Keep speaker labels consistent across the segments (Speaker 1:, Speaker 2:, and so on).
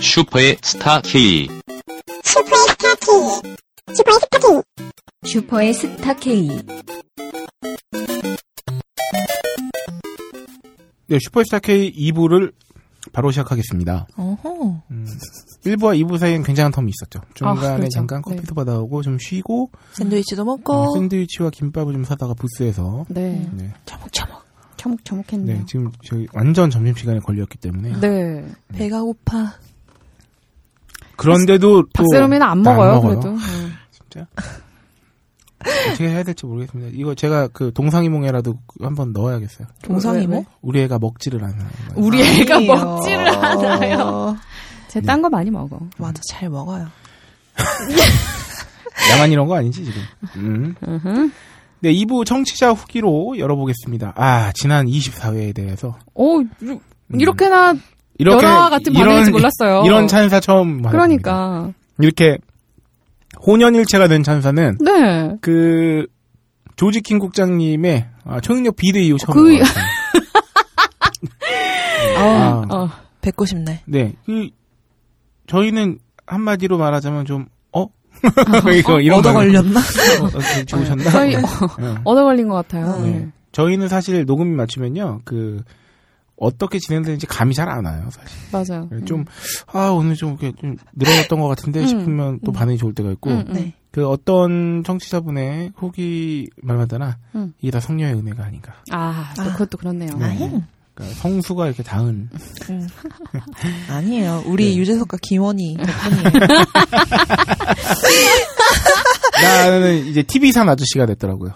Speaker 1: 슈퍼의 스타 K.
Speaker 2: 슈퍼의 스타 K. 슈퍼의 스타 K.
Speaker 3: 슈퍼의 스타 K.
Speaker 4: 네, 슈퍼스타 K 2부를 바로 시작하겠습니다.
Speaker 5: 어허.
Speaker 4: 1부와 2부 사이엔 굉장한 텀이 있었죠. 중간에
Speaker 5: 아, 그렇죠.
Speaker 4: 잠깐
Speaker 5: 네.
Speaker 4: 커피도 받아오고 좀 쉬고
Speaker 5: 샌드위치도
Speaker 4: 어,
Speaker 5: 먹고.
Speaker 4: 샌드위치와 김밥을 좀 사다가 부스에서
Speaker 6: 네.
Speaker 4: 네,
Speaker 5: 차먹차먹.
Speaker 6: 저목저목했네요.
Speaker 4: 네, 지금 저희 완전 점심시간에 걸렸기 때문에
Speaker 6: 음. 네.
Speaker 5: 배가 고파.
Speaker 4: 그런데도 또
Speaker 6: 박세롬이는 안
Speaker 4: 나
Speaker 6: 먹어요, 그래도. 네.
Speaker 4: 어떻게 해야 될지 모르겠습니다. 이거 제가 그 동상이몽에라도 한번 넣어야겠어요.
Speaker 5: 동상이모?
Speaker 6: 왜, 왜?
Speaker 4: 우리 애가 먹지를 않아요.
Speaker 6: 우리 애가
Speaker 5: 아니에요.
Speaker 6: 먹지를
Speaker 4: 어.
Speaker 6: 않아요. 쟤 딴 거 많이 먹어.
Speaker 5: 맞아, 잘 먹어요.
Speaker 4: 나만 이런 거 아니지 지금? 음. 네, 2부 청취자 후기로 열어보겠습니다. 아, 지난 24회에 대해서
Speaker 6: 오,
Speaker 4: 음.
Speaker 6: 이- 이렇게나 열화 같은 반응인지 몰랐어요.
Speaker 4: 이런 찬사 처음 받았습니다.
Speaker 6: 그러니까.
Speaker 4: 이렇게 혼연일체가 된 찬사는
Speaker 6: 네.
Speaker 4: 그 조지 킹 국장님의 아, 초능력 비대 이후 처음. 그...
Speaker 6: 그-
Speaker 5: 아,
Speaker 4: 아,
Speaker 6: 어.
Speaker 5: 뵙고 싶네.
Speaker 4: 네, 그 저희는 한마디로 말하자면 좀 어. 이거 이런
Speaker 5: 얻어
Speaker 4: 거.
Speaker 5: 걸렸나?
Speaker 4: 어, 어, 좋으셨나? 네.
Speaker 6: 저희 어,
Speaker 4: 네.
Speaker 6: 얻어 걸린 것 같아요.
Speaker 4: 네.
Speaker 6: 네.
Speaker 4: 저희는 사실 녹음이 맞추면요, 그, 어떻게 진행되는지 감이 잘 안 와요, 사실.
Speaker 6: 맞아요.
Speaker 4: 좀, 아, 오늘 좀 이렇게 좀 늘어났던 것 같은데
Speaker 6: 음,
Speaker 4: 싶으면 또
Speaker 5: 음.
Speaker 4: 반응이 좋을 때가 있고,
Speaker 6: 음, 음.
Speaker 5: 네.
Speaker 4: 그 어떤 청취자분의 후기 말마다나,
Speaker 6: 음.
Speaker 4: 이게 다 성녀의 은혜가 아닌가.
Speaker 6: 아, 또
Speaker 5: 아.
Speaker 6: 그것도 그렇네요.
Speaker 5: 아행.
Speaker 4: 그러니까 성수가 이렇게 닿은.
Speaker 5: 음. 아니에요. 우리 유재석과 김원희 덕분이에요.
Speaker 4: 나는 이제 TV산 아저씨가 됐더라고요.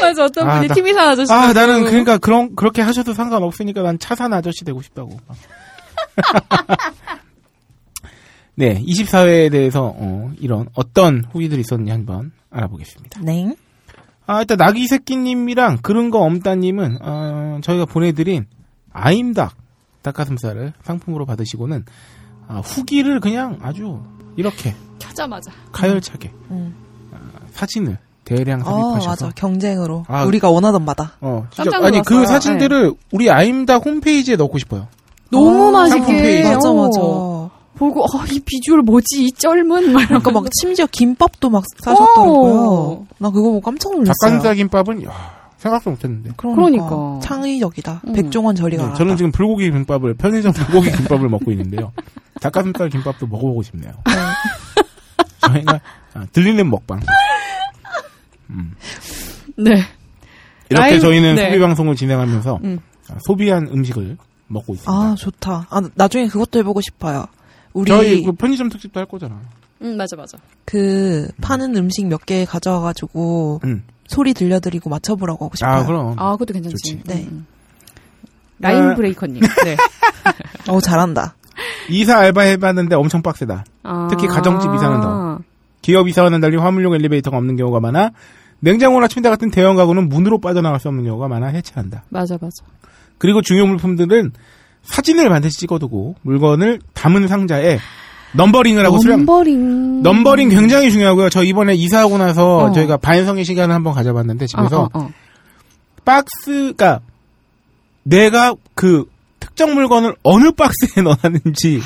Speaker 6: 맞아, 어떤
Speaker 4: 아,
Speaker 6: 분이
Speaker 4: 나-
Speaker 6: TV사 아저씨.
Speaker 4: 아, 나는 그러니까 그런, 그렇게 하셔도 상관없으니까 난 차산 아저씨 되고 싶다고. 막. 네, 24회에 대해서, 어, 이런, 어떤 후기들이 있었는지 한번 알아보겠습니다.
Speaker 5: 네.
Speaker 4: 아, 일단, 나귀새끼님이랑 그른거 엄따님은, 어, 저희가 보내드린 아임닭 닭가슴살을 상품으로 받으시고는, 아, 후기를 그냥 아주, 이렇게,
Speaker 6: 켜자마자.
Speaker 4: 가열차게, 아,
Speaker 5: 음.
Speaker 4: 사진을 대량
Speaker 5: 어,
Speaker 4: 삽입하셔서.
Speaker 5: 맞아. 경쟁으로.
Speaker 4: 음. 아.
Speaker 5: 우리가 원하던 바다.
Speaker 4: 어, 진짜,
Speaker 6: 깜짝
Speaker 4: 아니, 그
Speaker 6: 놀랐어요.
Speaker 4: 사진들을 우리 아임닭 홈페이지에 넣고 싶어요.
Speaker 6: 너무
Speaker 5: 어, 상품
Speaker 6: 맛있게.
Speaker 5: 페이지. 맞아,
Speaker 6: 어,
Speaker 5: 맞아.
Speaker 6: 보고, 어, 이 비주얼 뭐지? 이 젊은? 막 이런
Speaker 5: 그러니까
Speaker 6: 거.
Speaker 5: 막 심지어 김밥도 막 싸셨더라고요.
Speaker 6: 오.
Speaker 5: 나 그거 보고 깜짝 놀랐어요.
Speaker 4: 닭가슴살 김밥은 야, 생각도 못했는데.
Speaker 5: 그러니까.
Speaker 6: 그러니까.
Speaker 5: 창의적이다.
Speaker 6: 음.
Speaker 5: 백종원 저리가.
Speaker 4: 네, 저는 지금 불고기 김밥을 편의점 불고기 김밥을 먹고 있는데요. 닭가슴살 김밥도 먹어보고 싶네요. 저희가 아, 들리는 먹방. 음.
Speaker 6: 네.
Speaker 4: 이렇게
Speaker 6: 라이브,
Speaker 4: 저희는
Speaker 6: 네.
Speaker 4: 소비 방송을 진행하면서
Speaker 6: 음.
Speaker 4: 아, 소비한 음식을 먹고 있습니다.
Speaker 5: 아, 좋다. 아, 나중에 그것도 해보고 싶어요. 우리
Speaker 4: 저희
Speaker 5: 그...
Speaker 4: 그 편의점 특집도 할 거잖아.
Speaker 6: 응, 음, 맞아, 맞아.
Speaker 5: 파는 음식 몇 개 가져와가지고
Speaker 4: 음.
Speaker 5: 소리 들려드리고 맞춰보라고 하고 싶어요.
Speaker 4: 아 그럼.
Speaker 6: 아, 그것도 괜찮지. 아,
Speaker 4: 좋지.
Speaker 5: 네.
Speaker 6: 음. 라인 브레이커님. 네.
Speaker 5: 어, 잘한다.
Speaker 4: 이사 알바 해봤는데 엄청 빡세다.
Speaker 6: 아.
Speaker 4: 특히 가정집 이사는 더. 기업 이사와는 달리 화물용 엘리베이터가 없는 경우가 많아 냉장고나 침대 같은 대형 가구는 문으로 빠져나갈 수 없는 경우가 많아 해체한다.
Speaker 6: 맞아, 맞아.
Speaker 4: 그리고 중요 물품들은 사진을 반드시 찍어두고 물건을 담은 상자에 넘버링을 하고 수령.
Speaker 6: 넘버링.
Speaker 4: 넘버링 굉장히 중요하고요. 저 이번에 이사하고 나서
Speaker 6: 어.
Speaker 4: 저희가 반성의 시간을 한번 가져봤는데 집에서
Speaker 6: 어, 어, 어.
Speaker 4: 박스가 내가 그 특정 물건을 어느 박스에 넣어놨는지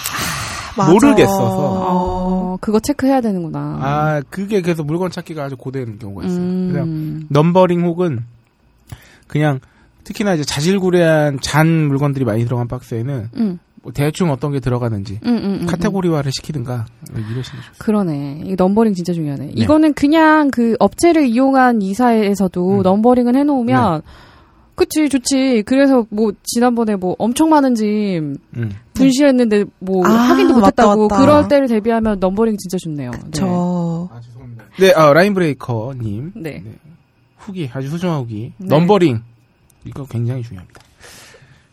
Speaker 5: 맞아.
Speaker 4: 모르겠어서.
Speaker 6: 어, 그거 체크해야 되는구나.
Speaker 4: 아 그게 그래서 물건 찾기가 아주 고된 경우가 있어요. 그래서
Speaker 6: 음.
Speaker 4: 넘버링 혹은 그냥 특히나 이제 자질구레한 잔 물건들이 많이 들어간 박스에는
Speaker 6: 음,
Speaker 4: 뭐 대충 어떤 게 들어가는지
Speaker 6: 음, 음, 음.
Speaker 4: 카테고리화를 시키든가 이러시는 거죠.
Speaker 6: 그러네. 이 넘버링 진짜 중요하네. 이거는 그냥 그 업체를 이용한 이사에서도
Speaker 4: 음. 네.
Speaker 6: 넘버링을 해놓으면, 그치, 좋지. 그래서 뭐, 지난번에 뭐, 엄청 많은 짐
Speaker 4: 음.
Speaker 6: 분실했는데 뭐,
Speaker 5: 아,
Speaker 6: 확인도
Speaker 5: 맞다,
Speaker 6: 못했다고.
Speaker 5: 맞다.
Speaker 6: 그럴 때를 대비하면 넘버링 진짜 좋네요. 네.
Speaker 5: 저
Speaker 4: 아 죄송합니다. 네, 아, 라인브레이커님
Speaker 6: 네.
Speaker 4: 후기 아주 소중한 후기
Speaker 6: 네.
Speaker 4: 넘버링 이거 굉장히 중요합니다.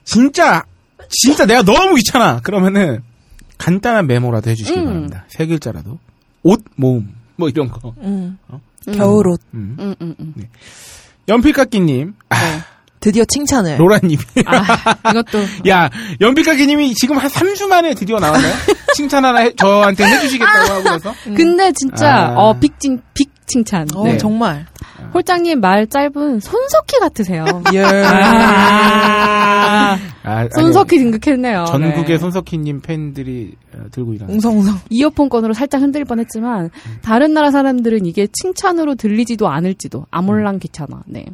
Speaker 4: 진짜 진짜 내가 너무 귀찮아 그러면은 간단한 메모라도 해주시기
Speaker 6: 음.
Speaker 4: 바랍니다. 세 글자라도 옷 모음 뭐 이런 거.
Speaker 5: 음,
Speaker 4: 어?
Speaker 6: 음.
Speaker 5: 겨울옷
Speaker 4: 음.
Speaker 6: 음, 음, 음.
Speaker 4: 연필깎이님 아,
Speaker 5: 드디어
Speaker 6: 네.
Speaker 5: 칭찬을
Speaker 4: 로라님
Speaker 6: 아, 이것도.
Speaker 4: 야 연필깎이님이 지금 한 3주 만에 드디어 나왔나요? 칭찬 하나 해- 저한테 해주시겠다고 하고 그래서
Speaker 6: 근데 음. 진짜
Speaker 4: 아.
Speaker 6: 어 빅칭 빅칭찬.
Speaker 5: 어,
Speaker 6: 네.
Speaker 5: 정말
Speaker 6: 홀장님 말 짧은 손석희 같으세요.
Speaker 5: 예.
Speaker 6: 아.
Speaker 4: 아, 아니요.
Speaker 6: 손석희 등극했네요.
Speaker 4: 전국의
Speaker 6: 네.
Speaker 4: 손석희님 팬들이 어, 들고 일하는.
Speaker 5: 웅성웅성.
Speaker 6: 이어폰건으로 살짝 흔들릴 뻔했지만
Speaker 4: 음.
Speaker 6: 다른 나라 사람들은 이게 칭찬으로 들리지도 않을지도
Speaker 4: 음.
Speaker 6: 아몰랑 귀찮아. 네.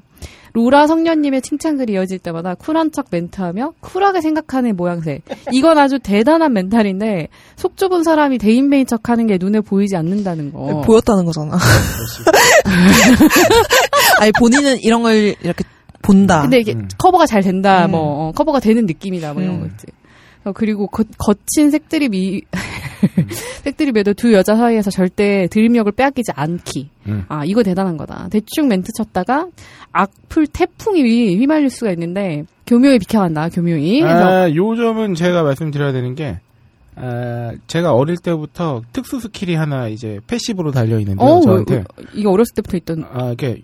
Speaker 6: 로라 성녀님의 칭찬글이 이어질 때마다 쿨한 척 멘트하며 쿨하게 생각하는 모양새. 이건 아주 대단한 멘탈인데 속 좁은 사람이 대인배인 척하는 게 눈에 보이지 않는다는
Speaker 4: 어. 네,
Speaker 6: 거.
Speaker 5: 보였다는 거잖아. 아니 본인은 이런 걸 이렇게 본다.
Speaker 6: 근데 이게
Speaker 4: 음.
Speaker 6: 커버가 잘 된다,
Speaker 5: 아. 음.
Speaker 6: 뭐 어, 커버가 되는 느낌이다, 뭐 이런
Speaker 5: 음.
Speaker 6: 거 있지. 어, 그리고 거, 거친 색드립이 색드립에도 두 여자 사이에서 절대 드립력을 빼앗기지 않기.
Speaker 4: 음.
Speaker 6: 아 이거 대단한 거다. 대충 멘트 쳤다가 악플 태풍이 휘말릴 수가 있는데 교묘히 비켜간다. 교묘히. 그래서
Speaker 4: 아, 요 점은 제가 말씀드려야 되는 게, 아, 제가 어릴 때부터 특수 스킬이 하나 이제 패시브로 달려 있는데요.
Speaker 6: 어,
Speaker 4: 저한테
Speaker 6: 어, 이거 어렸을 때부터 있던
Speaker 4: 아, 이렇게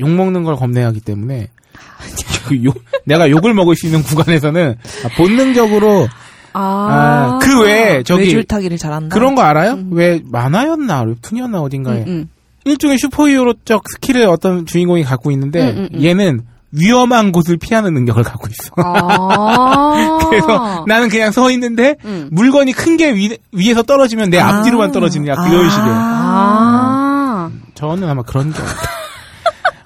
Speaker 4: 욕 먹는 걸 겁내하기 때문에 그 욕- 내가 욕을 먹을 수 있는 구간에서는 아, 본능적으로
Speaker 6: 아,
Speaker 4: 아, 그 외에 저기
Speaker 5: 외줄타기를 잘한다.
Speaker 4: 그런 거 알아요? 왜 만화였나 웹툰이었나 어딘가에
Speaker 6: 음, 음.
Speaker 4: 일종의 슈퍼히어로적 스킬을 어떤 주인공이 갖고 있는데
Speaker 6: 음, 음, 음.
Speaker 4: 얘는 위험한 곳을 피하는 능력을 갖고 있어.
Speaker 6: 아.
Speaker 4: 그래서 나는 그냥 서 있는데
Speaker 6: 음.
Speaker 4: 물건이 큰 게 위에서 떨어지면 내
Speaker 5: 아.
Speaker 4: 앞뒤로만 떨어지는 약 그런 식이에요.
Speaker 6: 아.
Speaker 4: 저는 아마 그런 게 없다.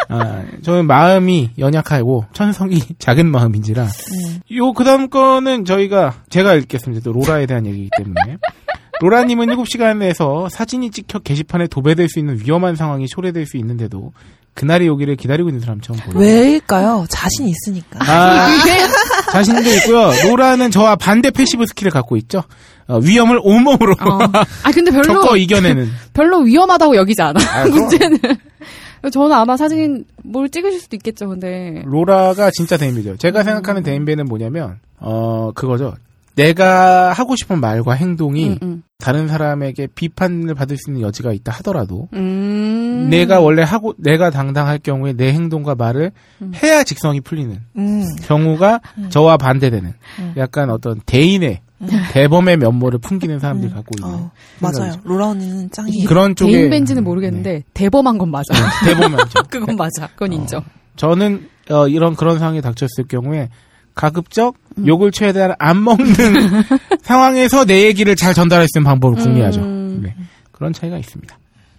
Speaker 4: 아, 저는 마음이 연약하고 천성이 작은 마음인지라
Speaker 5: 음.
Speaker 4: 요 그다음 거는 저희가 제가 읽겠습니다. 또 로라에 대한 얘기이기 때문에 로라님은 7시간에서 사진이 찍혀 게시판에 도배될 수 있는 위험한 상황이 초래될 수 있는데도 그날의 오기를 기다리고 있는 사람 처음
Speaker 6: 아.
Speaker 4: 보여요.
Speaker 5: 왜일까요? 자신 있으니까.
Speaker 4: 아, 자신도 있고요. 로라는 저와 반대 패시브 스킬을 갖고 있죠. 어, 위험을 온몸으로
Speaker 6: 어. 아 근데 별로
Speaker 4: 겪어 이겨내는.
Speaker 6: 별로 위험하다고 여기지 않아.
Speaker 4: 아, 그럼.
Speaker 6: 문제는 저는 아마 사진 뭘 찍으실 수도 있겠죠. 근데
Speaker 4: 로라가 진짜 대인배죠. 제가 생각하는 대인배는 뭐냐면 어 그거죠. 내가 하고 싶은 말과 행동이
Speaker 6: 음, 음.
Speaker 4: 다른 사람에게 비판을 받을 수 있는 여지가 있다 하더라도
Speaker 6: 음.
Speaker 4: 내가 원래 하고 내가 당당할 경우에 내 행동과 말을 해야 직성이 풀리는
Speaker 5: 음.
Speaker 4: 경우가 저와 반대되는
Speaker 5: 음.
Speaker 4: 약간 어떤 대인의 대범의 면모를 풍기는 사람들이 갖고 있는
Speaker 5: 어, 맞아요. 로라 언니는 짱이에요.
Speaker 4: 그런 쪽에 네.
Speaker 6: 개인 벤지는 모르겠는데 대범한 건 맞아.
Speaker 4: 대범한죠.
Speaker 6: 그건 맞아.
Speaker 4: 어.
Speaker 6: 그건 인정.
Speaker 4: 저는 어, 이런 그런 상황이 닥쳤을 경우에 가급적 욕을 최대한 안 먹는 상황에서 내 얘기를 잘 전달할 수 있는 방법을 궁리하죠.
Speaker 6: 음.
Speaker 4: 네. 그런 차이가 있습니다.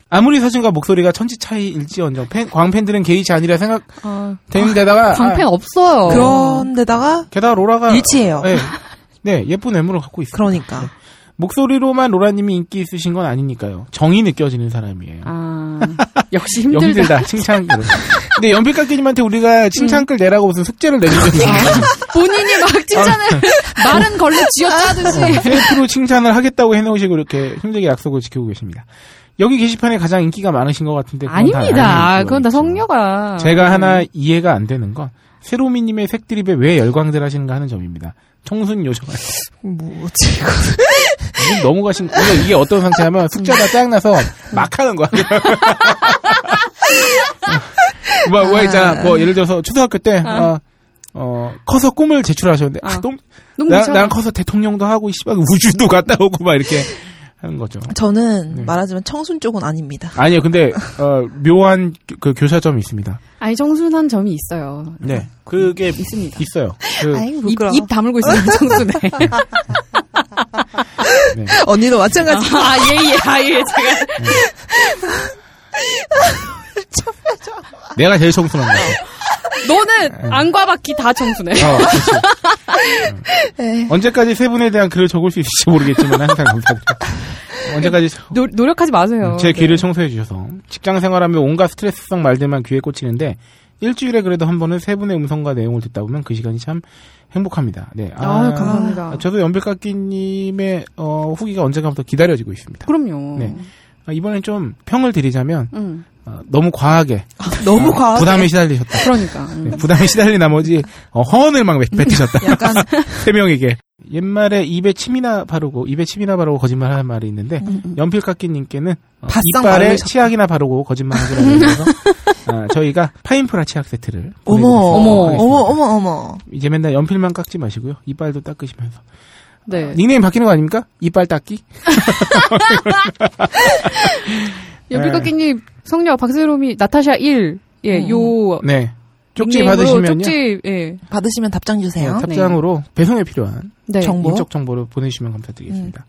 Speaker 4: 아무리 사진과 목소리가 천지 차이일지언정 팬- 광팬들은 개의치 아니라 생각되는
Speaker 6: 아,
Speaker 4: 데다가
Speaker 6: 광팬
Speaker 4: 아,
Speaker 6: 없어요.
Speaker 5: 그런데다가
Speaker 4: 게다가 로라가
Speaker 5: 일치해요.
Speaker 4: 네, 네, 예쁜 외모를 갖고 있어요.
Speaker 5: 그러니까.
Speaker 4: 목소리로만 로라님이 인기 있으신 건 아니니까요. 정이 느껴지는 사람이에요.
Speaker 6: 아 역시
Speaker 4: 힘들다.
Speaker 6: 힘들다.
Speaker 4: 칭찬글. 근데 연필깎이님한테 우리가 칭찬글 내라고 무슨 숙제를 내주는 게
Speaker 6: 아, 본인이 막 칭찬을
Speaker 4: 아.
Speaker 6: 말은 걸로 쥐어짜듯이.
Speaker 4: 셀프로 칭찬을 하겠다고 해놓으시고 이렇게 힘들게 약속을 지키고 계십니다. 여기 게시판에 가장 인기가 많으신 것 같은데 그건 다
Speaker 6: 아닙니다.
Speaker 4: 아닌
Speaker 6: 그건 다
Speaker 4: 거겠죠. 그렇죠.
Speaker 6: 성녀가.
Speaker 4: 제가 하나 이해가 안 되는 건 세로미님의 색드립에 왜 열광들 하시는가 하는 점입니다. 청순 요정
Speaker 5: 뭐지 이거.
Speaker 4: 지금 너무 가신 근데 이게 어떤 상태냐면 숙제가 짜증나서 막 하는 거야. 막, 뭐, 있잖아. 뭐, 예를 들어서, 초등학교 때, 아, 어, 커서 꿈을 제출하셨는데, 아,
Speaker 6: 아.
Speaker 4: 너무,
Speaker 6: 너무
Speaker 4: 나,
Speaker 6: 귀찮아.
Speaker 4: 난 커서 대통령도 하고, 씨발, 우주도 갔다 오고, 막, 이렇게 하는 거죠.
Speaker 5: 저는
Speaker 4: 네.
Speaker 5: 말하자면 청순 쪽은 아닙니다.
Speaker 4: 아니요, 근데 어, 묘한 교- 그 교차점이 있습니다.
Speaker 6: 아니 청순한 점이 있어요.
Speaker 4: 네, 그게
Speaker 6: 있습니다.
Speaker 4: 있어요. 그,
Speaker 5: 아이
Speaker 6: 입,
Speaker 5: 부끄러워.
Speaker 6: 입 다물고 있어요. 청순해.
Speaker 4: 네.
Speaker 5: 언니도 마찬가지.
Speaker 6: 아예예 아예 제가
Speaker 4: 내가 제일 청순한 거 같아. 네.
Speaker 6: 너는 안과 밖이 다 청순해.
Speaker 4: 어, 그렇지.
Speaker 6: 네.
Speaker 4: 어. 언제까지 세 분에 대한 글을 적을 수 있을지 모르겠지만 항상 감사합니다. 언제까지 저-
Speaker 6: 노, 노력하지 마세요.
Speaker 4: 제 귀를
Speaker 6: 네.
Speaker 4: 청소해 주셔서 직장 생활하며 온갖 스트레스성 말들만 귀에 꽂히는데 일주일에 그래도 한 번은 세 분의 음성과 내용을 듣다 보면 그 시간이 참 행복합니다. 네,
Speaker 6: 아유, 감사합니다.
Speaker 4: 저도 연필깎이님의 어, 후기가 언젠가부터 기다려지고 있습니다.
Speaker 6: 그럼요.
Speaker 4: 네. 아, 이번엔 좀 평을 드리자면
Speaker 6: 음,
Speaker 4: 어, 너무 과하게
Speaker 5: 너무
Speaker 4: 어,
Speaker 5: 과하게.
Speaker 4: 부담에 시달리셨다.
Speaker 6: 그러니까. 음.
Speaker 4: 네, 부담에 시달린 나머지 어, 허언을 막 뱉- 뱉으셨다.
Speaker 5: 약간
Speaker 4: 세 명에게 옛말에 입에 침이나 바르고 입에 침이나 바르고 거짓말하는 말이 있는데
Speaker 5: 음,
Speaker 4: 연필깎이님께는 어,
Speaker 5: 바싹
Speaker 4: 이빨에
Speaker 5: 말리셨다.
Speaker 4: 치약이나 바르고 거짓말하기라고 해서 어, 저희가 파인프라 치약 세트를
Speaker 5: 어머
Speaker 4: 보내드리겠습니다.
Speaker 5: 어머
Speaker 4: 하겠습니다.
Speaker 5: 어머 어머 어머.
Speaker 4: 이제 맨날 연필만 깎지 마시고요 이빨도 닦으시면서
Speaker 6: 네.
Speaker 4: 닉네임 바뀌는 거 아닙니까? 이빨 닦기? 네.
Speaker 6: 연필깎이님 성녀 박세롬이 나타샤 1. 예,
Speaker 5: 음.
Speaker 6: 요
Speaker 4: 네. 쪽지
Speaker 6: 닉네임으로
Speaker 4: 받으시면요.
Speaker 6: 쪽지 예.
Speaker 5: 받으시면 답장
Speaker 4: 네,
Speaker 5: 주세요.
Speaker 4: 답장으로 배송에 필요한
Speaker 6: 네.
Speaker 5: 정보.
Speaker 4: 인적 정보를 보내주시면 감사드리겠습니다.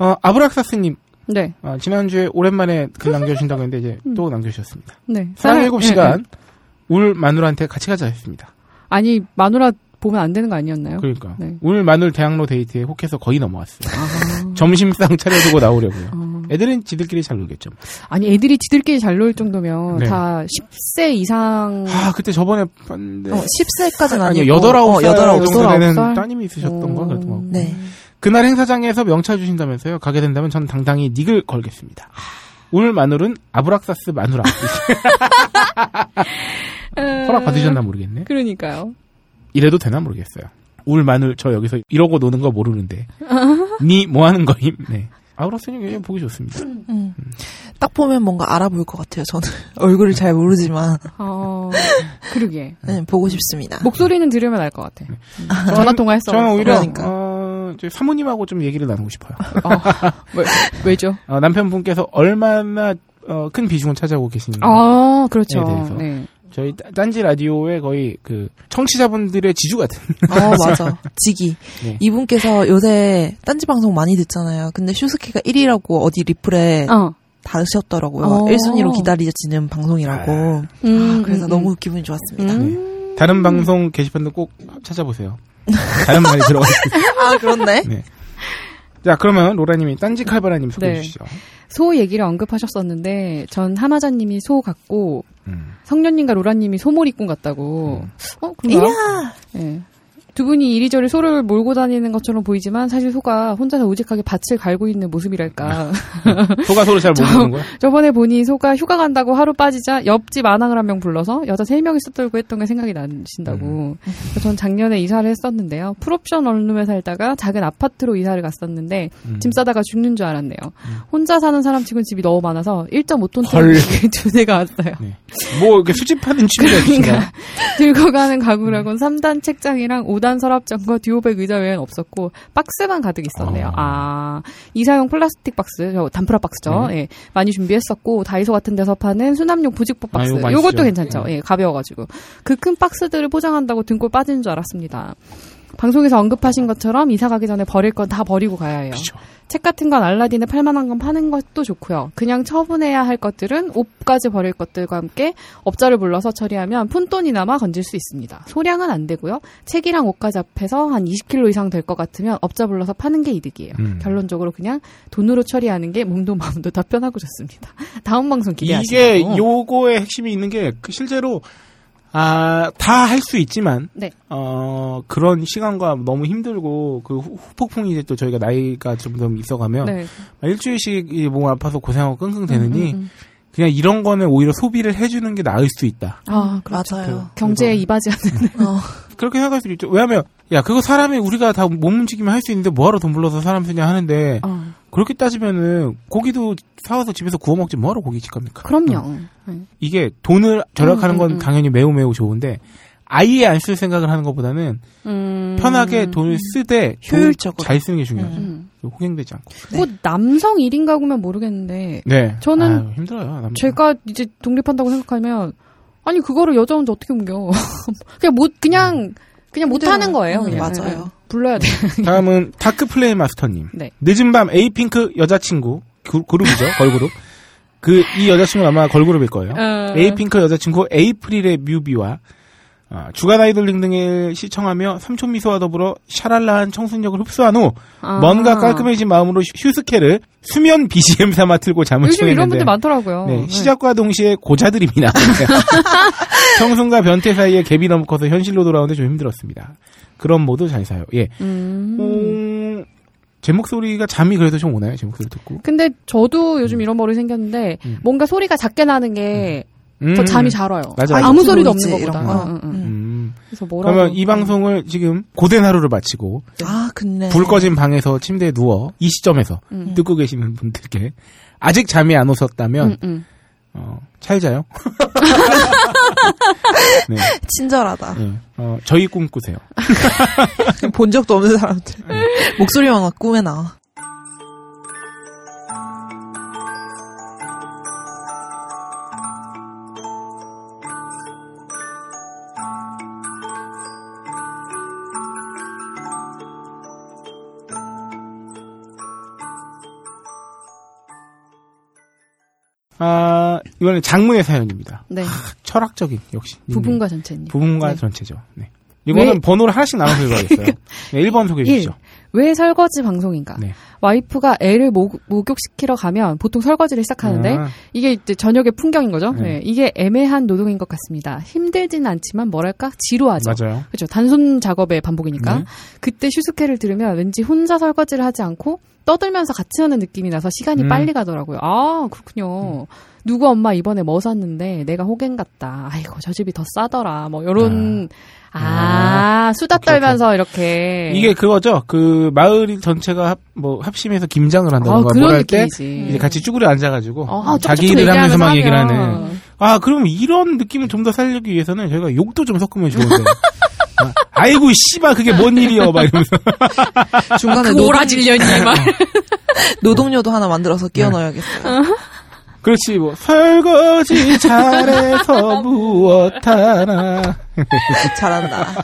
Speaker 4: 어, 아브락사스님,
Speaker 6: 네.
Speaker 4: 어, 지난주에 오랜만에 글 남겨주신다고 했는데 이제 또 남겨주셨습니다.
Speaker 6: 네.
Speaker 4: 사랑
Speaker 6: 예, 예.
Speaker 4: 7시간, 울 마누라한테 같이 가자 했습니다.
Speaker 6: 아니, 마누라 보면 안 되는 거 아니었나요?
Speaker 4: 그러니까.
Speaker 6: 네.
Speaker 4: 울 마눌 대학로 데이트에 혹해서 거의 넘어왔어요.
Speaker 6: 아.
Speaker 4: 점심상 차려두고 나오려고요. 애들은 지들끼리 잘 놀겠죠.
Speaker 6: 아니, 애들이 지들끼리 잘 놀 정도면
Speaker 4: 네.
Speaker 6: 다 10세 이상
Speaker 4: 아, 그때 저번에 봤는데.
Speaker 5: 어, 10세까지는
Speaker 4: 네. 아니요,
Speaker 5: 아니고
Speaker 4: 여덟 아홉
Speaker 5: 어,
Speaker 4: 살
Speaker 5: 여덟, 아홉
Speaker 4: 정도
Speaker 5: 살.
Speaker 4: 되는
Speaker 6: 살?
Speaker 4: 따님이 있으셨던 거
Speaker 6: 어.
Speaker 4: 같은 거.
Speaker 5: 네.
Speaker 4: 그날 행사장에서 명찰 주신다면서요. 가게 된다면 전 당당히 닉을 걸겠습니다. 울 마눌은 아브락사스 마누라. 허락 받으셨나 모르겠네.
Speaker 6: 그러니까요.
Speaker 4: 이래도 되나 모르겠어요. 울 마눌 저 여기서 이러고 노는 거 모르는데. 니 뭐 하는 거임? 네. 아브락사님 굉장히 보기 좋습니다.
Speaker 5: 음. 딱 보면 뭔가 알아볼 것 같아요. 저는 얼굴을 잘 모르지만
Speaker 6: 어, 그러게.
Speaker 5: 네, 보고 싶습니다.
Speaker 6: 목소리는 들으면 알 것 같아. 전화 통화했어.
Speaker 4: 저는 오히려
Speaker 5: 그러니까.
Speaker 4: 어, 저희 사모님하고 좀 얘기를 나누고 싶어요.
Speaker 6: 왜죠?
Speaker 4: 어, 남편분께서 얼마나 어, 큰 비중을 차지하고 계시는지
Speaker 6: 아, 그렇죠.
Speaker 4: 에 음. 대해서.
Speaker 6: 네.
Speaker 4: 저희 따- 딴지 라디오의 거의 그 청취자분들의 지주 같은
Speaker 5: 어, 맞아. 지기.
Speaker 4: 네.
Speaker 5: 이분께서 요새 딴지 방송 많이 듣잖아요. 근데 슈스케가 1위라고 어디 리플에
Speaker 6: 어.
Speaker 5: 다르셨더라고요.
Speaker 6: 어.
Speaker 5: 1순위로 기다려지는 방송이라고. 아,
Speaker 6: 음,
Speaker 5: 그래서
Speaker 6: 음,
Speaker 5: 너무 기분이 좋았습니다.
Speaker 6: 음.
Speaker 4: 네. 다른 방송 게시판도 꼭 찾아보세요. 다른 말이 들어가 있어요.
Speaker 5: 아, 그렇네.
Speaker 4: 네. 자 그러면 로라님이 딴지 칼바라님 소개해
Speaker 6: 네.
Speaker 4: 주시죠.
Speaker 6: 소 얘기를 언급하셨었는데 전 하마자님이 소 같고
Speaker 4: 음.
Speaker 6: 성년님과 로라님이 소몰이꾼 같다고.
Speaker 4: 네.
Speaker 6: 어, 그런가?
Speaker 5: 이야!
Speaker 6: 예. 두 분이 이리저리 소를 몰고 다니는 것처럼 보이지만 사실 소가 혼자서 우직하게 밭을 갈고 있는 모습이랄까.
Speaker 4: 소가 소를 잘 모르는 거야?
Speaker 6: 저번에 보니 소가 휴가 간다고 하루 빠지자 옆집 아낙을 한 명 불러서 여자 세명이 쓰돌고 했던 게 생각이
Speaker 4: 음.
Speaker 6: 나신다고. 그래서 전 작년에 이사를 했었는데요. 풀옵션 원룸에 살다가 작은 아파트로 이사를 갔었는데
Speaker 4: 음.
Speaker 6: 짐 싸다가 죽는 줄 알았네요. 혼자 사는 사람 치곤 집이 너무 많아서 1.5톤짜리
Speaker 4: 헐.
Speaker 6: 두 대가 왔어요.
Speaker 4: 네. 뭐 이렇게 수집하는 취미가
Speaker 6: 그러니까.
Speaker 4: 있으신가?
Speaker 6: 들고 가는 가구라곤 3단 책장이랑 5단 서랍장과 듀오백 의자 외에는 없었고 박스만 가득 있었네요.
Speaker 4: 어.
Speaker 6: 아, 이사용 플라스틱 박스, 저 단프라 박스죠.
Speaker 4: 네.
Speaker 6: 예, 많이 준비했었고 다이소 같은 데서 파는 수납용 부직포 박스,
Speaker 4: 아, 이거 많이
Speaker 6: 요것도
Speaker 4: 쓰죠.
Speaker 6: 괜찮죠. 예, 가벼워가지고 그 큰 박스들을 포장한다고 등골 빠지는 줄 알았습니다. 방송에서 언급하신 것처럼 이사 가기 전에 버릴 건 다 버리고 가야 해요.
Speaker 4: 그렇죠.
Speaker 6: 책 같은 건 알라딘에 팔만한 건 파는 것도 좋고요. 그냥 처분해야 할 것들은 옷까지 버릴 것들과 함께 업자를 불러서 처리하면 푼돈이나마 건질 수 있습니다. 소량은 안 되고요. 책이랑 옷까지 합해서 한 20kg 이상 될 것 같으면 업자 불러서 파는 게 이득이에요.
Speaker 4: 음.
Speaker 6: 결론적으로 그냥 돈으로 처리하는 게 몸도 마음도 다 편하고 좋습니다. 다음 방송 기대하시고.
Speaker 4: 이게 요거의 핵심이 있는 게그 실제로 아 다 할 수 있지만
Speaker 6: 네.
Speaker 4: 어 그런 시간과 너무 힘들고 그 후- 후폭풍이 이제 또 저희가 나이가 점점 있어가면
Speaker 6: 네.
Speaker 4: 일주일씩 이몸 아파서 고생하고 끙끙대느니
Speaker 6: 음, 음, 음.
Speaker 4: 그냥 이런 거는 오히려 소비를 해주는 게 나을 수 있다.
Speaker 6: 아, 그럼
Speaker 5: 맞아요.
Speaker 6: 경제에 이바지하는
Speaker 5: 어.
Speaker 4: 그렇게 생각할 수도 있죠. 왜냐하면 야 그거 사람이 우리가 다 몸 움직이면 할 수 있는데 뭐하러 돈 불러서 사람 쓰냐 하는데
Speaker 6: 어,
Speaker 4: 그렇게 따지면은 고기도 사와서 집에서 구워 먹지 뭐하러 고깃집 갑니까? 어.
Speaker 6: 그럼요. 네.
Speaker 4: 이게 돈을 절약하는
Speaker 6: 음,
Speaker 4: 건
Speaker 6: 음, 음.
Speaker 4: 당연히 매우 매우 좋은데 아예 안 쓸 생각을 하는 것보다는
Speaker 6: 음.
Speaker 4: 편하게 돈을 쓰되
Speaker 5: 효율적으로.
Speaker 4: 잘 쓰는 게 중요하죠.
Speaker 6: 음.
Speaker 4: 호갱되지 않고.
Speaker 6: 뭐 남성 1인 가구면 모르겠는데
Speaker 4: 네.
Speaker 6: 저는
Speaker 4: 아유, 힘들어요. 남자.
Speaker 6: 제가 이제 독립한다고 생각하면 아니 그거를 여자 혼자 어떻게 옮겨? 그냥 못 그냥 그냥 못 하는 거예요.
Speaker 5: 음,
Speaker 6: 그냥. 네,
Speaker 5: 맞아요.
Speaker 6: 불러야 돼.
Speaker 4: 다음은 다크플레이 마스터님.
Speaker 6: 네.
Speaker 4: 늦은 밤 에이핑크 여자친구 그, 그룹이죠 걸그룹. 그 이 여자친구 아마 걸그룹일 거예요.
Speaker 6: 어.
Speaker 4: 에이핑크 여자친구 에이프릴의 뮤비와 아, 주간 아이돌링 등을 시청하며 삼촌 미소와 더불어 샤랄라한 청순력을 흡수한 후
Speaker 6: 아.
Speaker 4: 음. 뭔가 깔끔해진 마음으로 휴- 휴스케를 수면 BGM 삼아 틀고 잠을
Speaker 6: 요즘 이런
Speaker 4: 청했는데
Speaker 6: 분들 많더라고요.
Speaker 4: 네,
Speaker 6: 네.
Speaker 4: 시작과 동시에 고자드림이나 청순과 변태 사이에 갭이 너무 커서 현실로 돌아오는데 좀 힘들었습니다. 그럼 모두 잘 사요. 예,
Speaker 6: 음.
Speaker 4: 음, 제 목소리가 잠이 그래도 좀 오나요? 제 목소리 듣고.
Speaker 6: 근데 저도 요즘 이런 머리 생겼는데
Speaker 4: 음.
Speaker 6: 뭔가 소리가 작게 나는 게 저
Speaker 4: 음.
Speaker 6: 잠이 잘 와요.
Speaker 4: 맞아요.
Speaker 6: 아무
Speaker 5: 아이폰
Speaker 6: 소리도
Speaker 5: 노이즈
Speaker 6: 없는 것보다. 어,
Speaker 5: 이런 거.
Speaker 6: 응, 응, 응.
Speaker 5: 음.
Speaker 4: 음.
Speaker 6: 그래서 뭐라고
Speaker 4: 그러면 이 방송을 지금 고된 하루를 마치고
Speaker 5: 아, 근데.
Speaker 4: 불 꺼진 방에서 침대에 누워 이 시점에서
Speaker 6: 네. 음.
Speaker 4: 듣고 계시는 분들께 아직 잠이 안 오셨다면
Speaker 6: 응, 응.
Speaker 4: 어, 잘 자요. 네,
Speaker 5: 친절하다.
Speaker 4: 네. 어, 저희 꿈 꾸세요.
Speaker 5: 본 적도 없는 사람들.
Speaker 4: 네.
Speaker 5: 목소리만 막 꿈에 나와.
Speaker 4: 아, 이번엔 장문의 사연입니다.
Speaker 6: 네.
Speaker 4: 철학적인, 역시. 음.
Speaker 6: 부분과 전체님.
Speaker 4: 부분과
Speaker 6: 네.
Speaker 4: 전체죠. 네. 이거는
Speaker 6: 왜-
Speaker 4: 번호를 하나씩 나눠서 읽어야겠어요. 네, 1번 소개해
Speaker 6: 일.
Speaker 4: 주시죠.
Speaker 6: 왜 설거지 방송인가?
Speaker 4: 네.
Speaker 6: 와이프가 애를 목, 목욕시키러 가면 보통 설거지를 시작하는데
Speaker 4: 아,
Speaker 6: 이게 이제 저녁의 풍경인 거죠.
Speaker 4: 네.
Speaker 6: 네, 이게 애매한 노동인 것 같습니다. 힘들지는 않지만 뭐랄까 지루하죠.
Speaker 4: 맞아요.
Speaker 6: 그렇죠. 단순 작업의 반복이니까.
Speaker 4: 네.
Speaker 6: 그때 슈스케를 들으면 왠지 혼자 설거지를 하지 않고 떠들면서 같이 하는 느낌이 나서 시간이
Speaker 4: 음.
Speaker 6: 빨리 가더라고요. 아, 그렇군요.
Speaker 4: 네.
Speaker 6: 누구 엄마 이번에 뭐 샀는데 내가 호갱 같다. 아이고, 저 집이 더 싸더라. 뭐 요런 아, 수다
Speaker 4: 오케이,
Speaker 6: 떨면서 이렇게
Speaker 4: 이게 그거죠. 그 마을 전체가 합, 뭐 합심해서 김장을
Speaker 6: 아,
Speaker 4: 한다던가 뭘
Speaker 6: 그런
Speaker 4: 할 때
Speaker 6: 느낌이지.
Speaker 4: 이제 같이 쭈그려 앉아가지고
Speaker 6: 아,
Speaker 4: 자기
Speaker 6: 쩝쩝
Speaker 4: 일을 하면서 막 얘기를
Speaker 6: 얘기하면서
Speaker 4: 하는.
Speaker 6: 하면.
Speaker 4: 아, 그럼 이런 느낌을 좀 더 살리기 위해서는 저희가 욕도 좀 섞으면 좋은데. 아, 아이고 씨발 그게 뭔 일이여 막 이러면서
Speaker 5: 중간에
Speaker 6: 그 오라질년이 말.
Speaker 5: 노동료도 하나
Speaker 4: 네.
Speaker 5: 만들어서 끼워 넣어야겠어요.
Speaker 4: 그렇지 뭐 설거지 잘해서 무엇 하나
Speaker 5: 잘한다.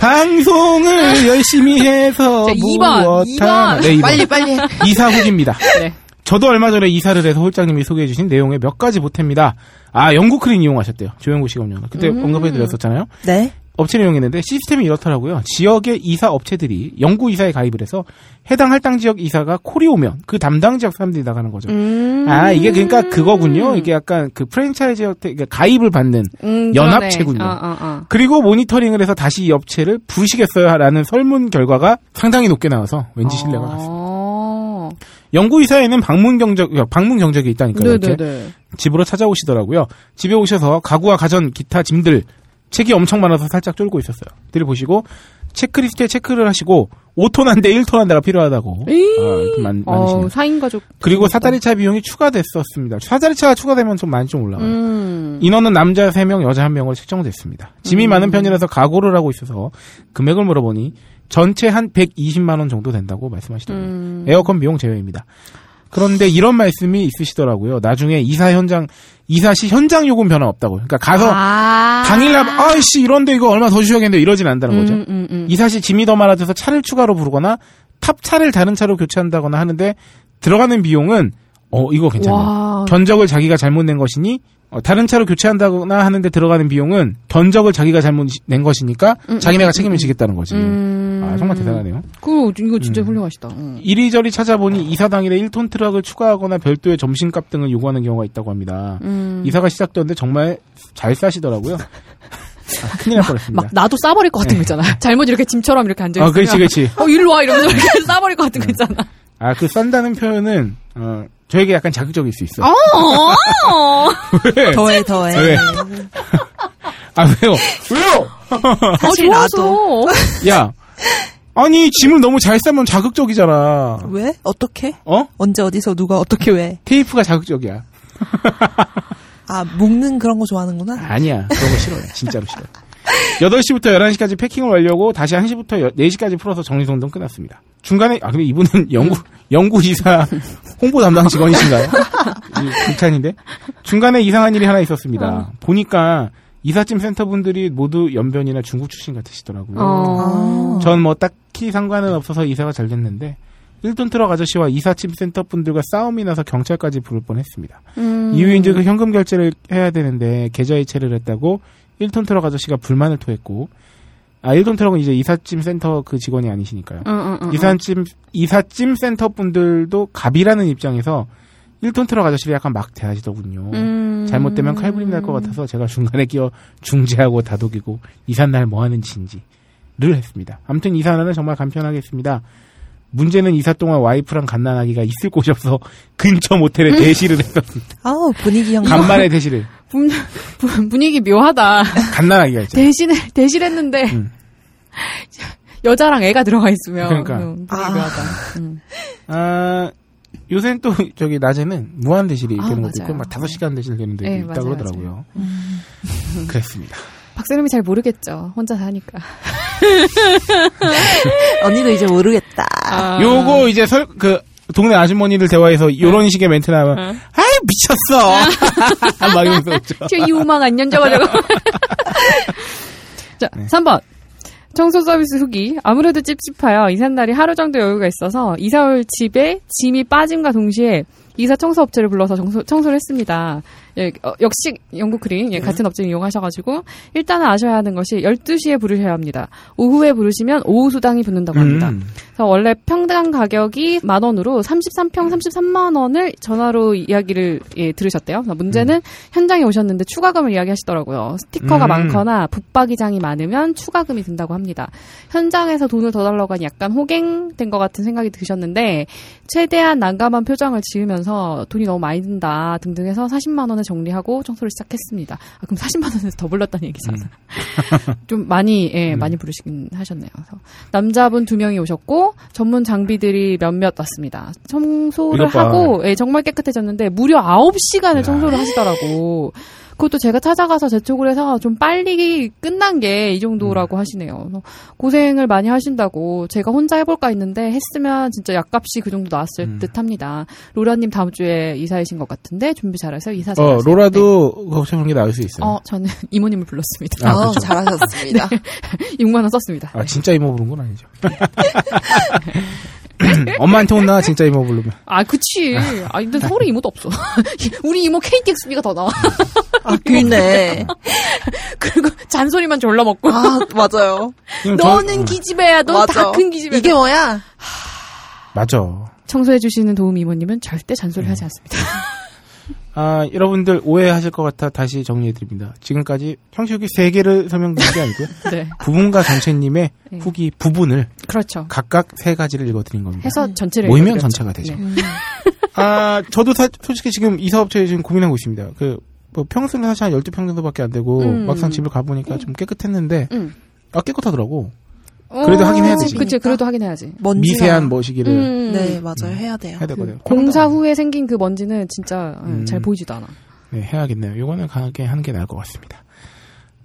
Speaker 4: 방송을 열심히 해서
Speaker 6: 자, 이번,
Speaker 4: 무엇
Speaker 6: 이번.
Speaker 4: 하나 네, 이번.
Speaker 5: 빨리 빨리.
Speaker 4: 이사국입니다.
Speaker 6: 네.
Speaker 4: 저도 얼마 전에 이사를 해서 홀장님이 소개해주신 내용의 몇 가지 보탭니다. 아, 영국크린 이용하셨대요. 조영구 씨가 음료. 그때 언급해드렸었잖아요.
Speaker 5: 네.
Speaker 4: 업체 내용했는데 시스템이 이렇더라고요. 지역의 이사 업체들이 영구 이사에 가입을 해서 해당 할당 지역 이사가 콜이 오면 그 담당 지역 사람들이 나가는 거죠.
Speaker 6: 음.
Speaker 4: 아, 이게 그러니까 그거군요. 이게 약간 그 프랜차이즈 업체, 그러니까 가입을 받는
Speaker 6: 음,
Speaker 4: 연합체군요.
Speaker 6: 그러네. 어, 어, 어.
Speaker 4: 그리고 모니터링을 해서 다시 이 업체를 부르시겠어요라는 설문 결과가 상당히 높게 나와서 왠지
Speaker 6: 아.
Speaker 4: 신뢰가 갔어요.
Speaker 6: 갔어.
Speaker 4: 연구 이사에는 방문 경적 방문 경적이 있다니까요. 그러니까 이렇게
Speaker 6: 네네네.
Speaker 4: 집으로 찾아오시더라고요. 집에 오셔서 가구와 가전, 기타, 짐들 책이 엄청 많아서 살짝 쫄고 있었어요. 들 보시고 체크리스트에 체크를 하시고 5톤 한 대 1톤 한 대가 필요하다고.
Speaker 6: 에이.
Speaker 4: 아, 이렇게 많,
Speaker 6: 어,
Speaker 4: 많으시네요.
Speaker 6: 사인 가족.
Speaker 4: 그리고 사다리차 비용이 추가됐었습니다. 사다리차가 추가되면 좀 많이 좀 올라가요.
Speaker 6: 음.
Speaker 4: 인원은 남자 3명, 여자 1명으로 책정됐습니다. 짐이 많은 편이라서 각오를 하고 있어서 금액을 물어보니 전체 한 120만원 정도 된다고 말씀하시더라고요.
Speaker 6: 음.
Speaker 4: 에어컨 비용 제외입니다. 그런데 이런 말씀이 있으시더라고요. 나중에 이사 현장, 이사 시 현장 요금 변화 없다고. 그러니까 가서
Speaker 6: 아.
Speaker 4: 당일날, 아이씨, 이런데 이거 얼마 더 주셔야겠는데 이러진 않는다는 거죠.
Speaker 6: 음, 음, 음.
Speaker 4: 이사 시 짐이 더 많아져서 차를 추가로 부르거나 탑차를 다른 차로 교체한다거나 하는데 들어가는 비용은, 어, 이거 괜찮네요.
Speaker 6: 와.
Speaker 4: 견적을 자기가 잘못 낸 것이니 어, 다른 차로 교체한다거나 하는데 들어가는 비용은 견적을 자기가 잘못 시- 낸 것이니까
Speaker 6: 음,
Speaker 4: 자기네가 책임을 지겠다는 거지.
Speaker 6: 음.
Speaker 4: 아 정말 대단하네요.
Speaker 6: 그 이거 진짜
Speaker 4: 음.
Speaker 6: 훌륭하시다. 음.
Speaker 4: 이리저리 찾아보니 이사 당일에 1톤 트럭을 추가하거나 별도의 점심값 등을 요구하는 경우가 있다고 합니다.
Speaker 6: 음.
Speaker 4: 이사가 시작되는데 정말 잘 싸시더라고요. 아, 큰일 날 뻔했습니다.
Speaker 6: 막 나도 싸버릴 것 같은
Speaker 4: 네.
Speaker 6: 거 있잖아. 잘못 이렇게 짐처럼 이렇게 앉아 있으면.
Speaker 4: 아, 그렇지, 그렇지.
Speaker 6: 어, 일로 와 이러면서 이렇게 싸버릴 것 같은 거 있잖아.
Speaker 4: 아, 그 싼다는 표현은, 어, 저에게 약간 자극적일 수 있어.
Speaker 6: 어.
Speaker 4: 왜?
Speaker 5: 더해 더해.
Speaker 6: 네.
Speaker 4: 왜? 아, 왜요? 왜요?
Speaker 5: 사실
Speaker 6: 아,
Speaker 5: 나도.
Speaker 6: 좋아서.
Speaker 4: 야, 아니 짐을 너무 잘 싸면 자극적이잖아.
Speaker 5: 왜? 어떻게?
Speaker 4: 어?
Speaker 5: 언제 어디서 누가 어떻게 왜?
Speaker 4: 테이프가 자극적이야.
Speaker 5: 아 묶는 그런 거 좋아하는구나.
Speaker 4: 아니야, 그런 거 싫어요. 진짜로 싫어. 8시부터 11시까지 패킹을 완료하고 다시 1시부터 4시까지 풀어서 정리정돈 끝났습니다. 중간에 아 근데 이분은 연구 연구 이사 홍보 담당 직원이신가요? 이 극찬인데 중간에 이상한 일이 하나
Speaker 5: 어.
Speaker 4: 있었습니다. 보니까 이삿짐 센터 분들이 모두 연변이나 중국 출신 같으시더라고요.
Speaker 6: 어.
Speaker 4: 전 뭐 딱히 상관은 없어서 이사가 잘 됐는데 1톤 트럭 아저씨와 이삿짐 센터 분들과 싸움이 나서 경찰까지 부를 뻔했습니다.
Speaker 6: 음.
Speaker 4: 이후에 이제 그 현금 결제를 해야 되는데 계좌이체를 했다고 1톤 트럭 아저씨가 불만을 토했고 아 1톤 트럭은 이제 이삿짐 센터 그 직원이 아니시니까요.
Speaker 6: 응, 응, 응.
Speaker 4: 이삿짐 이삿짐 센터 분들도 갑이라는 입장에서 1톤 트럭 아저씨를 약간 막 대하시더군요.
Speaker 6: 음.
Speaker 4: 잘못되면 칼부림 날 것 같아서 제가 중간에 끼어 중재하고 다독이고 이삿날 뭐 하는 짓인지를 했습니다. 아무튼 이사는 정말 간편하게 했습니다. 문제는 이사 동안 와이프랑 갓난아기가 있을 곳이 없어 근처 모텔에 대시를 했었습니다.
Speaker 5: 아우 분위기
Speaker 6: 음.
Speaker 5: 형.
Speaker 4: 간만에 대시를.
Speaker 6: 분- 분- 분위기 묘하다.
Speaker 4: 갓난아기가 있죠.
Speaker 6: 대신에 대실했는데
Speaker 4: 음.
Speaker 6: 여자랑 애가 들어가 있으면
Speaker 4: 그러니까.
Speaker 6: 음, 분위기
Speaker 5: 아.
Speaker 6: 묘하다. 음.
Speaker 4: 아, 요새는 또 저기 낮에는 무한 대실이
Speaker 6: 아,
Speaker 4: 되는 것도 있고
Speaker 6: 맞아요.
Speaker 4: 막 5시간 대실 되는 데도
Speaker 6: 네,
Speaker 4: 있다
Speaker 6: 맞아요, 음.
Speaker 4: 그러더라고요. 그랬습니다.
Speaker 6: 박세롬이 잘 모르겠죠. 혼자 사니까.
Speaker 5: 언니도 이제 모르겠다.
Speaker 6: 아.
Speaker 4: 요거 이제 설, 그, 동네 아주머니들 대화에서 요런 식의 멘트 나오면,
Speaker 6: 네.
Speaker 4: 아이, 미쳤어! 막 이러면서 웃죠.
Speaker 6: 튀이 우망 안년 저거 저거. 자, 3번. 청소 서비스 후기. 아무래도 찝찝하여 이삿날이 하루 정도 여유가 있어서 이사 올 집에 짐이 빠짐과 동시에 이사 청소 업체를 불러서 청소, 청소를 했습니다. 예, 어, 역시 영국크림 예, 같은 업체를 이용하셔가지고 일단은 아셔야 하는 것이 12시에 부르셔야 합니다. 오후에 부르시면 오후 수당이 붙는다고 합니다.
Speaker 4: 음.
Speaker 6: 그래서 원래 평당 가격이 만 원으로 33평 33만 원을 전화로 이야기를 예, 들으셨대요. 그래서 문제는 현장에 오셨는데 추가금을 이야기하시더라고요. 스티커가
Speaker 4: 음.
Speaker 6: 많거나 붙박이장이 많으면 추가금이 든다고 합니다. 현장에서 돈을 더 달라고 하니 약간 호갱된 것 같은 생각이 드셨는데 최대한 난감한 표정을 지으면서 돈이 너무 많이 든다 등등 해서 40만 원을 정리하고 청소를 시작했습니다. 아, 그럼 40만 원에서 더 불렀다는 얘기잖아.
Speaker 4: 음.
Speaker 6: 좀 많이 예, 많이 부르시긴 하셨네요. 그래서 남자분 두 명이 오셨고 전문 장비들이 몇몇 왔습니다. 청소를
Speaker 4: 이것 봐.
Speaker 6: 하고 예, 정말 깨끗해졌는데 무려 9시간을
Speaker 4: 야.
Speaker 6: 청소를 하시더라고. 그것도 제가 찾아가서 재촉을 해서 좀 빨리 끝난 게 이 정도라고
Speaker 4: 음.
Speaker 6: 하시네요. 그래서 고생을 많이 하신다고 제가 혼자 해볼까 했는데 했으면 진짜 약값이 그 정도 나왔을
Speaker 4: 음.
Speaker 6: 듯합니다. 로라님 다음 주에 이사이신 것 같은데 준비 잘하세요. 이사 잘하세요.
Speaker 4: 어, 로라도 걱정하는 게 나을 수 있어요.
Speaker 6: 네. 어, 저는 이모님을 불렀습니다.
Speaker 4: 아,
Speaker 5: 어,
Speaker 4: 그쵸.
Speaker 5: 잘하셨습니다.
Speaker 6: 네. 6만 원 썼습니다.
Speaker 4: 아, 진짜 이모 부른 건 아니죠. 엄마한테 혼나, 진짜 이모 부르면.
Speaker 6: 아, 그치. 아, 근데 서울에 이모도 없어. 우리 이모 KTX비가 더 나와.
Speaker 5: 아, 그네.
Speaker 6: 그리고 잔소리만 졸라 먹고.
Speaker 5: 아, 맞아요.
Speaker 4: 이모 저-
Speaker 6: 너는
Speaker 4: 어,
Speaker 6: 기집애야. 넌 다
Speaker 5: 맞아.
Speaker 6: 큰 기집애.
Speaker 5: 이게 뭐야?
Speaker 4: 맞아.
Speaker 6: 청소해주시는 도움 이모님은 절대 잔소리
Speaker 4: 음.
Speaker 6: 하지 않습니다.
Speaker 4: 아, 여러분들 오해하실 것 같아 다시 정리해드립니다. 지금까지 형식이 세 개를 설명드린 게 아니고요.
Speaker 6: 네.
Speaker 4: 부분과 정체님의
Speaker 6: 네.
Speaker 4: 후기 부분을
Speaker 6: 그렇죠.
Speaker 4: 각각 세 가지를 읽어드린 겁니다.
Speaker 6: 해서 전체를.
Speaker 4: 음. 모이면
Speaker 6: 읽어드렸죠.
Speaker 4: 전체가 되죠.
Speaker 6: 네.
Speaker 4: 아, 저도 사- 솔직히 지금 이 사업체에 지금 고민하고 있습니다. 그, 뭐 평수는 사실 한 12평 정도밖에 안 되고,
Speaker 6: 음.
Speaker 4: 막상 집을 가보니까 좀 깨끗했는데,
Speaker 6: 음.
Speaker 4: 아, 깨끗하더라고. 그래도
Speaker 6: 어,
Speaker 4: 하긴 해야 되지.
Speaker 6: 그치, 그래도 하긴 해야지.
Speaker 5: 먼지가.
Speaker 4: 미세한 뭐시기를
Speaker 6: 음.
Speaker 5: 네, 맞아요. 해야 돼요.
Speaker 4: 해야 되거든요.
Speaker 6: 그 공사 후에 생긴 그 먼지는 진짜 어,
Speaker 4: 음.
Speaker 6: 잘 보이지도 않아.
Speaker 4: 네, 해야겠네요. 요거는 강하게 하는 게 나을 것 같습니다.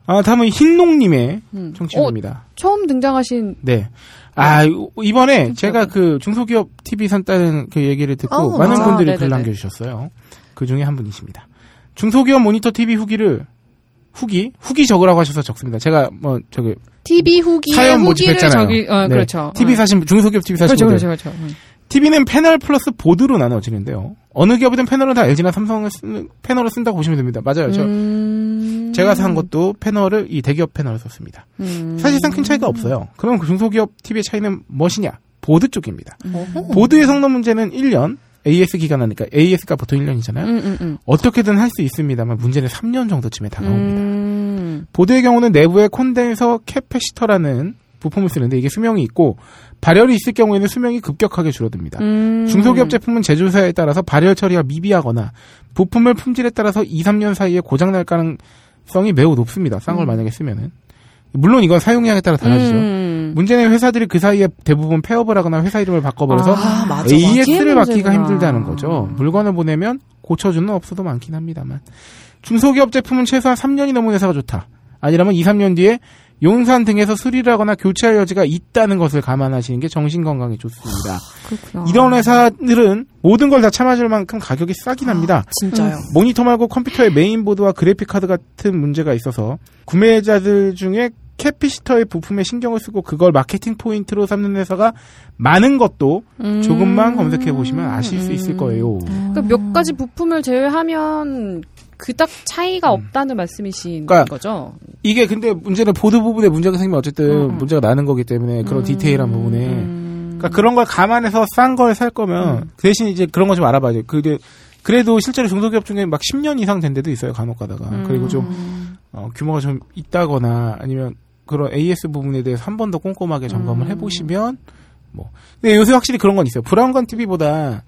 Speaker 4: 아, 다음은 흰농님의
Speaker 6: 음. 어,
Speaker 4: 청취입니다.
Speaker 6: 처음 등장하신
Speaker 4: 네. 아, 요- 이번에 제가 그 중소기업 TV 선다는 그 얘기를 듣고
Speaker 5: 어,
Speaker 4: 많은
Speaker 6: 맞아.
Speaker 4: 분들이
Speaker 6: 아,
Speaker 4: 글
Speaker 6: 네네네.
Speaker 4: 남겨주셨어요. 그 중에 한 분이십니다. 중소기업 모니터 TV 후기를 후기 후기 적으라고 하셔서 적습니다. 제가 뭐 저기
Speaker 6: TV 후기의
Speaker 4: 사연
Speaker 6: 후기를
Speaker 4: 모집했잖아요.
Speaker 6: 저기, 어,
Speaker 4: 네.
Speaker 6: 그렇죠.
Speaker 4: TV
Speaker 6: 어.
Speaker 4: 사신 중소기업 TV 사신
Speaker 6: 그렇죠,
Speaker 4: 분들
Speaker 6: 그렇죠, 그렇죠. 음.
Speaker 4: TV는 패널 플러스 보드로 나눠지는데요. 어느 기업이든 패널은 다 LG나 삼성을 쓰는 패널을 쓴다고 보시면 됩니다. 맞아요. 저
Speaker 6: 음.
Speaker 4: 제가 산 것도 패널을 이 대기업 패널을 썼습니다.
Speaker 6: 음.
Speaker 4: 사실상 큰 차이가 없어요. 그럼 그 중소기업 TV의 차이는 무엇이냐? 보드 쪽입니다.
Speaker 6: 음.
Speaker 5: 어허.
Speaker 4: 보드의 성능 문제는 1년, AS 기간하니까 AS가 보통 1년이잖아요.
Speaker 6: 음, 음, 음.
Speaker 4: 어떻게든 할 수 있습니다만 문제는 3년 정도쯤에 다가옵니다.
Speaker 6: 음.
Speaker 4: 보드의 경우는 내부에 콘덴서 캐패시터라는 부품을 쓰는데 이게 수명이 있고 발열이 있을 경우에는 수명이 급격하게 줄어듭니다.
Speaker 6: 음.
Speaker 4: 중소기업 제품은 제조사에 따라서 발열 처리가 미비하거나 부품을 품질에 따라서 2, 3년 사이에 고장 날 가능성이 매우 높습니다. 싼 걸 만약에 쓰면은. 물론 이건 사용량에 따라 달라지죠.
Speaker 6: 음.
Speaker 4: 문제는 회사들이 그 사이에 대부분 폐업을 하거나 회사 이름을 바꿔버려서
Speaker 5: 아, 맞아.
Speaker 4: AS를
Speaker 6: 맞아.
Speaker 4: 받기가
Speaker 6: 문제구나.
Speaker 4: 힘들다는 거죠. 물건을 보내면 고쳐주는 업소도 많긴 합니다만. 중소기업 제품은 최소한 3년이 넘은 회사가 좋다. 아니라면 2, 3년 뒤에 용산 등에서 수리를 하거나 교체할 여지가 있다는 것을 감안하시는 게 정신건강에 좋습니다.
Speaker 6: 그렇구나.
Speaker 4: 이런 회사들은 모든 걸 다 참아줄 만큼 가격이 싸긴 합니다.
Speaker 5: 음, 진짜요.
Speaker 4: 모니터 말고 컴퓨터의 메인보드와 그래픽카드 같은 문제가 있어서 구매자들 중에 캐피시터의 부품에 신경을 쓰고 그걸 마케팅 포인트로 삼는 회사가 많은 것도
Speaker 6: 음.
Speaker 4: 조금만 검색해 보시면 아실 수 있을 거예요.
Speaker 6: 그러니까 몇 가지 부품을 제외하면 그닥 차이가 없다는 말씀이신
Speaker 4: 음. 그러니까
Speaker 6: 거죠.
Speaker 4: 이게 근데 문제는 보드 부분에 문제가 생기면 어쨌든
Speaker 6: 음.
Speaker 4: 문제가 나는 거기 때문에 그런 디테일한 부분에
Speaker 6: 음.
Speaker 4: 그러니까 그런 걸 감안해서 싼 걸 살 거면 대신 이제 그런 거 좀 알아봐야 돼. 그 이제 그래도 실제로 중소기업 중에 막 10년 이상 된 데도 있어요. 간혹 가다가.
Speaker 6: 음.
Speaker 4: 그리고 좀 어, 규모가 좀 있다거나 아니면 그런 AS 부분에 대해서 한 번 더 꼼꼼하게
Speaker 6: 음.
Speaker 4: 점검을 해보시면 뭐 근데 요새 확실히 그런 건 있어요. 브라운관 TV보다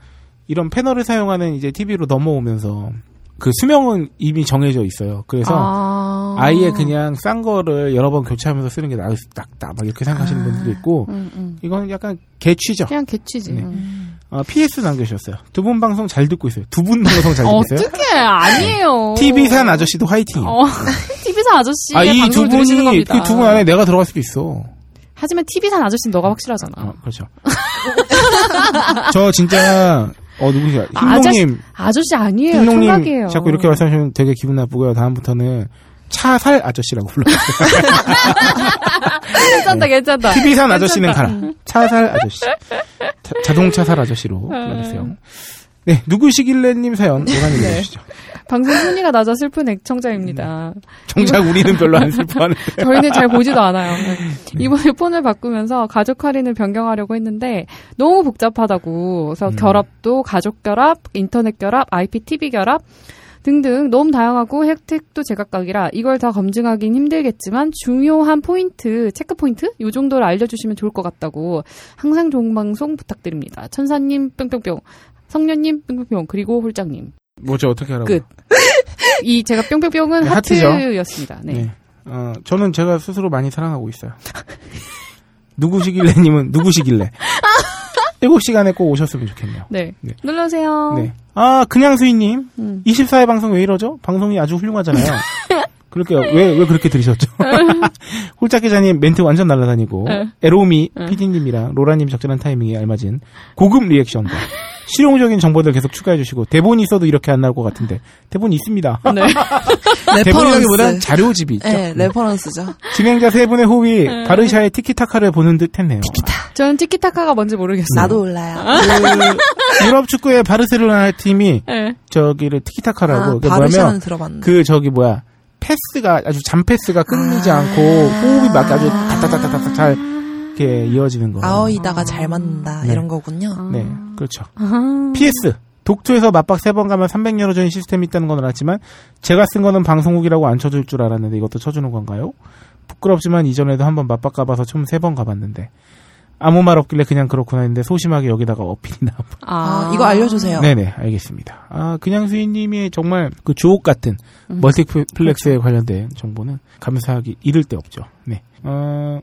Speaker 4: 이런 패널을 사용하는 이제 TV로 넘어오면서 그 수명은 이미 정해져 있어요. 그래서
Speaker 6: 아.
Speaker 4: 아. 예 그냥 싼 거를 여러 번 교체하면서 쓰는 게 나을 수 있다. 막 이렇게 생각하시는
Speaker 5: 아.
Speaker 4: 분들도 있고
Speaker 6: 음, 음.
Speaker 4: 이거는 약간 개취죠.
Speaker 6: 그냥 개취지.
Speaker 4: 네.
Speaker 6: 음.
Speaker 4: 아, PS 남겨주셨어요. 두 분 방송 잘 듣고 있어요. 두 분 방송 잘 듣고 있어요.
Speaker 6: 어떻게 아니에요.
Speaker 4: TV산 아저씨도 화이팅.
Speaker 6: 어, TV산 아저씨의
Speaker 4: 아, 이 두
Speaker 6: 방송을 들으시는
Speaker 4: 분이,
Speaker 6: 겁니다.
Speaker 4: 그 두 분 안에 내가 들어갈 수도 있어.
Speaker 6: 하지만 TV산 아저씨는 너가 확실하잖아.
Speaker 4: 아, 그렇죠. 저 진짜, 어, 누구지? 흰농님,
Speaker 6: 아, 아저씨 아니에요.
Speaker 4: 흰농님
Speaker 6: 총각이에요.
Speaker 4: 자꾸 이렇게 말씀하시면 되게 기분 나쁘고요. 다음부터는 차살 아저씨라고 불러.
Speaker 6: 괜찮다, 네. 괜찮다. 음.
Speaker 4: TV산 아저씨는 가라. 차살 아저씨. 자, 동차살 아저씨로 불러주세요. 네, 누구시길래님 사연 오라님
Speaker 6: 네.
Speaker 4: 해주시죠.
Speaker 6: 방송 순위가 낮아 슬픈 애청자입니다.
Speaker 4: 음. 정작 우리는 별로 안 슬퍼하는데.
Speaker 6: 저희는 잘 보지도 않아요.
Speaker 4: 음.
Speaker 6: 네. 이번에 폰을 바꾸면서 가족 할인을 변경하려고 했는데 너무 복잡하다고. 그래서
Speaker 4: 음.
Speaker 6: 결합도 가족 결합, 인터넷 결합, IPTV 결합 등등 너무 다양하고 혜택도 제각각이라 이걸 다 검증하긴 힘들겠지만 중요한 포인트, 체크 포인트 요 정도를 알려주시면 좋을 것 같다고 항상 좋은 방송 부탁드립니다. 천사님 뿅뿅뿅, 성녀님 뿅뿅뿅 그리고 홀장님.
Speaker 4: 뭐죠, 어떻게 하라고.
Speaker 6: 끝. 이 제가 뿅뿅뿅은
Speaker 4: 네, 하트죠.
Speaker 6: 하트였습니다. 네.
Speaker 4: 네. 어, 저는 제가 스스로 많이 사랑하고 있어요. 누구시길래님은 누구시길래. 7시간에 꼭 오셨으면 좋겠네요.
Speaker 6: 네.
Speaker 4: 네.
Speaker 6: 눌러주세요.
Speaker 4: 네. 아, 그냥 수인님.
Speaker 6: 음.
Speaker 4: 24회 방송 왜 이러죠? 방송이 아주 훌륭하잖아요. 그렇게, 왜, 왜 그렇게 들으셨죠? 홀짝 기자님 멘트 완전 날아다니고,
Speaker 6: 에.
Speaker 4: 에로미
Speaker 6: 네.
Speaker 4: 피디님이랑 로라님 적절한 타이밍에 알맞은 고급 리액션과 실용적인 정보들 계속 추가해주시고, 대본이 있어도 이렇게 안 나올 것 같은데, 대본이 있습니다.
Speaker 6: 네.
Speaker 4: 음. 대본이라기보단
Speaker 5: 레퍼런스.
Speaker 4: 자료집이 있죠. 음.
Speaker 5: 네, 레퍼런스죠.
Speaker 4: 진행자 세 분의 호흡이
Speaker 6: 네.
Speaker 4: 가르샤의 티키타카를 보는 듯 했네요.
Speaker 6: 저는 티키타카가 뭔지 모르겠어요.
Speaker 5: 나도 몰라요.
Speaker 4: 그 유럽 축구의 바르셀로나 팀이
Speaker 6: 네.
Speaker 4: 저기를
Speaker 5: 아,
Speaker 4: 티키타카라고 그게
Speaker 5: 바르샤는
Speaker 4: 뭐냐면
Speaker 5: 들어봤는데.
Speaker 4: 그 저기 뭐야 패스가 아주 잔 패스가 끊이지
Speaker 5: 아.
Speaker 4: 않고 호흡이 막 아주 다다다다닥 잘 이렇게 이어지는 거.
Speaker 5: 아오이다가 잘 맞는다
Speaker 4: 네.
Speaker 5: 이런 거군요.
Speaker 4: 네, 그렇죠.
Speaker 6: 아하.
Speaker 4: PS 독도에서 맞박 세 번 가면 300여러 전의 시스템이 있다는 건 알았지만 제가 쓴 거는 방송국이라고 안 쳐줄 줄 알았는데 이것도 쳐주는 건가요? 부끄럽지만 이전에도 한번 맞박 가봐서 총 세 번 가봤는데 아무 말 없길래 그냥 그렇구나 했는데 소심하게 여기다가 어필이 나와.
Speaker 5: 아, 이거 알려주세요.
Speaker 4: 네네 알겠습니다. 아 그냥 수인님의 정말 그 주옥 같은
Speaker 5: 음.
Speaker 4: 멀티플렉스에 관련된 정보는 감사하기 이를 데 없죠. 네. 어,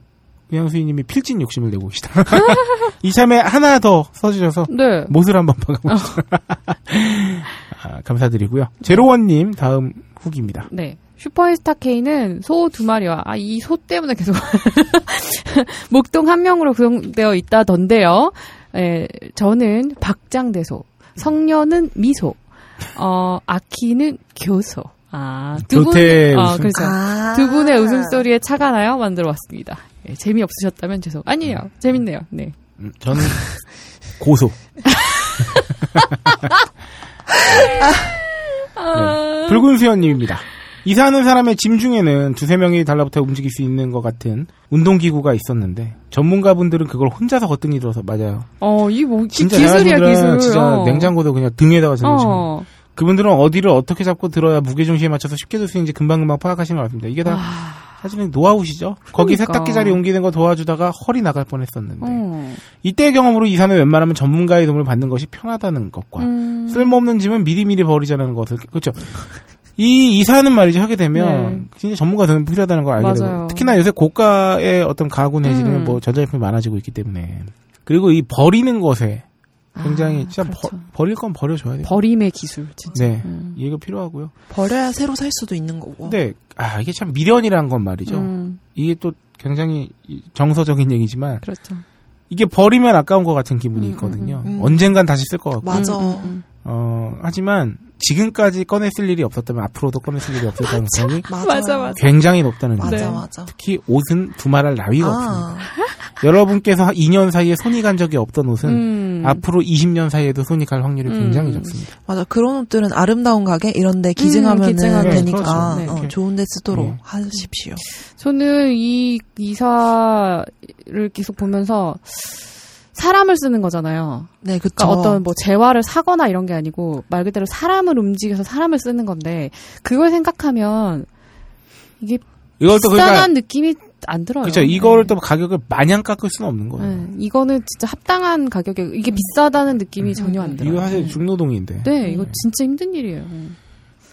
Speaker 4: 그냥 수인님이 필진 욕심을 내고 계시다. 이참에 하나 더 써주셔서
Speaker 6: 네.
Speaker 4: 못을 한번 박아보시죠.
Speaker 5: 어.
Speaker 4: 아, 감사드리고요. 제로원님 다음 후기입니다.
Speaker 6: 네. 슈퍼스타 K는 소 두 마리와 아, 이 소 때문에 계속 목동 한 명으로 구성되어 있다던데요. 예, 저는 박장대소, 성녀는 미소, 어, 아키는 교소. 아, 두 분,
Speaker 4: 교태의
Speaker 6: 아,
Speaker 4: 웃음?
Speaker 6: 그렇죠.
Speaker 5: 아.
Speaker 6: 두 분의 웃음소리에 차가 나요 만들어 왔습니다. 예, 재미없으셨다면 죄송. 아니에요. 재밌네요. 네.
Speaker 4: 음, 저는 고소. 네. 붉은 수연님입니다. 이사하는 사람의 짐 중에는 두세 명이 달라붙어 움직일 수 있는 것 같은 운동기구가 있었는데 전문가분들은 그걸 혼자서 거뜬히 들어서 맞아요.
Speaker 6: 어, 이 뭐, 기-
Speaker 4: 진짜
Speaker 6: 기술이야,
Speaker 4: 잘하는 분들은
Speaker 6: 기술.
Speaker 4: 진짜
Speaker 6: 어.
Speaker 4: 냉장고도 그냥 등에다가 쟁여시는
Speaker 6: 어.
Speaker 4: 그분들은 어디를 어떻게 잡고 들어야 무게중심에 맞춰서 쉽게 들 수 있는지 금방금방 파악하시는 것 같습니다. 이게 다 사실은 노하우시죠? 거기
Speaker 6: 아. 그러니까.
Speaker 4: 세탁기 자리 옮기는 거 도와주다가 허리 나갈 뻔했었는데
Speaker 6: 어.
Speaker 4: 이때의 경험으로 이 사람이 웬만하면 전문가의 도움을 받는 것이 편하다는 것과
Speaker 6: 음.
Speaker 4: 쓸모없는 짐은 미리미리 버리자는 것을 그렇죠. 이 이사는 말이지 하게 되면 진짜 전문가 도움이 필요하다는 걸 알게 되고
Speaker 6: 네. 맞아요.
Speaker 4: 특히나 요새 고가의 어떤 가구 내지는
Speaker 6: 음.
Speaker 4: 뭐 전자제품이 많아지고 있기 때문에 그리고 이 버리는 것에 굉장히
Speaker 6: 아,
Speaker 4: 진짜 버,
Speaker 6: 그렇죠.
Speaker 4: 버릴 건 버려줘야 돼요.
Speaker 6: 버림의 기술, 진짜.
Speaker 4: 네,
Speaker 6: 음.
Speaker 4: 이거 필요하고요.
Speaker 5: 버려야 새로 살 수도 있는 거고.
Speaker 4: 근데 아 이게 참 미련이란 건 말이죠.
Speaker 6: 음,
Speaker 4: 이게 또 굉장히 이- 정서적인 얘기지만
Speaker 6: 그렇죠.
Speaker 4: 이게 버리면 아까운 것 같은 기분이
Speaker 6: 음,
Speaker 4: 있거든요.
Speaker 5: 음, 음.
Speaker 4: 언젠간 다시 쓸 것 같고.
Speaker 5: 맞아.
Speaker 6: 음,
Speaker 4: 어, 하지만 지금까지 꺼냈을 일이 없었다면 앞으로도 꺼냈을 일이 없을 가능성이
Speaker 5: 맞아.
Speaker 6: 맞아, 맞아.
Speaker 4: 굉장히 높다는
Speaker 5: 맞아,
Speaker 4: 거죠.
Speaker 6: 네.
Speaker 5: 맞아.
Speaker 4: 특히 옷은 두말할 나위가 없습니다.
Speaker 5: 아,
Speaker 4: 여러분께서 2년 사이에 손이 간 적이 없던
Speaker 6: 음.
Speaker 4: 옷은
Speaker 6: 음.
Speaker 4: 앞으로 20년 사이에도 손이 갈 확률이 굉장히
Speaker 6: 음.
Speaker 4: 적습니다.
Speaker 5: 맞아. 그런 옷들은 아름다운 가게 이런데 기증하면
Speaker 6: 기증하면
Speaker 5: 되니까
Speaker 6: 네, 그렇죠.
Speaker 5: 어,
Speaker 4: 네.
Speaker 5: 좋은 데 쓰도록
Speaker 4: 네.
Speaker 5: 하십시오.
Speaker 6: 저는 이 이사를 계속 보면서 사람을 쓰는 거잖아요.
Speaker 5: 네, 그쵸.
Speaker 6: 그러니까 어떤 뭐 재화를 사거나 이런 게 아니고 말 그대로 사람을 움직여서 사람을 쓰는 건데 그걸 생각하면 이게
Speaker 4: 이걸 또
Speaker 6: 비싼한
Speaker 4: 그러니까
Speaker 6: 느낌이 안 들어요.
Speaker 4: 그렇죠. 이거를 또 가격을 마냥 깎을 수는 없는
Speaker 6: 네.
Speaker 4: 거예요.
Speaker 6: 네. 이거는 진짜 합당한 가격에 이게 비싸다는 느낌이 전혀 안 들어요.
Speaker 4: 음, 이거 사실 음. 중노동인데.
Speaker 6: 네, 이거 진짜 힘든 일이에요.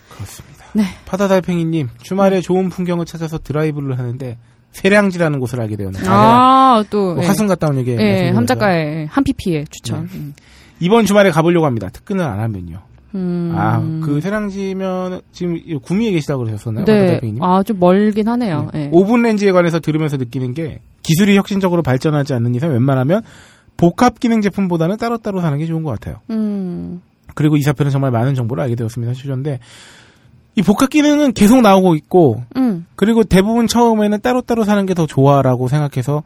Speaker 4: 그렇습니다.
Speaker 6: 네.
Speaker 4: 파다달팽이님 주말에 좋은 풍경을 찾아서 드라이브를 하는데 세량지라는 곳을 알게 되었네요.
Speaker 6: 아, 또.
Speaker 4: 뭐
Speaker 6: 예.
Speaker 4: 화순 갔다 온 얘기.
Speaker 6: 예, 함작가의 한 PP의 추천. 음.
Speaker 4: 네. 이번 주말에 가보려고 합니다. 특근을 안 하면요.
Speaker 6: 음.
Speaker 4: 아, 그 세랑지면 지금 이 구미에 계시다고 그러셨었나요?
Speaker 6: 네.
Speaker 4: 박달팽이님?
Speaker 6: 아, 좀 멀긴 하네요. 예.
Speaker 4: 오븐 렌즈에 관해서 들으면서 느끼는 게 기술이 혁신적으로 발전하지 않는 이상 웬만하면 복합 기능 제품보다는 따로따로 사는 게 좋은 것 같아요.
Speaker 6: 음.
Speaker 4: 그리고 이 사표는 정말 많은 정보를 알게 되었습니다. 출연데 이 복합 기능은 계속 나오고 있고
Speaker 6: 음.
Speaker 4: 그리고 대부분 처음에는 따로따로 사는 게 더 좋아라고 생각해서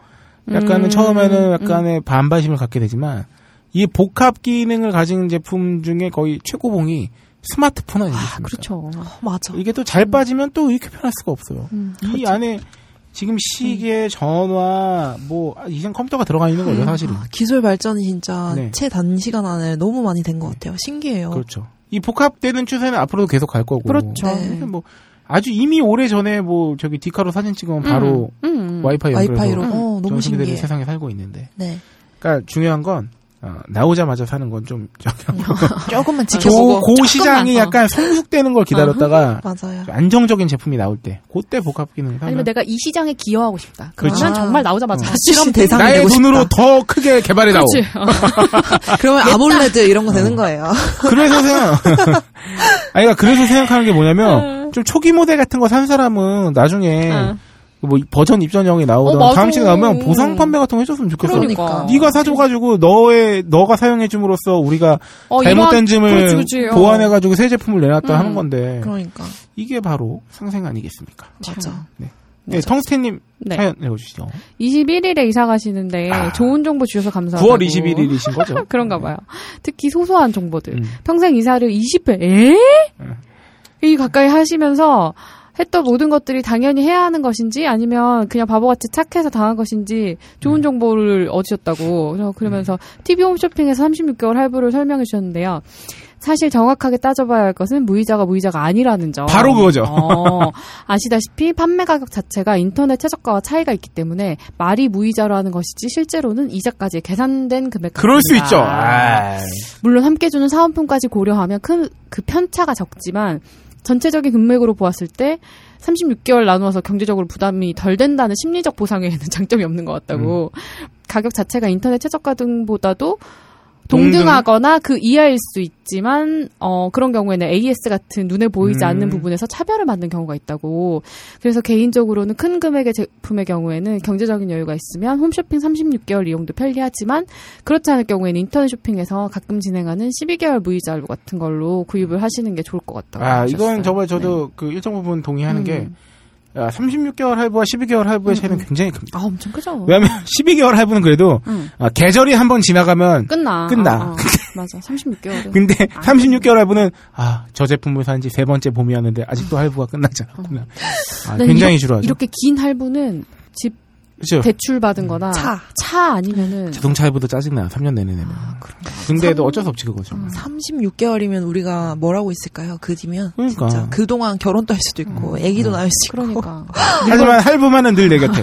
Speaker 4: 약간은
Speaker 6: 음,
Speaker 4: 처음에는 약간의 반발심을 갖게 되지만 이 복합 기능을 가진 제품 중에 거의 최고봉이 스마트폰 아니겠습니까?
Speaker 6: 그렇죠.
Speaker 5: 어, 맞아.
Speaker 4: 이게 또 잘 빠지면 또 이렇게 편할 수가 없어요.
Speaker 6: 음.
Speaker 4: 이
Speaker 5: 그렇죠.
Speaker 4: 안에 지금 시계, 전화, 뭐 아, 이젠 컴퓨터가 들어가 있는 거죠 사실은.
Speaker 5: 아, 기술 발전이 진짜
Speaker 4: 네.
Speaker 5: 최 단시간 안에 너무 많이 된 것 같아요. 신기해요.
Speaker 4: 그렇죠. 이 복합되는 추세는 앞으로도 계속 갈 거고.
Speaker 6: 그렇죠.
Speaker 5: 네.
Speaker 4: 그러니까 뭐 아주 이미 오래 전에 뭐 저기 디카로 사진 찍으면 바로
Speaker 6: 음. 음.
Speaker 4: 와이파이 연결해서
Speaker 5: 와이파이로 어, 너무
Speaker 4: 전승들이
Speaker 5: 신기해.
Speaker 4: 세상에 살고 있는데.
Speaker 5: 네.
Speaker 4: 그러니까 중요한 건 어, 나오자마자 사는 건 좀
Speaker 5: 아, 조금만 지켜보고.
Speaker 4: 고 시장이
Speaker 6: 더.
Speaker 4: 약간 성숙되는 걸 기다렸다가
Speaker 5: 맞아요.
Speaker 4: 안정적인 제품이 나올 때 그때 복합 기능을
Speaker 6: 아니면
Speaker 4: 하면
Speaker 6: 내가 이 시장에 기여하고 싶다. 그러면
Speaker 5: 그렇지.
Speaker 6: 정말 나오자마자
Speaker 4: 그렇죠. 어.
Speaker 6: 같이
Speaker 5: 실험 대상이
Speaker 4: 나의
Speaker 5: 되고
Speaker 4: 돈으로
Speaker 5: 싶다.
Speaker 4: 더 크게 개발해 나오.
Speaker 6: 그치.
Speaker 5: 그러면 아몰레드 이런 거 되는 거예요.
Speaker 4: 그래서 생각, 아니, 그러니까 그래서 생각하는 게 뭐냐면, 좀 초기 모델 같은 거 산 사람은 나중에,
Speaker 6: 어.
Speaker 4: 뭐, 버전 입전형이 나오던
Speaker 6: 어, 맞아.
Speaker 4: 다음 시간에 나오면 보상 판매 같은 거 해줬으면 좋겠어.
Speaker 5: 그러니까.
Speaker 4: 네가 사줘가지고 너의 너가 사용해줌으로써 우리가
Speaker 6: 어,
Speaker 4: 잘못된
Speaker 6: 이러한-
Speaker 4: 점을
Speaker 6: 그렇지, 그렇지. 어.
Speaker 4: 보완해가지고 새 제품을 내놨다
Speaker 6: 음.
Speaker 4: 하는 건데
Speaker 5: 그러니까.
Speaker 4: 이게 바로 상생 아니겠습니까?
Speaker 5: 맞아.
Speaker 4: 네, 텅스텐님
Speaker 6: 네.
Speaker 4: 사연 내주시죠.
Speaker 6: 21일에 이사 가시는데
Speaker 4: 아.
Speaker 6: 좋은 정보 주셔서 감사하고
Speaker 4: 9월 21일이신 거죠?
Speaker 6: 그런가 봐요. 네. 특히 소소한 정보들.
Speaker 4: 음.
Speaker 6: 평생 이사를 20회, 에? 이 가까이 하시면서 했던 모든 것들이 당연히 해야 하는 것인지 아니면 그냥 바보같이 착해서 당한 것인지
Speaker 4: 음.
Speaker 6: 좋은 정보를 얻으셨다고 그래서 그러면서 TV 홈쇼핑에서 36개월 할부를 설명해 주셨는데요. 사실 정확하게 따져봐야 할 것은 무이자가 무이자가 아니라는 점.
Speaker 4: 바로 그거죠.
Speaker 6: 어, 아시다시피 판매 가격 자체가 인터넷 최저가와 차이가 있기 때문에 말이 무이자로 하는 것이지 실제로는 이자까지 계산된 금액.
Speaker 4: 그럴 수 있죠. 아,
Speaker 6: 물론 함께 주는 사은품까지 고려하면 그, 그 편차가 적지만 전체적인 금액으로 보았을 때 36개월 나누어서 경제적으로 부담이 덜 된다는 심리적 보상에는 장점이 없는 것 같다고 가격 자체가 인터넷 최저가 등보다도 동등하거나 그 이하일 수 있지만 어 그런 경우에는 AS 같은 눈에 보이지
Speaker 4: 음.
Speaker 6: 않는 부분에서 차별을 받는 경우가 있다고 그래서 개인적으로는 큰 금액의 제품의 경우에는 경제적인 여유가 있으면 홈쇼핑 36개월 이용도 편리하지만 그렇지 않을 경우에는 인터넷 쇼핑에서 가끔 진행하는 12개월 무이자 할부 같은 걸로 구입을 하시는 게 좋을 것 같다고.
Speaker 4: 아,
Speaker 6: 하셨어요.
Speaker 4: 이건 저번에
Speaker 6: 네.
Speaker 4: 저도 그 일정 부분 동의하는 게
Speaker 6: 음.
Speaker 4: 아, 36개월 할부와 12개월 할부의 차이는 굉장히 큽니다.
Speaker 6: 아 엄청 크죠.
Speaker 4: 왜냐하면 12개월 할부는 그래도
Speaker 6: 음.
Speaker 4: 아, 계절이 한 번 지나가면
Speaker 6: 끝나.
Speaker 4: 끝나.
Speaker 6: 어, 어. 맞아. 36개월은.
Speaker 4: 근데
Speaker 6: 아.
Speaker 4: 36개월 할부는 아 저 제품을 산 지 세 번째 봄이었는데 아직도 할부가 끝나지 않았구나. 아,
Speaker 6: 난
Speaker 4: 굉장히
Speaker 6: 음. 네, 이렇-
Speaker 4: 지루하죠.
Speaker 6: 이렇게 긴 할부는 집
Speaker 4: 그렇죠.
Speaker 6: 대출 받은 거나
Speaker 5: 차.
Speaker 6: 차 아니면은
Speaker 4: 자동차 할부도 짜증나요. 3년 내내 내면.
Speaker 6: 아,
Speaker 4: 근데도 어쩔 수 없지 그거죠.
Speaker 6: 음.
Speaker 5: 36개월이면 우리가 뭐라고 있을까요? 그 뒤면.
Speaker 4: 그러니까.
Speaker 5: 진짜 그동안 결혼도 할 수도 있고, 아기도 낳을 수 있고.
Speaker 6: 그러니까
Speaker 4: 하지만 할부만은 늘 내 곁에.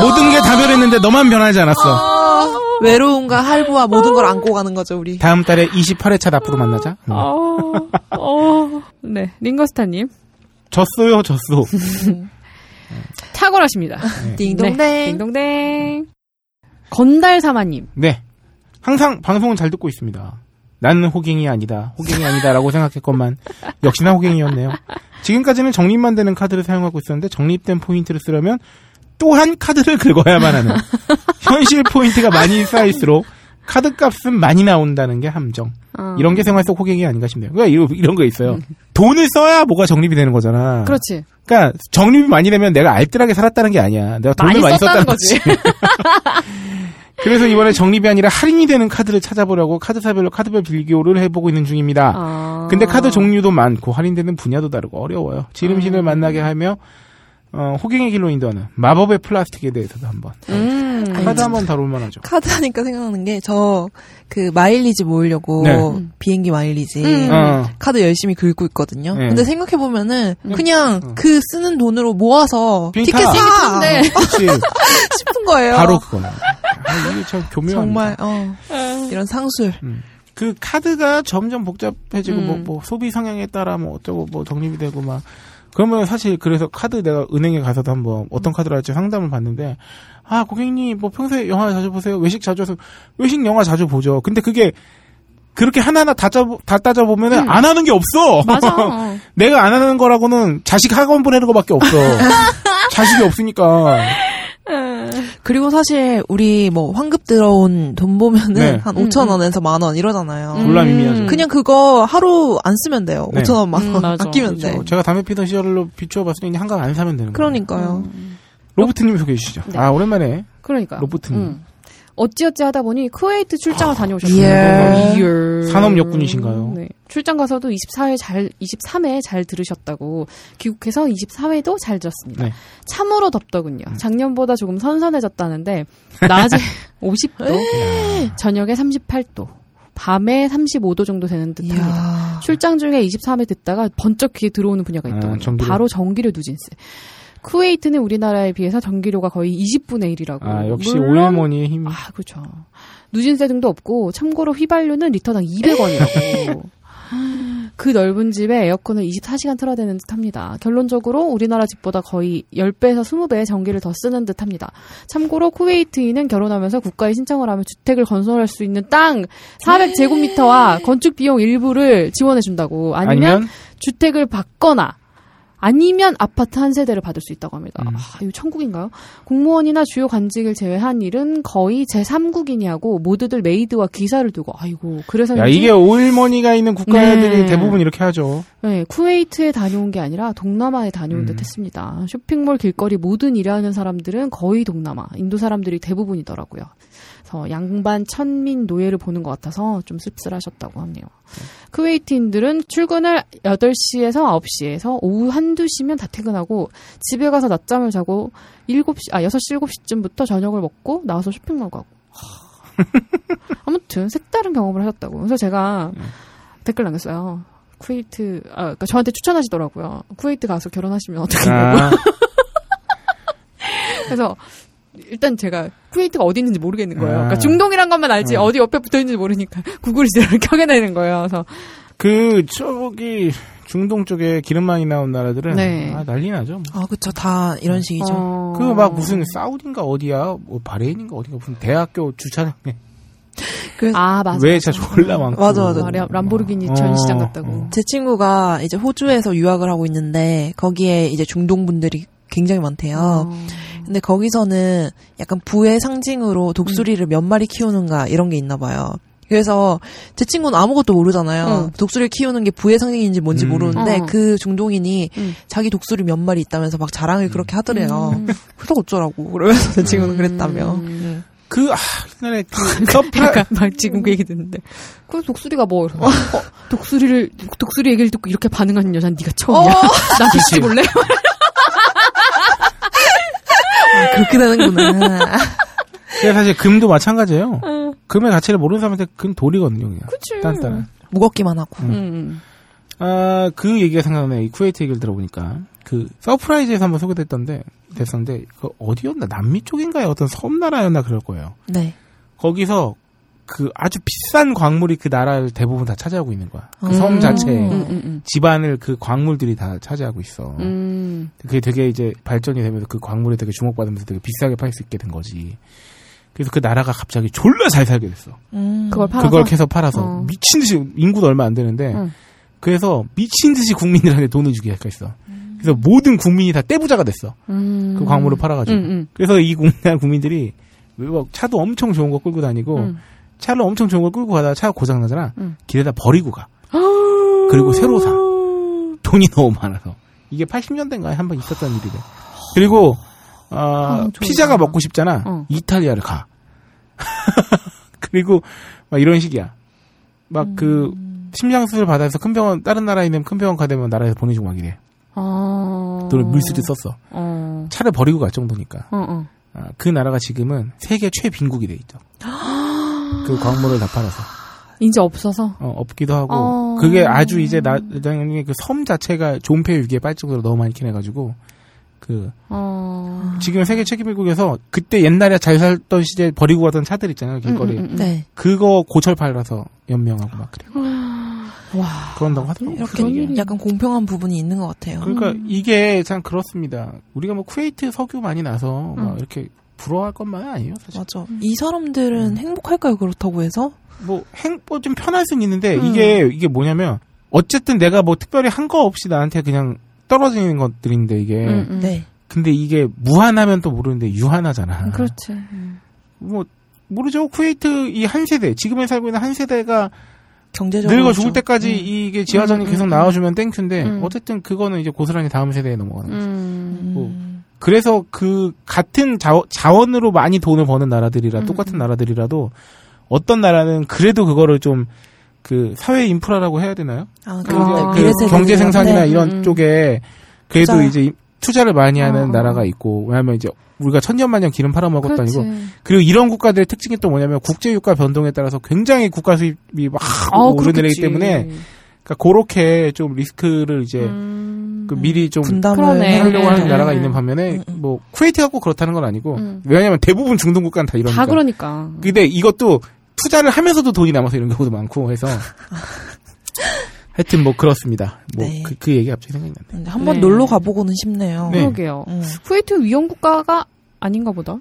Speaker 4: 모든 게 다 변했는데 너만 변하지
Speaker 6: 아.
Speaker 4: 않았어.
Speaker 5: 외로움과 할부와 모든 걸 안고 가는 거죠, 우리.
Speaker 4: 다음 달에 28회차 앞으로 만나자. 뭐.
Speaker 6: 어, 어. 네 링거스타님
Speaker 4: 졌어요, 졌어.
Speaker 6: 탁월하십니다.
Speaker 5: 딩동댕.
Speaker 6: 네, 딩동댕. 건달사마님
Speaker 4: 네. 항상 방송은 잘 듣고 있습니다. 나는 호갱이 아니다. 호갱이 아니다라고 생각했건만 역시나 호갱이었네요. 지금까지는 적립만 되는 카드를 사용하고 있었는데 적립된 포인트를 쓰려면 또 한 카드를 긁어야만 하는 현실 포인트가 많이 쌓일수록 카드값은 많이 나온다는 게 함정.
Speaker 6: 아.
Speaker 4: 이런 게 생활 속 호갱이 아닌가 싶네요. 그러니까 이런, 이런 거 있어요. 돈을 써야 뭐가 적립이 되는 거잖아.
Speaker 6: 음. 그렇지
Speaker 4: 그러니까 적립이 많이 되면 내가 알뜰하게 살았다는 게 아니야. 내가 돈을
Speaker 6: 많이,
Speaker 4: 많이,
Speaker 6: 썼다는
Speaker 4: 썼다는
Speaker 6: 거지.
Speaker 4: 그래서 이번에 적립이 아니라 할인이 되는 카드를 찾아보려고 카드사별로 카드별 비교를 해보고 있는 중입니다.
Speaker 6: 아.
Speaker 4: 근데 카드 종류도 많고 할인되는 분야도 다르고 어려워요. 지름신을
Speaker 6: 음.
Speaker 4: 만나게 하며 어, 호갱의 길로 인도하는 마법의 플라스틱에 대해서도 한번
Speaker 6: 음.
Speaker 4: 카드 한번 다룰만하죠.
Speaker 5: 카드 하니까 생각나는 게 저 그 마일리지 모으려고
Speaker 4: 네.
Speaker 5: 음. 비행기 마일리지
Speaker 6: 음.
Speaker 4: 어.
Speaker 5: 카드 열심히 긁고 있거든요.
Speaker 4: 네.
Speaker 5: 근데 생각해 보면은 그냥
Speaker 4: 음.
Speaker 5: 그 쓰는 돈으로 모아서
Speaker 4: 비행기
Speaker 5: 티켓
Speaker 4: 타.
Speaker 5: 사
Speaker 6: 네.
Speaker 4: 그렇지.
Speaker 5: 싶은 거예요.
Speaker 4: 바로 그거야. 아, 이게 참 교묘한.
Speaker 5: 정말 어 이런 상술.
Speaker 4: 그 카드가 점점 복잡해지고
Speaker 6: 음.
Speaker 4: 뭐, 뭐 소비 성향에 따라 뭐 어쩌고 뭐 적립이 되고 막 그러면 사실 그래서 카드 내가 은행에 가서도 한번 어떤 카드를 할지 상담을 받는데 아 고객님 뭐 평소에 영화 자주 보세요 외식 자주 해서 외식 영화 자주 보죠 근데 그게 그렇게 하나하나 다, 짜보, 다 따져보면은 안 하는 게 없어
Speaker 6: 맞아.
Speaker 4: 내가 안 하는 거라고는 자식 학원 보내는 거밖에 없어 자식이 없으니까
Speaker 5: 그리고 사실 우리 뭐 환급 들어온 돈 보면은
Speaker 4: 네.
Speaker 5: 한
Speaker 6: 음,
Speaker 5: 5천 원에서 만 원 이러잖아요.
Speaker 6: 음.
Speaker 4: 놀라 미미하죠.
Speaker 5: 그냥 그거 하루 안 쓰면 돼요.
Speaker 4: 네.
Speaker 5: 5천 원만
Speaker 6: 음,
Speaker 5: 원
Speaker 6: 맞아.
Speaker 5: 아끼면 돼.
Speaker 4: 그렇죠. 제가 담배 피던 시절로 비추어 봤을 때 그냥 한강 안 사면 되는 거예요.
Speaker 5: 네. 그러니까요.
Speaker 6: 음,
Speaker 4: 로버트님 소개해 주시죠.
Speaker 6: 네.
Speaker 4: 아 오랜만에
Speaker 6: 그러니까.
Speaker 4: 로버트님.
Speaker 6: 어찌어찌 하다 보니 쿠웨이트 출장을
Speaker 5: 예.
Speaker 6: 다녀오셨어요. 예.
Speaker 4: 아, 산업역군이신가요?
Speaker 6: 네. 출장 가서도 24회 잘 23회 잘 들으셨다고 귀국해서 24회도 잘 들었습니다.
Speaker 4: 네. 음.
Speaker 6: 참으로 덥더군요. 작년보다 조금 선선해졌다는데 낮에 50도, 저녁에 38도, 밤에 35도 정도 되는 듯합니다.
Speaker 5: 이야.
Speaker 6: 출장 중에 23회 듣다가 번쩍 귀에 들어오는 분야가
Speaker 4: 아,
Speaker 6: 있더군요.
Speaker 4: 전기료.
Speaker 6: 바로 전기료 누진세. 쿠웨이트는 우리나라에 비해서 전기료가 거의 20분의 1이라고.
Speaker 4: 아 역시
Speaker 6: 물론
Speaker 4: 오일머니의 힘.
Speaker 6: 아, 그렇죠. 누진세 등도 없고 참고로 휘발유는 리터당 200원이라고. 그 넓은 집에 에어컨을 24시간 틀어야 되는 듯합니다. 결론적으로 우리나라 집보다 거의 10배에서 20배의 전기를 더 쓰는 듯합니다. 참고로 쿠웨이트인은 결혼하면서 국가에 신청을 하면 주택을 건설할 수 있는 땅 400제곱미터와 건축 비용 일부를 지원해 준다고 아니면
Speaker 4: 아니면
Speaker 6: 주택을 받거나 아니면 아파트 한 세대를 받을 수 있다고 합니다.
Speaker 4: 음.
Speaker 6: 아, 이거 천국인가요? 공무원이나 주요 관직을 제외한 일은 거의 제3국인이하고 모두들 메이드와 기사를 두고 아이고 그래서
Speaker 4: 야 이게 오일머니가 있는 국가들이
Speaker 6: 네.
Speaker 4: 대부분 이렇게 하죠.
Speaker 6: 네, 쿠웨이트에 다녀온 게 아니라 동남아에 다녀온
Speaker 4: 음.
Speaker 6: 듯 했습니다. 쇼핑몰 길거리 모든 일하는 사람들은 거의 동남아, 인도 사람들이 대부분이더라고요. 그래서 양반 천민 노예를 보는 것 같아서 좀 씁쓸하셨다고 하네요. 쿠웨이트인들은 출근을 8시에서 9시에서 오후 한두 시면 다 퇴근하고 집에 가서 낮잠을 자고 7시, 아, 6시, 7시쯤부터 저녁을 먹고 나와서 쇼핑몰 가고. 아무튼 색다른 경험을 하셨다고. 그래서 제가
Speaker 4: 네.
Speaker 6: 댓글 남겼어요. 쿠웨이트, 아, 그러니까 저한테 추천하시더라고요. 쿠웨이트 가서 결혼하시면 어떡하냐고.
Speaker 4: 아,
Speaker 6: 그래서 일단 제가 쿠웨이트가 어디 있는지 모르겠는 거예요. 그러니까
Speaker 4: 아.
Speaker 6: 중동이란 것만 알지
Speaker 4: 음.
Speaker 6: 어디 옆에 붙어 있는지 모르니까 구글이 저를 켜게 되는 거예요. 그래서
Speaker 4: 그 저기 중동 쪽에 기름 많이 나온 나라들은
Speaker 6: 네.
Speaker 4: 아, 난리 나죠. 뭐.
Speaker 5: 아, 그쵸. 다 이런 식이죠.
Speaker 6: 어.
Speaker 4: 그 막 무슨 사우디인가 어디야, 뭐 바레인인가 어디가 무슨 대학교 주차장에
Speaker 6: 아 맞아.
Speaker 4: 외차 졸라 많고.
Speaker 5: 맞아, 맞아.
Speaker 6: 아, 라- 람보르기니
Speaker 4: 어,
Speaker 6: 전시장 같다고.
Speaker 4: 어.
Speaker 5: 제 친구가 이제 호주에서 유학을 하고 있는데 거기에 이제 중동 분들이 굉장히 많대요.
Speaker 6: 어.
Speaker 5: 근데 거기서는 약간 부의 상징으로
Speaker 6: 음.
Speaker 5: 독수리를 몇 마리 키우는가 이런 게 있나 봐요. 그래서 제 친구는 아무것도 모르잖아요.
Speaker 6: 응.
Speaker 5: 독수리를 키우는 게 부의 상징인지 뭔지
Speaker 4: 음.
Speaker 5: 모르는데
Speaker 6: 어.
Speaker 5: 그 중동인이
Speaker 6: 응.
Speaker 5: 자기 독수리 몇 마리 있다면서 막 자랑을 그렇게 하더래요.
Speaker 6: 음.
Speaker 5: 그래서 어쩌라고 그러면서 제 친구는 그랬다며.
Speaker 6: 음.
Speaker 4: 그 아, 옛날에 그 서프라
Speaker 6: 그러니까 막 지금 그 얘기 듣는데 그 독수리가 뭐 이러면서 어, 독수리를 독수리 얘기를 듣고 이렇게 반응하는 여자는 네가 처음이야. 나 비치 볼래?
Speaker 5: 아, 그렇게 되는구나.
Speaker 4: 근데 사실 금도 마찬가지예요. 금의 가치를 모르는 사람한테 금 돌이거든요, 그냥.
Speaker 6: 그치.
Speaker 4: 딴딴한.
Speaker 5: 무겁기만 하고.
Speaker 4: 음.
Speaker 6: 음.
Speaker 4: 아, 그 얘기가 생각나네. 이 쿠웨이트 얘기를 들어보니까. 그, 서프라이즈에서 한번 소개됐던데, 됐었는데, 그, 어디였나? 남미 쪽인가요? 어떤 섬나라였나 그럴 거예요.
Speaker 5: 네.
Speaker 4: 거기서, 그, 아주 비싼 광물이 그 나라를 대부분 다 차지하고 있는 거야.
Speaker 5: 음.
Speaker 4: 그 섬 자체에.
Speaker 6: 음. 음.
Speaker 4: 집안을 그 광물들이 다 차지하고 있어.
Speaker 6: 음. 음.
Speaker 4: 그게 되게 이제 발전이 되면서 그 광물에 되게 주목받으면서 되게 비싸게 팔 수 있게 된 거지. 그래서 그 나라가 갑자기 졸라 잘 살게 됐어.
Speaker 5: 음.
Speaker 6: 그걸 팔아서
Speaker 4: 그걸 계속 팔아서
Speaker 6: 어.
Speaker 4: 미친 듯이 인구도 얼마 안 되는데
Speaker 6: 응.
Speaker 4: 그래서 미친 듯이 국민들한테 돈을 주기 시작했어. 그래서 모든 국민이 다 떼부자가 됐어.
Speaker 6: 음.
Speaker 4: 그 광물을 팔아가지고.
Speaker 6: 음, 음.
Speaker 4: 그래서 이 국민 국민들이 막 차도 엄청 좋은 거 끌고 다니고
Speaker 6: 음.
Speaker 4: 차를 엄청 좋은 걸 끌고 가다가 차가 고장 나잖아.
Speaker 6: 응.
Speaker 4: 길에다 버리고 가. 그리고 새로 사. 돈이 너무 많아서. 이게 80년대인가에 한 번 있었던 일이래. 그리고 아,
Speaker 5: 아,
Speaker 4: 피자가
Speaker 5: 좋다.
Speaker 4: 먹고 싶잖아.
Speaker 6: 어.
Speaker 4: 이탈리아를 가. 그리고 막 이런 식이야. 막 그 심장 수술 받아서 큰 병원 다른 나라에 있는 큰 병원 가되면 나라에서 보내주고 막 이래.
Speaker 6: 어.
Speaker 4: 돈을 물쓰리 썼어.
Speaker 6: 어.
Speaker 4: 차를 버리고 갈 정도니까.
Speaker 6: 어, 어.
Speaker 4: 아, 그 나라가 지금은 세계 최빈국이 돼 있죠. 그 광물을 다 팔아서.
Speaker 6: 이제 없어서.
Speaker 4: 어, 없기도 하고
Speaker 6: 어.
Speaker 4: 그게 아주 이제 나 나중에 그섬 자체가 존폐 위기에 빠질 정도로 너무 많이 캐내가지고 그
Speaker 6: 어.
Speaker 4: 지금 세계 책임국에서 그때 옛날에 잘 살던 시대 에 버리고 가던 차들 있잖아요 길거리 에
Speaker 6: 음, 음, 음.
Speaker 5: 네.
Speaker 4: 그거 고철 팔아서 연명하고 막 그래
Speaker 6: 와.
Speaker 4: 음. 그런다고 하더라고요.
Speaker 5: 이렇게
Speaker 6: 그런 일이-
Speaker 5: 약간 공평한 부분이 있는 것 같아요.
Speaker 4: 그러니까
Speaker 6: 음.
Speaker 4: 이게 참 그렇습니다. 우리가 뭐 쿠웨이트 석유 많이 나서 막
Speaker 6: 음.
Speaker 4: 이렇게 부러워할 것만은 아니에요 음. 사실.
Speaker 5: 맞아. 이 사람들은 행복할까요? 그렇다고 해서?
Speaker 4: 뭐 행보 좀 편할 수는 있는데
Speaker 5: 음.
Speaker 4: 이게 이게 뭐냐면 어쨌든 내가 뭐 특별히 한 거 없이 나한테 그냥 떨어지는 것들인데 이게
Speaker 6: 음, 음.
Speaker 5: 네.
Speaker 4: 근데 이게 무한하면 또 모르는데 유한하잖아.
Speaker 6: 그렇지.
Speaker 4: 뭐 모르죠. 쿠웨이트 이 한 세대 지금에 살고 있는 한 세대가
Speaker 5: 경제적으로 그렇죠.
Speaker 4: 늙어
Speaker 5: 좀-
Speaker 4: 죽을 때까지 이게 지하정이
Speaker 6: 음,
Speaker 4: 계속
Speaker 6: 음,
Speaker 4: 나와주면 땡큐인데
Speaker 6: 음.
Speaker 4: 어쨌든 그거는 이제 고스란히 다음 세대에 넘어가는 거죠.
Speaker 6: 음.
Speaker 4: 뭐.
Speaker 5: 음.
Speaker 4: 그래서 그 같은 자원, 자원으로 많이 돈을 버는 나라들이라
Speaker 6: 음.
Speaker 4: 똑같은 나라들이라도 어떤 나라는 그래도 그거를 좀 그 사회 인프라라고 해야 되나요?
Speaker 5: 아,
Speaker 4: 그
Speaker 5: 그,
Speaker 6: 아,
Speaker 4: 이제 그
Speaker 5: 미래세대들한테
Speaker 4: 경제 생산이나 이런
Speaker 6: 음.
Speaker 4: 쪽에 그래도
Speaker 5: 투자.
Speaker 4: 이제 투자를 많이 하는
Speaker 6: 어.
Speaker 4: 나라가 있고 왜냐하면 이제 우리가 천년만년 기름 팔아먹을 것도
Speaker 6: 그렇지.
Speaker 4: 아니고 그리고 이런 국가들의 특징이 또 뭐냐면 국제 유가 변동에 따라서 굉장히 국가 수입이 막 오르내리기
Speaker 6: 아, 그렇겠지.
Speaker 4: 때문에 그러니까 그렇게 좀 리스크를 이제
Speaker 6: 음.
Speaker 4: 그 미리 좀
Speaker 5: 분담을
Speaker 6: 그러네.
Speaker 4: 하려고 하는
Speaker 6: 음.
Speaker 4: 나라가
Speaker 6: 음.
Speaker 4: 있는 반면에
Speaker 5: 음.
Speaker 4: 뭐 쿠웨이트 갖고 그렇다는 건 아니고
Speaker 6: 음.
Speaker 4: 왜냐하면 대부분 중동 국가는 다 이러니까.
Speaker 6: 다 그러니까.
Speaker 4: 근데 이것도 투자를 하면서도 돈이 남아서 이런 경우도 많고 해서 하여튼 뭐 그렇습니다. 뭐 그
Speaker 5: 네.
Speaker 4: 그 얘기 갑자기 생각이 나네.
Speaker 5: 한번
Speaker 6: 네.
Speaker 5: 놀러 가보고는 싶네요.
Speaker 4: 네.
Speaker 6: 그러게요.
Speaker 5: 음.
Speaker 6: 쿠웨이트 위험 국가가 아닌가 보다.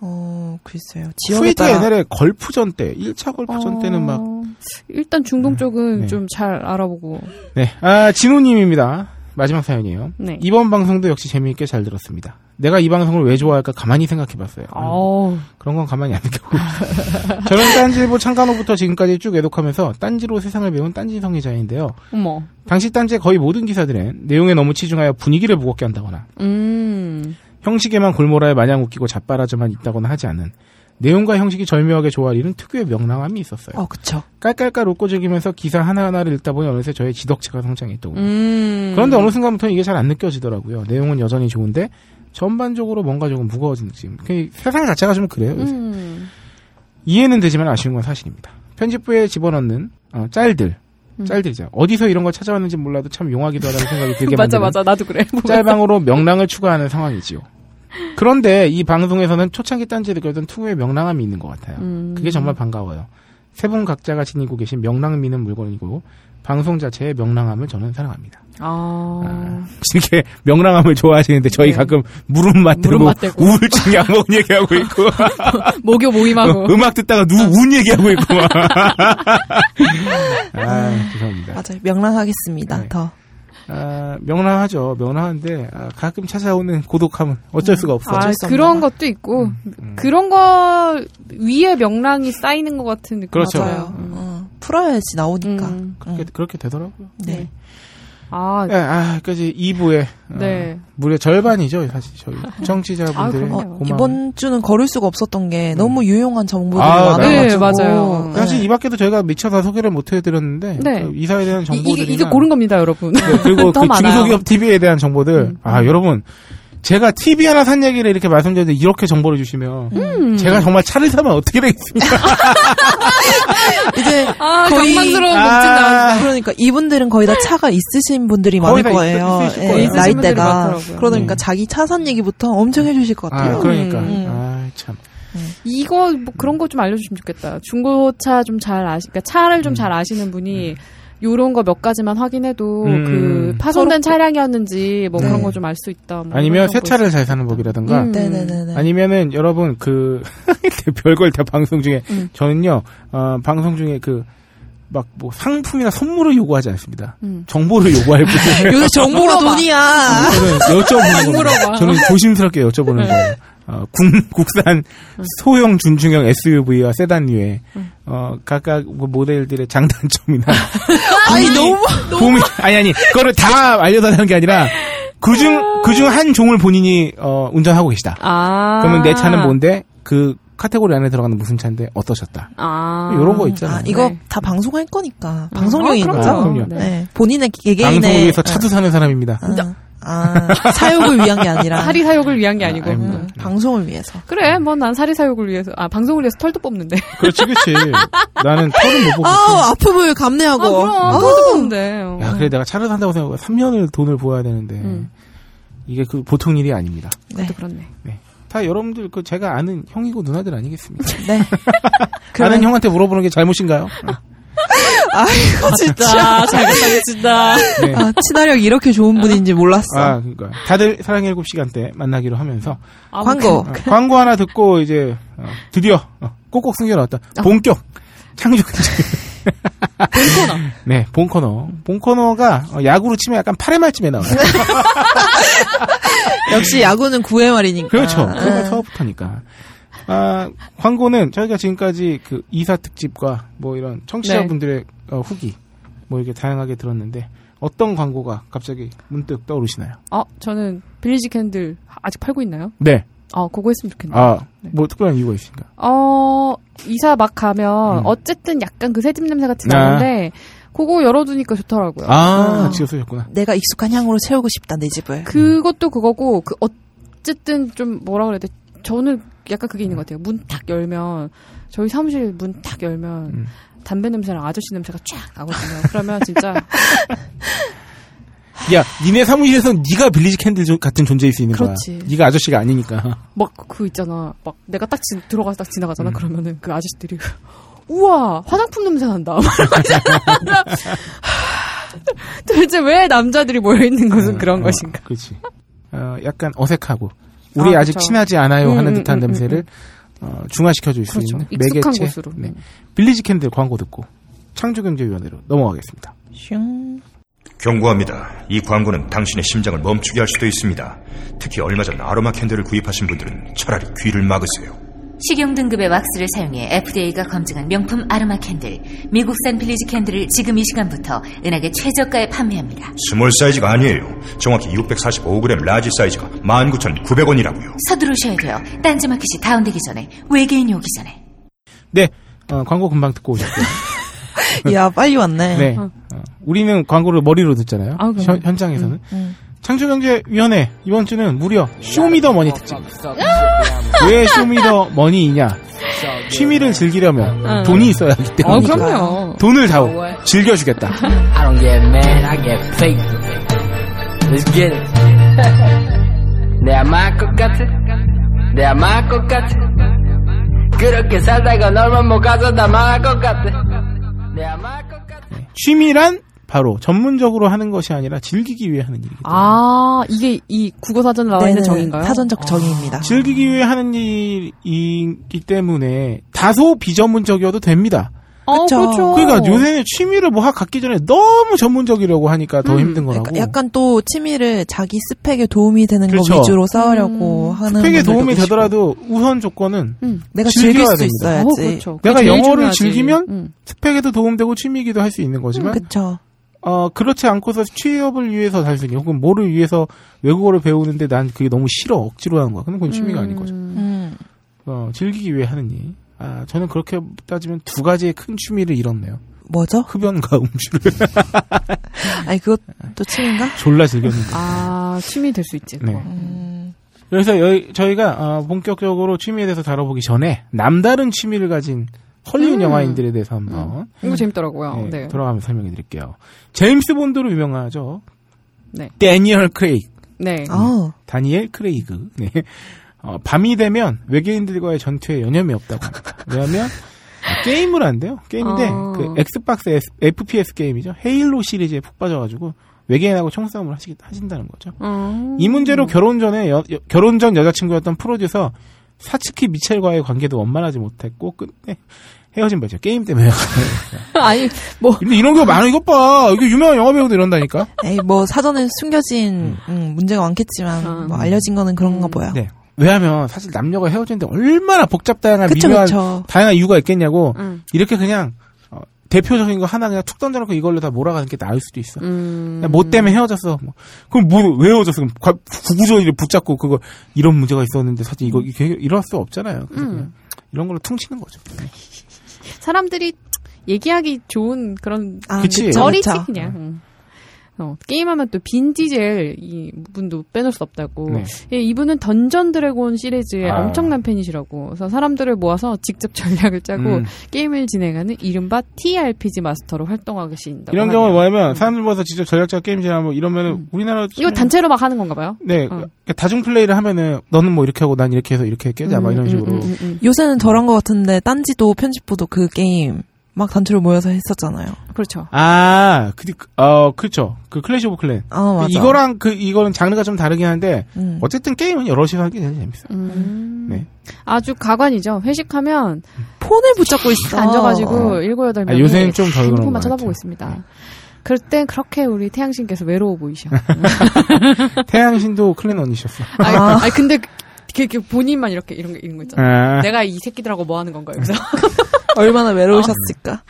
Speaker 5: 어, 글쎄요. 지역에
Speaker 4: 쿠웨이트가
Speaker 5: 따라
Speaker 4: 옛날에 걸프전 때 1차 그 걸프전 때는 막
Speaker 6: 어, 일단 중동 쪽은
Speaker 4: 네.
Speaker 6: 좀 잘 알아보고.
Speaker 4: 네. 아, 진우님입니다. 마지막 사연이에요.
Speaker 6: 네.
Speaker 4: 이번 방송도 역시 재미있게 잘 들었습니다. 내가 이 방송을 왜 좋아할까 가만히 생각해봤어요. 아유,
Speaker 6: 어.
Speaker 4: 그런 건 가만히 안 느끼고. 저는 딴지일보 창간 후부터 지금까지 쭉 애독하면서 딴지로 세상을 배운 딴지성 기자인데요.
Speaker 6: 어머.
Speaker 4: 당시 딴지의 거의 모든 기사들은 내용에 너무 치중하여 분위기를 무겁게 한다거나
Speaker 6: 음.
Speaker 4: 형식에만 골몰하여 마냥 웃기고 자빠라져만 있다거나 하지 않은 내용과 형식이 절묘하게 조화리는 특유의 명랑함이 있었어요.
Speaker 5: 어, 그쵸.
Speaker 4: 깔깔깔 웃고 즐기면서 기사 하나하나를 읽다 보니 어느새 저의 지덕체가 성장했더군요.
Speaker 6: 음.
Speaker 4: 그런데 어느 순간부터 는 이게 잘 안 느껴지더라고요. 내용은 여전히 좋은데 전반적으로 뭔가 조금 무거워진 느낌. 그 세상 자체가 좀 그래요. 요새.
Speaker 6: 음.
Speaker 4: 이해는 되지만 아쉬운 건 사실입니다. 편집부에 집어넣는 어, 짤들,
Speaker 6: 음.
Speaker 4: 짤들이죠. 어디서 이런 걸 찾아왔는지 몰라도 참 용하기도 하다는 생각이 들게
Speaker 6: 맞아
Speaker 4: 만드는
Speaker 6: 맞아 나도 그래. 뭔가
Speaker 4: 짤방으로 명랑을 추구하는 상황이지요. 그런데 이 방송에서는 초창기 딴지에 느꼈던 특유의 명랑함이 있는 것 같아요.
Speaker 6: 음.
Speaker 4: 그게 정말 반가워요. 세 분 각자가 지니고 계신 명랑미는 물건이고 방송 자체의 명랑함을 저는 사랑합니다.
Speaker 6: 아.
Speaker 4: 이렇게 명랑함을 좋아하시는데 저희
Speaker 6: 네.
Speaker 4: 가끔 무릎 맞대고,
Speaker 6: 무릎 맞대고.
Speaker 4: 우울증 약먹은 얘기하고 있고
Speaker 6: 목요 모임하고.
Speaker 4: 음악 듣다가 누운 얘기하고 있고 막. 아 죄송합니다.
Speaker 5: 맞아요. 명랑하겠습니다.
Speaker 4: 네.
Speaker 5: 더.
Speaker 4: 아, 명랑하죠. 명랑한데 아, 가끔 찾아오는 고독함은 어쩔 수가 없어.
Speaker 6: 아,
Speaker 5: 어쩔 수 없나
Speaker 6: 그런
Speaker 5: 봐.
Speaker 6: 것도 있고
Speaker 4: 음.
Speaker 6: 그런 거 위에 명랑이 쌓이는 것 같은 느낌.
Speaker 4: 그렇죠.
Speaker 5: 맞아요. 어, 풀어야지 나오니까.
Speaker 6: 음.
Speaker 4: 그렇게, 그렇게 되더라고요.
Speaker 5: 그러니까. 네.
Speaker 6: 아,
Speaker 4: 예, 아, 그지 2부에
Speaker 6: 네.
Speaker 4: 무려 절반이죠, 사실 저희 청취자분들의
Speaker 6: 아,
Speaker 5: 어,
Speaker 6: 그럼요.
Speaker 4: 네. 고마움.
Speaker 5: 이번 주는 걸을 수가 없었던 게 너무 유용한 정보들이
Speaker 4: 음. 아, 그
Speaker 5: 많아가지고.
Speaker 6: 네, 맞아요.
Speaker 4: 사실
Speaker 5: 네.
Speaker 4: 이 밖에 도 저희가 미처 다 소개를 못 해드렸는데
Speaker 6: 네.
Speaker 4: 그 이사에 대한
Speaker 6: 이,
Speaker 4: 정보들이나
Speaker 6: 이게 이게 고른 겁니다, 여러분.
Speaker 4: 네, 그리고
Speaker 6: 더
Speaker 4: 그
Speaker 6: 많아요. 음.
Speaker 4: 중소기업 TV에 대한 정보들 아 여러분 제가 TV 하나 산 얘기를 이렇게 말씀드렸는데 이렇게 정보를 주시면
Speaker 6: 음.
Speaker 4: 제가 정말 차를 사면 어떻게 되겠습니까?
Speaker 5: 이제
Speaker 6: 아,
Speaker 5: 거의-
Speaker 6: 장만스러운
Speaker 4: 아,
Speaker 6: 목진 나왔어.
Speaker 5: 그러니까 이분들은 거의 다 차가 있으신 분들이 많을
Speaker 4: 거의 다 있-
Speaker 5: 거예요.
Speaker 4: 있으실
Speaker 5: 예,
Speaker 4: 거예요. 있으신
Speaker 6: 분들이
Speaker 5: 나이대가.
Speaker 6: 많더라고요.
Speaker 5: 그러니까
Speaker 4: 네.
Speaker 5: 자기 차 산 얘기부터 엄청 해주실 것 같아요.
Speaker 4: 아 그러니까
Speaker 5: 음.
Speaker 4: 아 참.
Speaker 6: 이거 뭐 그런 거 좀 알려주시면 좋겠다. 중고차 좀 잘 아시, 그러니까 차를
Speaker 4: 음.
Speaker 6: 좀 잘 아시는 분이 요런 거 몇 가지만 확인해도
Speaker 4: 네. 음.
Speaker 6: 그 파손된 차량이었는지 뭐
Speaker 5: 네.
Speaker 6: 그런 거 좀 알 수 있다. 뭐
Speaker 4: 아니면
Speaker 6: 이런
Speaker 4: 새
Speaker 6: 정보.
Speaker 4: 차를 잘 사는 법이라든가
Speaker 6: 음.
Speaker 5: 네네네네.
Speaker 4: 아니면은 여러분 그 별걸 다 방송 중에
Speaker 6: 음.
Speaker 4: 저는요 어, 방송 중에 그 막 뭐 상품이나 선물을 요구하지 않습니다.
Speaker 6: 음.
Speaker 4: 정보를 요구할 뿐이에요.
Speaker 5: 요새 정보가 돈이야.
Speaker 4: 저는 여쭤보는 겁니다.
Speaker 6: 물어봐.
Speaker 4: 저는 조심스럽게
Speaker 5: 네.
Speaker 4: 여쭤보는 거예요. 어, 국, 국산
Speaker 5: 음.
Speaker 4: 소형 준중형 SUV와 세단 류에 어, 각각 그 모델들의 장단점이나
Speaker 5: 아니 너무
Speaker 4: 고민 아니 아니 그거를 다 알려달라는 게 아니라 그중 그중 한 종을 본인이 어, 운전하고 계시다.
Speaker 6: 아.
Speaker 4: 그러면 내 차는 뭔데 그 카테고리 안에 들어가는 무슨 차인데 어떠셨다.
Speaker 6: 아.
Speaker 4: 이런 거 있잖아요.
Speaker 5: 아, 이거
Speaker 6: 네.
Speaker 5: 다 방송할 거니까 방송용인
Speaker 6: 아,
Speaker 5: 거죠.
Speaker 6: 그럼요.
Speaker 4: 그럼요.
Speaker 6: 네.
Speaker 5: 네. 본인의 개개인의
Speaker 4: 방송을 위해서 차도 사는 사람입니다.
Speaker 5: 아, 아, 사욕을 위한 게 아니라
Speaker 6: 사리 사욕을 위한 게 아니고.
Speaker 4: 아닙니다.
Speaker 5: 음, 방송을 위해서.
Speaker 6: 그래, 뭐 난 사리 사욕을 위해서, 아 방송을 위해서 털도 뽑는데.
Speaker 4: 그렇지 그렇지. 나는 털은 못 보고. 있어.
Speaker 5: 아 아픔을 감내하고.
Speaker 6: 아 그럼 털도 뽑는데. 어.
Speaker 4: 야 그래 내가 차를 산다고 생각하고 3년을 돈을 모아야 되는데
Speaker 6: 음.
Speaker 4: 이게 그 보통 일이 아닙니다.
Speaker 5: 네.
Speaker 6: 또 그렇네.
Speaker 4: 다 여러분들 그 제가 아는 형이고 누나들 아니겠습니까?
Speaker 5: 네.
Speaker 4: 아는 형한테 물어보는 게 잘못인가요?
Speaker 5: 아이고 진짜.
Speaker 6: 잘겠다
Speaker 4: 네.
Speaker 5: 아, 친화력 이렇게 좋은 분인지 몰랐어.
Speaker 4: 아 그러니까 다들 사랑의 7시간 때 만나기로 하면서
Speaker 5: 광고.
Speaker 4: 어, 광고 하나 듣고 이제 어, 드디어 어, 꼭꼭 숨겨놨다 본격 창조
Speaker 6: 괜찮아.
Speaker 4: 네, 본 코너. 본 코너가 어, 야구로 치면 약간 8회말쯤에 나와요.
Speaker 5: 역시 야구는 9회 말이니까. 네.
Speaker 4: 그렇죠. 그러면 서부터니까. 아, 광고는 저희가 지금까지 그 이사 특집과 뭐 이런 청취자분들의 어, 후기 뭐 이렇게 다양하게 들었는데 어떤 광고가 갑자기 문득 떠오르시나요?
Speaker 6: 아, 저는 빌리지 캔들 아직 팔고 있나요?
Speaker 4: 네.
Speaker 6: 아, 그거 했으면 좋겠네요.
Speaker 4: 아, 뭐 특별한 이유가 있습니까?
Speaker 6: 어, 이사 막 가면
Speaker 4: 음.
Speaker 6: 어쨌든 약간 그 새집 냄새 같은
Speaker 4: 아.
Speaker 6: 나는데 그거 열어두니까 좋더라고요.
Speaker 4: 아, 지어 쓰셨구나.
Speaker 5: 내가 익숙한 향으로 채우고 싶다 내 집을.
Speaker 6: 그것도 그거고 그 어쨌든 좀 뭐라 그래야 돼? 저는 약간 그게 있는 것 같아요. 문 딱 열면 저희 사무실 문 딱 열면
Speaker 4: 음.
Speaker 6: 담배 냄새랑 아저씨 냄새가 쫙 나거든요. 그러면 진짜
Speaker 4: 야, 니네 사무실에서 네가 빌리지 캔들 조- 같은 존재일 수 있는 거야.
Speaker 6: 그렇지.
Speaker 4: 네가 아저씨가 아니니까.
Speaker 6: 막 그 있잖아. 막 내가 딱 지- 들어가서 딱
Speaker 4: 음.
Speaker 6: 지나가잖아. 그러면은 그 아저씨들이 우와 화장품 냄새 난다. 막 이러잖아. 도대체 왜 남자들이 모여 있는 곳은 그런
Speaker 4: 어,
Speaker 6: 것인가?
Speaker 4: 그렇지. 어, 약간 어색하고 우리
Speaker 6: 아,
Speaker 4: 아, 직
Speaker 6: 그쵸.
Speaker 4: 친하지 않아요
Speaker 6: 음,
Speaker 4: 하는
Speaker 6: 음,
Speaker 4: 듯한
Speaker 6: 음, 음,
Speaker 4: 냄새를 어, 중화시켜 줄 수
Speaker 6: 그렇죠.
Speaker 4: 있는
Speaker 6: 익숙한
Speaker 4: 매개체.
Speaker 6: 곳으로.
Speaker 4: 네. 빌리지 캔들 광고 듣고 창조경제위원회로 넘어가겠습니다.
Speaker 5: 슝.
Speaker 1: 경고합니다. 이 광고는 당신의 심장을 멈추게 할 수도 있습니다. 특히 얼마 전 아로마 캔들을 구입하신 분들은 차라리 귀를 막으세요.
Speaker 7: 식용 등급의 왁스를 사용해 FDA가 검증한 명품 아르마 캔들, 미국산 빌리지 캔들을 지금 이 시간부터 은하계 최저가에 판매합니다.
Speaker 1: 스몰 사이즈가 아니에요. 정확히 645g 라지 사이즈가 19,900원이라고요.
Speaker 7: 서두르셔야 돼요. 딴지마켓이 다운되기 전에, 외계인이 오기 전에.
Speaker 4: 네, 어, 광고 금방 듣고 오셨고요.
Speaker 5: 야 빨리 왔네.
Speaker 4: 네, 어, 우리는 광고를 머리로 듣잖아요.
Speaker 6: 아, 그럼요.
Speaker 4: 현, 장에서는
Speaker 5: 음.
Speaker 4: 창조경제위원회 이번 주는 무려 쇼미더머니 특집. 왜 쇼미더머니이냐? 취미를 즐기려면
Speaker 6: 음.
Speaker 4: 돈이 있어야 하기
Speaker 6: 아
Speaker 4: 때문이죠.
Speaker 6: 그럼요. 아,
Speaker 4: 돈을 다오 즐겨주겠다.
Speaker 8: I don't get mad, I get fake. Let's get it. 내 아마코 같은, 내 아마코 같은. 그렇게 살다가 널만 못 가서 나 망할 것 같아. 내 아마코 같은.
Speaker 4: 취미란 바로 전문적으로 하는 것이 아니라 즐기기 위해 하는 일이기 때문에
Speaker 6: 아 이게 이 국어 사전
Speaker 4: 아,
Speaker 6: 나와 있는
Speaker 5: 네네,
Speaker 6: 정인가요?
Speaker 5: 사전적 정의입니다.
Speaker 4: 즐기기 위해 하는 일이기 때문에 다소 비전문적이어도 됩니다.
Speaker 6: 어,
Speaker 5: 그쵸.
Speaker 6: 그렇죠.
Speaker 4: 그러니까 요새는 취미를 뭐 하- 갖기 전에 너무 전문적이려고 하니까 더
Speaker 6: 음,
Speaker 4: 힘든 거라고.
Speaker 5: 약간, 약간 또 취미를 자기 스펙에 도움이 되는
Speaker 4: 그렇죠.
Speaker 5: 거 위주로 쌓으려고 하는
Speaker 4: 되게
Speaker 5: 분들도
Speaker 4: 도움이
Speaker 5: 계시고.
Speaker 4: 되더라도 우선 조건은
Speaker 6: 음.
Speaker 5: 내가 즐길
Speaker 4: 즐겨야
Speaker 5: 수
Speaker 4: 됩니다.
Speaker 6: 어,
Speaker 5: 있어야지.
Speaker 6: 그렇죠.
Speaker 4: 내가
Speaker 6: 그게 제일
Speaker 4: 영어를
Speaker 6: 중요하지.
Speaker 4: 즐기면
Speaker 6: 음.
Speaker 4: 스펙에도 도움되고 취미이기도 할 수 있는 거지만
Speaker 5: 그쵸.
Speaker 4: 어, 그렇지 않고서 취업을 위해서 살수있 혹은 뭐를 위해서 외국어를 배우는데 난 그게 너무 싫어 억지로 하는 거야. 그럼 그건 취미가 아닌 거죠.
Speaker 5: 음.
Speaker 4: 어, 즐기기 위해 하는 일. 아, 저는 그렇게 따지면 두 가지의 큰 취미를 잃었네요.
Speaker 5: 뭐죠?
Speaker 4: 흡연과 음주를
Speaker 5: 아니 그것도 취미인가?
Speaker 4: 졸라 즐겼는데.
Speaker 6: 아 취미 될 수 있지. 음.
Speaker 4: 네.
Speaker 6: 그거.
Speaker 4: 그래서 여- 저희가 어, 본격적으로 취미에 대해서 다뤄보기 전에 남다른 취미를 가진 헐리우드
Speaker 6: 음.
Speaker 4: 영화인들에 대해서 한번
Speaker 6: 이거 재밌더라고요.
Speaker 4: 예,
Speaker 6: 네.
Speaker 4: 돌아가면서 설명해 드릴게요. 제임스 본드로 유명하죠.
Speaker 6: 네.
Speaker 4: 데니얼 크레이그,
Speaker 6: 네.
Speaker 4: 음.
Speaker 5: 아우
Speaker 4: 다니엘 크레이그. 네. 어, 밤이 되면 외계인들과의 전투에 여념이 없다고 합니다. 왜냐하면 게임을 한대요. 게임인데
Speaker 6: 어.
Speaker 4: 그 엑스박스 S- FPS 게임이죠. 헤일로 시리즈에 푹 빠져가지고 외계인하고 총싸움을 하시, 하신다는 거죠.
Speaker 6: 음.
Speaker 4: 이 문제로 결혼 전에 여- 여- 결혼 전 여자친구였던 프로듀서 사츠키 미첼과의 관계도 원만하지 못했고 끝내 헤어진 거죠. 게임 때문에.
Speaker 6: 아니 뭐
Speaker 4: 근데 이런 거 많아 이것 봐. 이게 유명한 영화 배우도 이런다니까.
Speaker 5: 에이 뭐 사전에 숨겨진 음, 문제가 많겠지만
Speaker 6: 아.
Speaker 5: 뭐 알려진 거는 그런가 보여.
Speaker 4: 음. 네. 왜냐하면 사실 남녀가 헤어지는데 얼마나 복잡 다양한
Speaker 5: 그쵸
Speaker 4: 미묘한
Speaker 5: 그쵸.
Speaker 4: 다양한 이유가 있겠냐고
Speaker 6: 음.
Speaker 4: 이렇게 그냥 어, 대표적인 거 하나 그냥 툭 던져놓고 이걸로 다 몰아가는 게 나을 수도 있어.
Speaker 6: 음.
Speaker 4: 그냥 뭐 때문에 헤어졌어. 뭐. 그럼 뭐 왜 헤어졌어? 그럼 과- 구구절이를 붙잡고 그거 이런 문제가 있었는데 사실 이거 이게 이럴 수 없잖아요. 그래서
Speaker 6: 음.
Speaker 4: 그냥 이런 걸로 퉁치는 거죠.
Speaker 6: 사람들이 얘기하기 좋은 그런
Speaker 5: 아,
Speaker 4: 그치.
Speaker 5: 그쵸,
Speaker 6: 저리지
Speaker 5: 그쵸.
Speaker 6: 그냥. 음. 어, 게임하면 또 빈디젤 이 분도 빼놓을 수 없다고.
Speaker 4: 네.
Speaker 6: 예, 이분은 던전 드래곤 시리즈의
Speaker 4: 아.
Speaker 6: 엄청난 팬이시라고. 그래서 사람들을 모아서 직접 전략을 짜고
Speaker 4: 음.
Speaker 6: 게임을 진행하는 이른바 TRPG 마스터로 활동하고 계신다고.
Speaker 4: 이런
Speaker 6: 하네요.
Speaker 4: 경우는 뭐냐면 사람들 모아서 직접 전략자 게임이라면 이러면은 우리나라
Speaker 6: 음. 이거 단체로 막 하는 건가 봐요.
Speaker 4: 네
Speaker 6: 어.
Speaker 4: 다중 플레이를 하면은 너는 뭐 이렇게 하고 난 이렇게 해서 이렇게 깨자 막 이런
Speaker 6: 음,
Speaker 4: 식으로
Speaker 6: 음, 음, 음.
Speaker 5: 요새는 저런 거 같은데 딴지도 편집부도 그 게임 막 단체로 모여서 했었잖아요.
Speaker 6: 그렇죠.
Speaker 4: 아, 그, 어, 그렇죠. 그 클래시 오브 클랜.
Speaker 5: 아 맞아.
Speaker 4: 이거랑 그, 이거는 장르가 좀 다르긴 한데,
Speaker 5: 음.
Speaker 4: 어쨌든 게임은 여럿이 하기 되게 재밌어요.
Speaker 6: 음.
Speaker 4: 네.
Speaker 6: 아주 가관이죠. 회식하면
Speaker 5: 폰을 붙잡고 있어.
Speaker 6: 앉아가지고 일곱 여덟 명이
Speaker 4: 아, 요새는 좀덜 그런 것
Speaker 6: 핸드폰만
Speaker 4: 같아요.
Speaker 6: 쳐다보고 있습니다. 그럴 땐 그렇게 우리 태양신께서 외로워 보이셔.
Speaker 4: 태양신도 클랜 언니셨어.
Speaker 6: 아니, 아니, 근데 이렇게 본인만 이렇게 이런 거 이런 거 있잖아.
Speaker 4: 아,
Speaker 5: 네.
Speaker 6: 내가 이 새끼들하고 뭐 하는 건가 여기서.
Speaker 5: 얼마나 외로우셨을까.
Speaker 6: 아,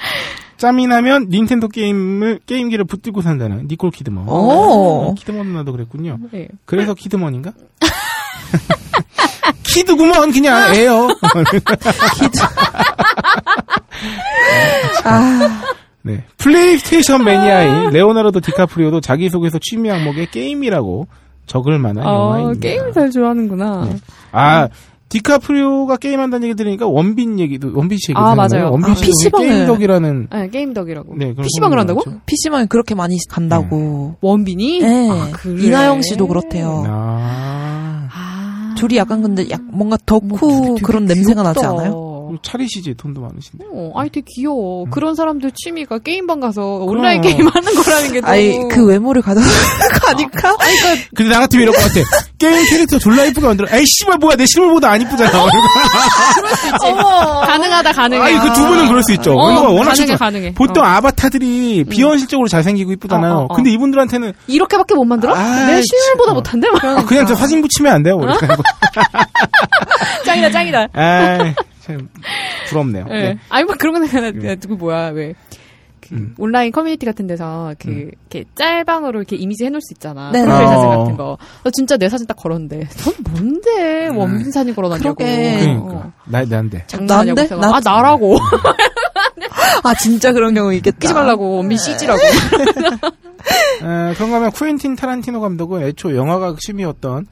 Speaker 4: 짬이 나면 닌텐도 게임을, 게임기를 붙들고 산다는 니콜 키드먼.
Speaker 5: 오.
Speaker 4: 아, 키드먼 누나도 그랬군요.
Speaker 6: 네.
Speaker 4: 그래서 키드먼인가? 키드구먼 그냥 애요.
Speaker 5: 아,
Speaker 4: 네. 플레이스테이션 매니아인 레오나르도 디카프리오도 자기소개서 취미 항목에 게임이라고 적을 만한
Speaker 6: 어,
Speaker 4: 아, 영화입니다.
Speaker 6: 게임을 잘 좋아하는구나.
Speaker 4: 아, 디카프리오가 게임한다는 얘기 들으니까 원빈 얘기도 원빈 씨 얘기도
Speaker 6: 아,
Speaker 4: 생각나요.
Speaker 6: 맞아요.
Speaker 4: 원빈
Speaker 5: 아,
Speaker 4: 씨 아,
Speaker 5: PC방을
Speaker 4: 게임덕이라는
Speaker 6: 네, 게임덕이라고.
Speaker 4: 네, 그런
Speaker 6: PC방을 한다고?
Speaker 4: 거죠.
Speaker 5: PC방에 그렇게 많이 간다고.
Speaker 6: 원빈이?
Speaker 5: 네.
Speaker 6: 아, 그래.
Speaker 5: 이나영 씨도
Speaker 6: 어.
Speaker 5: 그렇대요.
Speaker 4: 네. 아.
Speaker 6: 아.
Speaker 5: 둘이 약간 근데 약 뭔가 덕후
Speaker 6: 되게
Speaker 5: 그런 냄새가 나지
Speaker 6: 뭐 귀엽다.
Speaker 5: 않아요?
Speaker 4: 차리시지 돈도 많으신데.
Speaker 6: 어, 아이 되게 귀여워. 그런 사람들 취미가 게임방 가서 온라인
Speaker 4: 음. 그럼.
Speaker 6: 게임 하는 거라는 게 너무
Speaker 5: 아니 그 외모를 가져서 가니까
Speaker 6: 아,
Speaker 4: 근데 나 같으면 이럴 것 같아. 게임 캐릭터 졸라 이쁘게 만들어. 에이 씨발 뭐야 내 실물보다 안 이쁘잖아.
Speaker 6: 어, 가능하다 가능해.
Speaker 4: 아니 그 두 분은 그럴 수 있죠.
Speaker 6: 어,
Speaker 4: 얼마나 워낙
Speaker 6: 가능해,
Speaker 4: 좋죠.
Speaker 6: 가능해.
Speaker 4: 보통
Speaker 6: 어.
Speaker 4: 아바타들이 비현실적으로 잘생기고 이쁘잖아요.
Speaker 6: 어, 어, 어.
Speaker 4: 근데 이분들한테는
Speaker 6: 이렇게밖에 못 만들어?
Speaker 4: 아,
Speaker 6: 내
Speaker 4: 진짜.
Speaker 6: 실물보다 못한데? 막.
Speaker 4: 아, 그냥 저 사진 붙이면 안
Speaker 6: 어?
Speaker 4: 돼요.
Speaker 6: 짱이다 짱이다.
Speaker 4: 아, 참 부럽네요. 음.
Speaker 6: 예.
Speaker 4: 네.
Speaker 6: 아니 뭐 그런 거 하나 그 뭐야 왜. 그
Speaker 4: 음.
Speaker 6: 온라인 커뮤니티 같은 데서 그 이렇게 짤방으로 이렇게 이미지 해놓을 수 있잖아
Speaker 5: 네.
Speaker 6: 프로필
Speaker 4: 어.
Speaker 6: 사진 같은 거. 나 진짜 내 사진 딱 걸었는데 넌 뭔데 원빈 사진 걸어놨냐고.
Speaker 5: 그러게.
Speaker 4: 음. 그러니까
Speaker 6: 어.
Speaker 4: 나 난데.
Speaker 6: 장난하냐고
Speaker 5: 난데?
Speaker 6: 제가.
Speaker 5: 나-
Speaker 6: 아 나라고
Speaker 5: 아 진짜 그런 경우 있겠다.
Speaker 6: 끼지 말라고 원빈 CG라고.
Speaker 4: 어, 그런가 하면 쿠엔틴 타란티노 감독은 애초 영화가 취미였던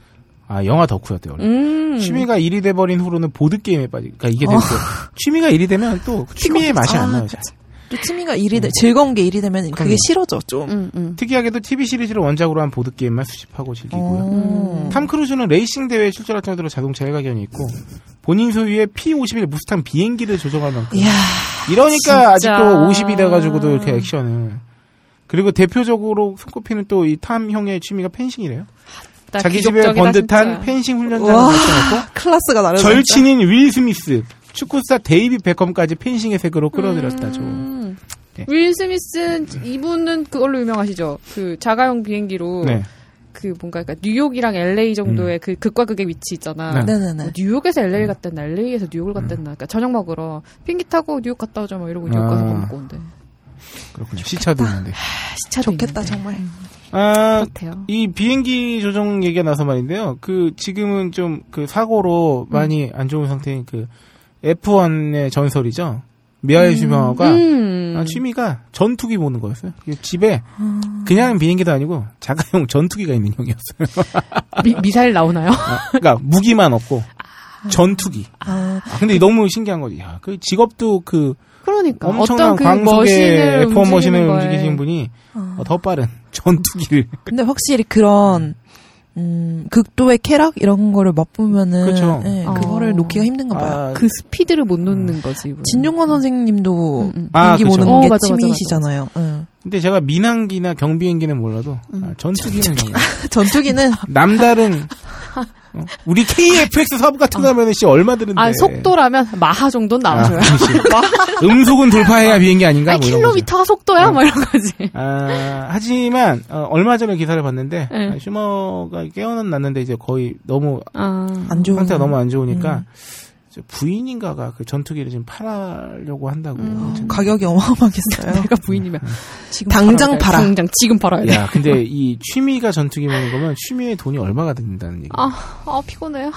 Speaker 4: 아 영화 덕후였대요 원래.
Speaker 6: 음.
Speaker 4: 취미가 일이 돼버린 후로는 보드게임에 빠지 그러니까 이게 됐어 취미가 일이 되면 또 취미의 맛이 안
Speaker 5: 아,
Speaker 4: 나요
Speaker 5: 그치.
Speaker 4: 잘.
Speaker 5: 또 취미가 일이 되, 즐거운 게 일이 되면
Speaker 4: 그럼요.
Speaker 5: 그게 싫어져 좀.
Speaker 6: 음, 음.
Speaker 4: 특이하게도 TV 시리즈를 원작으로 한 보드게임만 수집하고 즐기고요
Speaker 6: 음.
Speaker 5: 어.
Speaker 4: 탐 크루즈는 레이싱 대회에 출전할 정도로 자동차 일가견이 있고 본인 소유의 P51 무스탕 비행기를 조종할 만큼
Speaker 5: 이야
Speaker 4: 이러니까
Speaker 6: 진짜.
Speaker 4: 아직도 50이 돼가지고도 이렇게 액션을 그리고 대표적으로 손꼽히는 또 이 탐 형의 취미가 펜싱이래요
Speaker 6: 나
Speaker 4: 자기 집에
Speaker 6: 기적적이다,
Speaker 4: 번듯한
Speaker 6: 진짜. 아,
Speaker 4: 펜싱 훈련장을
Speaker 5: 와.
Speaker 4: 갖춰놓고
Speaker 5: 클라스가 나를
Speaker 4: 절친인 윌 스미스, 축구스타 데이비 베컴까지 펜싱의 색으로 끌어들였다죠.
Speaker 6: 음.
Speaker 4: 네.
Speaker 6: 윌 스미스 이분은 그걸로 유명하시죠. 그 자가용 비행기로
Speaker 4: 네.
Speaker 6: 그 뭔가 그러니까 뉴욕이랑 LA 정도의 그 극과 극의 위치 있잖아.
Speaker 4: 음. 네. 음.
Speaker 5: 네네네.
Speaker 6: 뭐 뉴욕에서 LA 갔다 왔나, LA에서 뉴욕을 갔다 왔나. 그러니까 저녁 먹으러 비행기 타고 뉴욕 갔다 오자 막 이러고 뉴욕 가서
Speaker 4: 아.
Speaker 6: 밥 먹고 온대.
Speaker 4: 그렇군요. 시차도 있는데.
Speaker 6: 시차도
Speaker 5: 좋겠다
Speaker 6: 있는데.
Speaker 5: 정말.
Speaker 4: 아,
Speaker 6: 그렇대요.
Speaker 4: 이 비행기 조정 얘기가 나서 말인데요. 그, 지금은 좀 그 사고로
Speaker 6: 음.
Speaker 4: 많이 안 좋은 상태인 그 F1의 전설이죠. 미하엘 슈마가
Speaker 6: 음.
Speaker 4: 취미가 전투기 보는 거였어요. 이게 집에
Speaker 6: 아.
Speaker 4: 그냥 비행기도 아니고 자가용 전투기가 있는 형이었어요.
Speaker 6: 미, 미사일 나오나요?
Speaker 4: 그러니까 무기만 없고 전투기.
Speaker 5: 아,
Speaker 4: 아, 근데 너무 신기한 거지. 야, 그 직업도 그
Speaker 6: 그러니까
Speaker 4: 엄청난
Speaker 6: 어떤 그
Speaker 4: 광속의
Speaker 6: 머신을
Speaker 4: F1 머신을
Speaker 6: 움직이는 거에
Speaker 4: 움직이신 분이 어, 더 빠른 전투기를
Speaker 5: 근데 확실히 그런 음, 극도의 쾌락 이런 거를 맛보면은
Speaker 4: 그쵸.
Speaker 5: 예,
Speaker 6: 어.
Speaker 5: 그거를 놓기가 힘든가 봐요.
Speaker 4: 아,
Speaker 6: 그 스피드를 못
Speaker 4: 음.
Speaker 6: 놓는 거지. 이분은.
Speaker 5: 진용관 선생님도
Speaker 6: 음, 음.
Speaker 4: 아,
Speaker 5: 비행기
Speaker 4: 그쵸.
Speaker 5: 보는
Speaker 6: 어,
Speaker 5: 게
Speaker 6: 맞아, 맞아,
Speaker 5: 취미이시잖아요. 예. 응.
Speaker 4: 근데 제가 민항기나 경비행기는 몰라도 아,
Speaker 6: 음.
Speaker 4: 전투기는 정말
Speaker 5: 전투기는
Speaker 4: 남다른 어? 우리 KFX 사업 같은 거 하면 씨 얼마 드는데
Speaker 6: 아 속도라면 마하 정도는
Speaker 4: 네. 아,
Speaker 6: 나와줘요.
Speaker 4: 그치. 음속은 돌파해야 비행기 아닌가
Speaker 6: 아니
Speaker 4: 뭐 이런 거죠. 음.
Speaker 6: 킬로미터가 속도야? 뭐 이런 거지.
Speaker 4: 아, 하지만 어, 얼마 전에 기사를 봤는데
Speaker 6: 네.
Speaker 4: 아, 슈머가 깨어는 났는데 이제 거의 너무
Speaker 6: 아,
Speaker 5: 안 좋은.
Speaker 4: 상태가 너무 안 좋으니까
Speaker 6: 음.
Speaker 4: 이제 부인인가가 그 전투기를 지금 팔려고 한다고.
Speaker 6: 음,
Speaker 4: 요
Speaker 5: 가격이 어마어마하게 싸요.
Speaker 6: 내가 부인이면 네. 지금
Speaker 5: 당장
Speaker 6: 팔아야 돼.
Speaker 5: 팔아.
Speaker 6: 당장 지금 팔아야 돼.
Speaker 4: 야, 근데 이 취미가 전투기 먹는 거면 취미에 돈이 얼마가 든다는 얘기.
Speaker 6: 아, 아 피곤해요.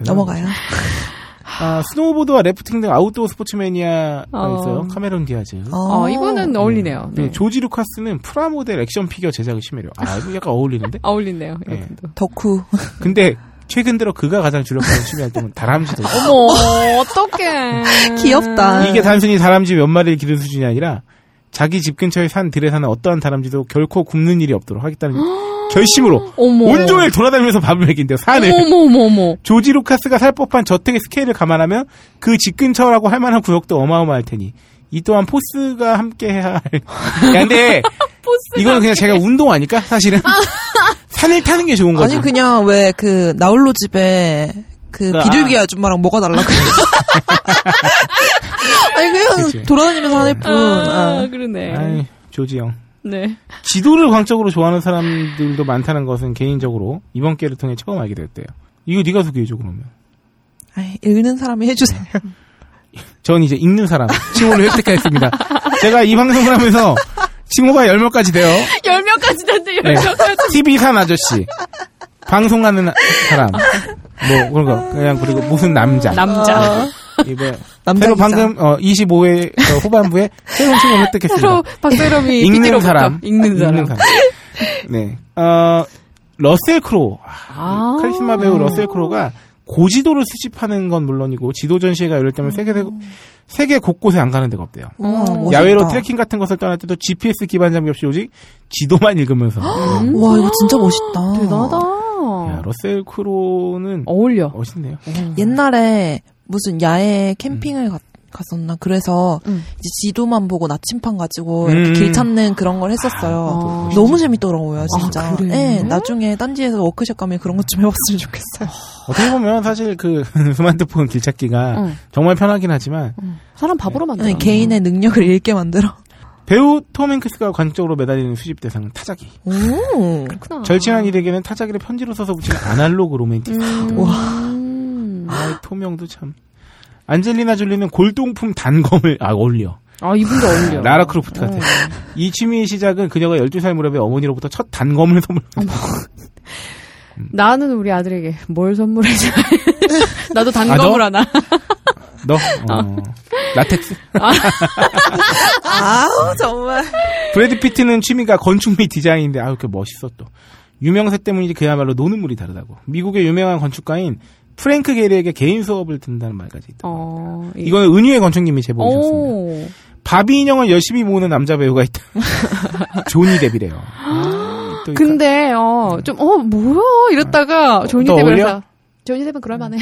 Speaker 5: 넘어가요.
Speaker 4: 아, 스노우보드와 래프팅 등 아웃도어 스포츠 매니아가
Speaker 6: 어.
Speaker 4: 있어요. 카메론 디아즈.
Speaker 6: 어, 이거는 어울리네요.
Speaker 4: 네,
Speaker 6: 네.
Speaker 4: 조지 루카스는 프라모델 액션 피규어 제작을 심해요. 아, 이거 약간 어울리는데?
Speaker 6: 어울리네요.
Speaker 4: 네.
Speaker 6: 이것도.
Speaker 5: 덕후.
Speaker 6: 음.
Speaker 4: 근데 최근 들어 그가 가장 주력하는 취미 활동은 다람쥐 도
Speaker 6: 어머, 아. 어떡해.
Speaker 5: 귀엽다.
Speaker 4: 이게 단순히 다람쥐 몇 마리를 기른 수준이 아니라 자기 집 근처에 산 들에 사는 어떠한 다람쥐도 결코 굶는 일이 없도록 하겠다는 결심으로
Speaker 6: 어머.
Speaker 4: 온종일 돌아다니면서 밥을 먹인대요. 산을.
Speaker 6: 어머, 어머, 어머.
Speaker 4: 조지 루카스가 살 법한 저택의 스케일을 감안하면 그 집 근처라고 할 만한 구역도 어마어마할 테니 이 또한 포스가 함께 해야 할. 야, 근데 이거는 그냥 제가 운동하니까 사실은 산을 타는 게 좋은 거죠.
Speaker 5: 아니 그냥 왜 그 나홀로 집에 그
Speaker 4: 아.
Speaker 5: 비둘기 아줌마랑 뭐가 달라 그래. 아니 그냥
Speaker 4: 그치.
Speaker 5: 돌아다니면서 하일 뿐.
Speaker 6: 아,
Speaker 5: 아.
Speaker 6: 그러네.
Speaker 4: 음, 아이, 조지영.
Speaker 6: 네.
Speaker 4: 지도를 광적으로 좋아하는 사람들도 많다는 것은 개인적으로 이번 기회를 통해 처음 알게 됐대요. 이거 네가 소개해줘 그러면.
Speaker 5: 아이, 읽는 사람이 해주세요.
Speaker 4: 전 이제 읽는 사람 칭호를 획득하였습니다. 제가 이 방송을 하면서 칭호가 10명까지 돼요.
Speaker 6: 10명까지 됐는데
Speaker 4: 네.
Speaker 6: 10명까지.
Speaker 4: TV산 아저씨. 방송하는 사람. 뭐 그런 거. 그냥 그리고 무슨 남자.
Speaker 6: 남자.
Speaker 4: 이번
Speaker 5: 남자
Speaker 4: 새로
Speaker 5: 기자.
Speaker 4: 방금 25회 그 후반부에 새로운 칭호를 획득했습니다.
Speaker 6: 새로 박세롬이
Speaker 4: 읽는
Speaker 6: PT로부터
Speaker 4: 사람.
Speaker 6: 읽는 사람.
Speaker 4: 네. 어, 러셀 크로우.
Speaker 6: 아.
Speaker 4: 카리스마 배우 러셀 크로우가 고지도를 수집하는 건 물론이고 지도 전시회가 열릴 때면 세계 세계 곳곳에 안 가는 데가 없대요.
Speaker 6: 어,
Speaker 5: 우와, 멋있다.
Speaker 4: 야외로 트레킹 같은 것을 떠날 때도 GPS 기반 장비 없이 오직 지도만 읽으면서. 야,
Speaker 5: 음. 와 이거 진짜 멋있다.
Speaker 6: 대단하다.
Speaker 4: 러셀 크로우는
Speaker 6: 어. 어울려.
Speaker 4: 멋있네요.
Speaker 5: 음. 옛날에 무슨 야외 캠핑을 갔- 갔었나 그래서
Speaker 6: 음.
Speaker 5: 이제 지도만 보고 나침판 가지고
Speaker 4: 음.
Speaker 5: 이렇게 길 찾는 그런 걸 했었어요.
Speaker 6: 아.
Speaker 5: 너무 재밌더라고요, 진짜.
Speaker 6: 그래?
Speaker 5: 네, 나중에 딴지에서 워크숍 가면 그런 것 좀 해봤으면
Speaker 6: 아,
Speaker 5: 좋겠어요.
Speaker 4: 어떻게 보면 사실 그 스마트폰 길찾기가
Speaker 6: 응.
Speaker 4: 정말 편하긴 하지만
Speaker 6: 사람 바보로 만들어.
Speaker 5: 네, 개인의 능력을 읽게 만들어.
Speaker 4: 배우 톰 행크스가 관적으로 매달리는 수집 대상은 타자기.
Speaker 5: 오,
Speaker 6: 그렇구나.
Speaker 4: 절친한 이들에게는 타자기를 편지로 써서 붙이는 아날로그 로맨틱.
Speaker 6: 음.
Speaker 4: 아이, 토명도 참. 안젤리나 졸리는 골동품 단검을, 아, 어울려.
Speaker 6: 아, 이분도 어울려.
Speaker 4: 라라 크로프트
Speaker 6: 음.
Speaker 4: 같아. 이 취미의 시작은 그녀가 12살 무렵에 어머니로부터 첫 단검을 선물.
Speaker 6: 나는 우리 아들에게 뭘 선물해줘. 나도
Speaker 4: 아, 너?
Speaker 6: 단검을 하나.
Speaker 4: 너?
Speaker 6: 아.
Speaker 4: 어, 라텍스?
Speaker 5: 아우 정말.
Speaker 4: 브래드 피트는 취미가 건축 및 디자인인데, 아유, 그 멋있어, 또. 유명세 때문이지 그야말로 노는 물이 다르다고. 미국의 유명한 건축가인 프랭크 게리에게 개인 수업을 든다는 말까지 있다.
Speaker 6: 어, 이-
Speaker 4: 이거는 은유의 건축님이 제보해주셨습니다.
Speaker 6: 오.
Speaker 4: 바비 인형을 열심히 모으는 남자 배우가 있다. 조니 뎁이래요. 음, 또 이거-
Speaker 6: 근데 어, 좀 어, 뭐야 이랬다가 조니
Speaker 4: 너 음. 어울려? 음.
Speaker 6: 뎁에서 조니 뎁은 그럴 만해.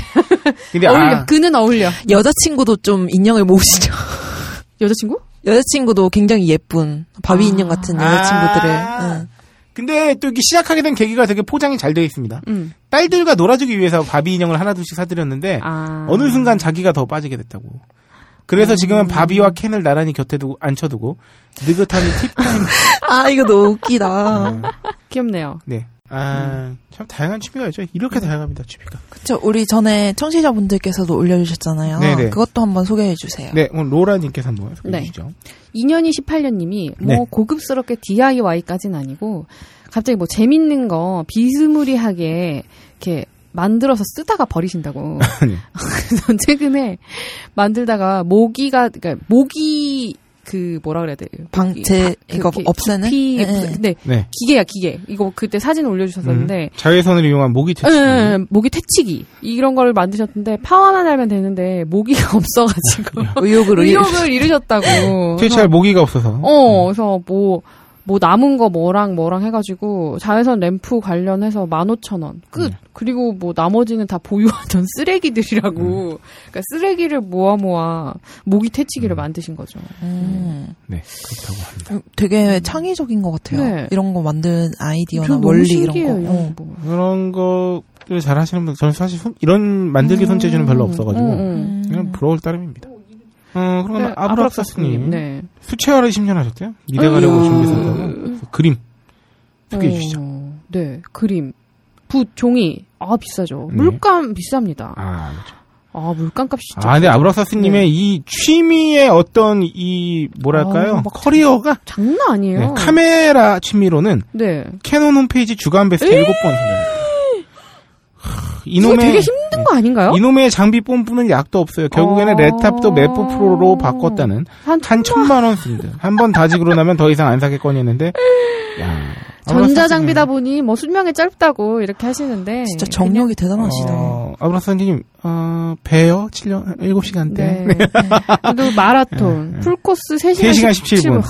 Speaker 4: 근데
Speaker 6: 어울려.
Speaker 4: 아,
Speaker 6: 그는 어울려.
Speaker 5: 여자친구도 좀 인형을 모으시죠.
Speaker 6: 여자친구?
Speaker 5: 여자친구도 굉장히 예쁜 바비 인형 같은 여자친구들을.
Speaker 4: 아.
Speaker 5: 응.
Speaker 4: 근데 또 이렇게 시작하게 된 계기가 되게 포장이 잘 되어 있습니다.
Speaker 6: 음.
Speaker 4: 딸들과 놀아주기 위해서 바비 인형을 하나 둘씩 사드렸는데
Speaker 6: 아.
Speaker 4: 어느 순간 자기가 더 빠지게 됐다고.
Speaker 5: 음.
Speaker 4: 그래서 지금은 바비와 캔을 나란히 곁에 두고 앉혀두고 느긋한 팁타임.
Speaker 5: 아 이거 너무 웃기다.
Speaker 6: 귀엽네요.
Speaker 4: 네. 아, 참 다양한 취미가 있죠. 이렇게 다양합니다, 취미가.
Speaker 5: 그쵸 우리 전에 청취자분들께서도 올려주셨잖아요.
Speaker 4: 네네.
Speaker 5: 그것도 한번 소개해 주세요.
Speaker 4: 네, 오늘 로라님께서 한번 소개해
Speaker 6: 네.
Speaker 4: 주시죠.
Speaker 6: 2년이 18년님이 뭐
Speaker 4: 네.
Speaker 6: 고급스럽게 DIY까지는 아니고 갑자기 뭐 재밌는 거 비스무리하게 이렇게 만들어서 쓰다가 버리신다고.
Speaker 4: 네.
Speaker 6: 그래서 최근에 만들다가 모기가 그러니까 모기 그 뭐라 그래야 돼요?
Speaker 5: 방제
Speaker 6: 그
Speaker 5: 이거
Speaker 6: 이렇게
Speaker 5: 없애는.
Speaker 6: 깊이
Speaker 5: 네.
Speaker 6: 없애- 근데
Speaker 4: 네.
Speaker 6: 기계야 기계. 이거 그때 사진 올려주셨었는데.
Speaker 4: 음, 자외선을 이용한 모기 퇴치.
Speaker 5: 네,
Speaker 6: 예, 예, 모기 퇴치기 이런 거를 만드셨는데 파워만 알면 되는데 모기가 없어가지고
Speaker 5: 의욕으로 일-
Speaker 6: 의욕을 잃으셨다고.
Speaker 4: 퇴치할 모기가 없어서.
Speaker 6: 어, 그래서 뭐, 뭐 남은 거 뭐랑 뭐랑 해가지고 자외선 램프 관련해서 15,000원 끝.
Speaker 4: 네.
Speaker 6: 그리고 뭐 나머지는 다 보유하던 쓰레기들이라고. 그러니까 쓰레기를 모아 모아 모기 퇴치기를 만드신 거죠.
Speaker 5: 음,
Speaker 4: 네, 그렇다고 합니다.
Speaker 5: 음, 되게 창의적인 것 같아요.
Speaker 6: 네.
Speaker 5: 이런 거 만든 아이디어나
Speaker 6: 저
Speaker 5: 원리 이런
Speaker 6: 신기해요,
Speaker 5: 거. 어.
Speaker 6: 거.
Speaker 4: 그런 거를 잘 하시는 분, 저는 사실 손- 이런 만들기 손재주는 별로 없어가지고,
Speaker 6: 응, 응.
Speaker 4: 그냥 부러울 따름입니다. 어, 음, 그럼
Speaker 6: 네,
Speaker 4: 면 아브락사스님.
Speaker 6: 네.
Speaker 4: 수채화를 10년 하셨대요? 이대가려고
Speaker 6: 음.
Speaker 4: 준비했다고. 그림. 소개해 주시죠.
Speaker 6: 어, 네. 그림. 붓, 종이. 아, 비싸죠.
Speaker 4: 네.
Speaker 6: 물감 비쌉니다.
Speaker 4: 아, 그렇죠.
Speaker 6: 아, 물감 값이 진짜
Speaker 4: 아, 근데 아브락사스님의 이 취미의 어떤 이, 뭐랄까요?
Speaker 6: 아, 막
Speaker 4: 커리어가?
Speaker 6: 장난 아니에요.
Speaker 4: 네, 카메라 취미로는
Speaker 6: 네.
Speaker 4: 캐논 홈페이지 주간 베스트 7번 선정했어요. 하,
Speaker 6: 이거
Speaker 4: 이놈의
Speaker 6: 되게 힘든 거 아닌가요?
Speaker 4: 이놈의 장비 뽐뿌는 약도 없어요. 결국에는
Speaker 6: 아.
Speaker 4: 레탑도 맵포 프로로 바꿨다는
Speaker 6: 한
Speaker 4: 한 천만 원 씁니다. 한 번 다지기로 나면 더 이상 안 사겠거니 했는데 야,
Speaker 6: 전자장비다 보니 뭐 수명이 짧다고 이렇게 하시는데
Speaker 5: 진짜 정력이 대단하시다.
Speaker 4: 어, 아브라스 선생님 어, 배요? 7년 7시간 때 네.
Speaker 6: 네. 네. 그리고 마라톤 네. 풀코스 3시간,
Speaker 4: 3시간 17분.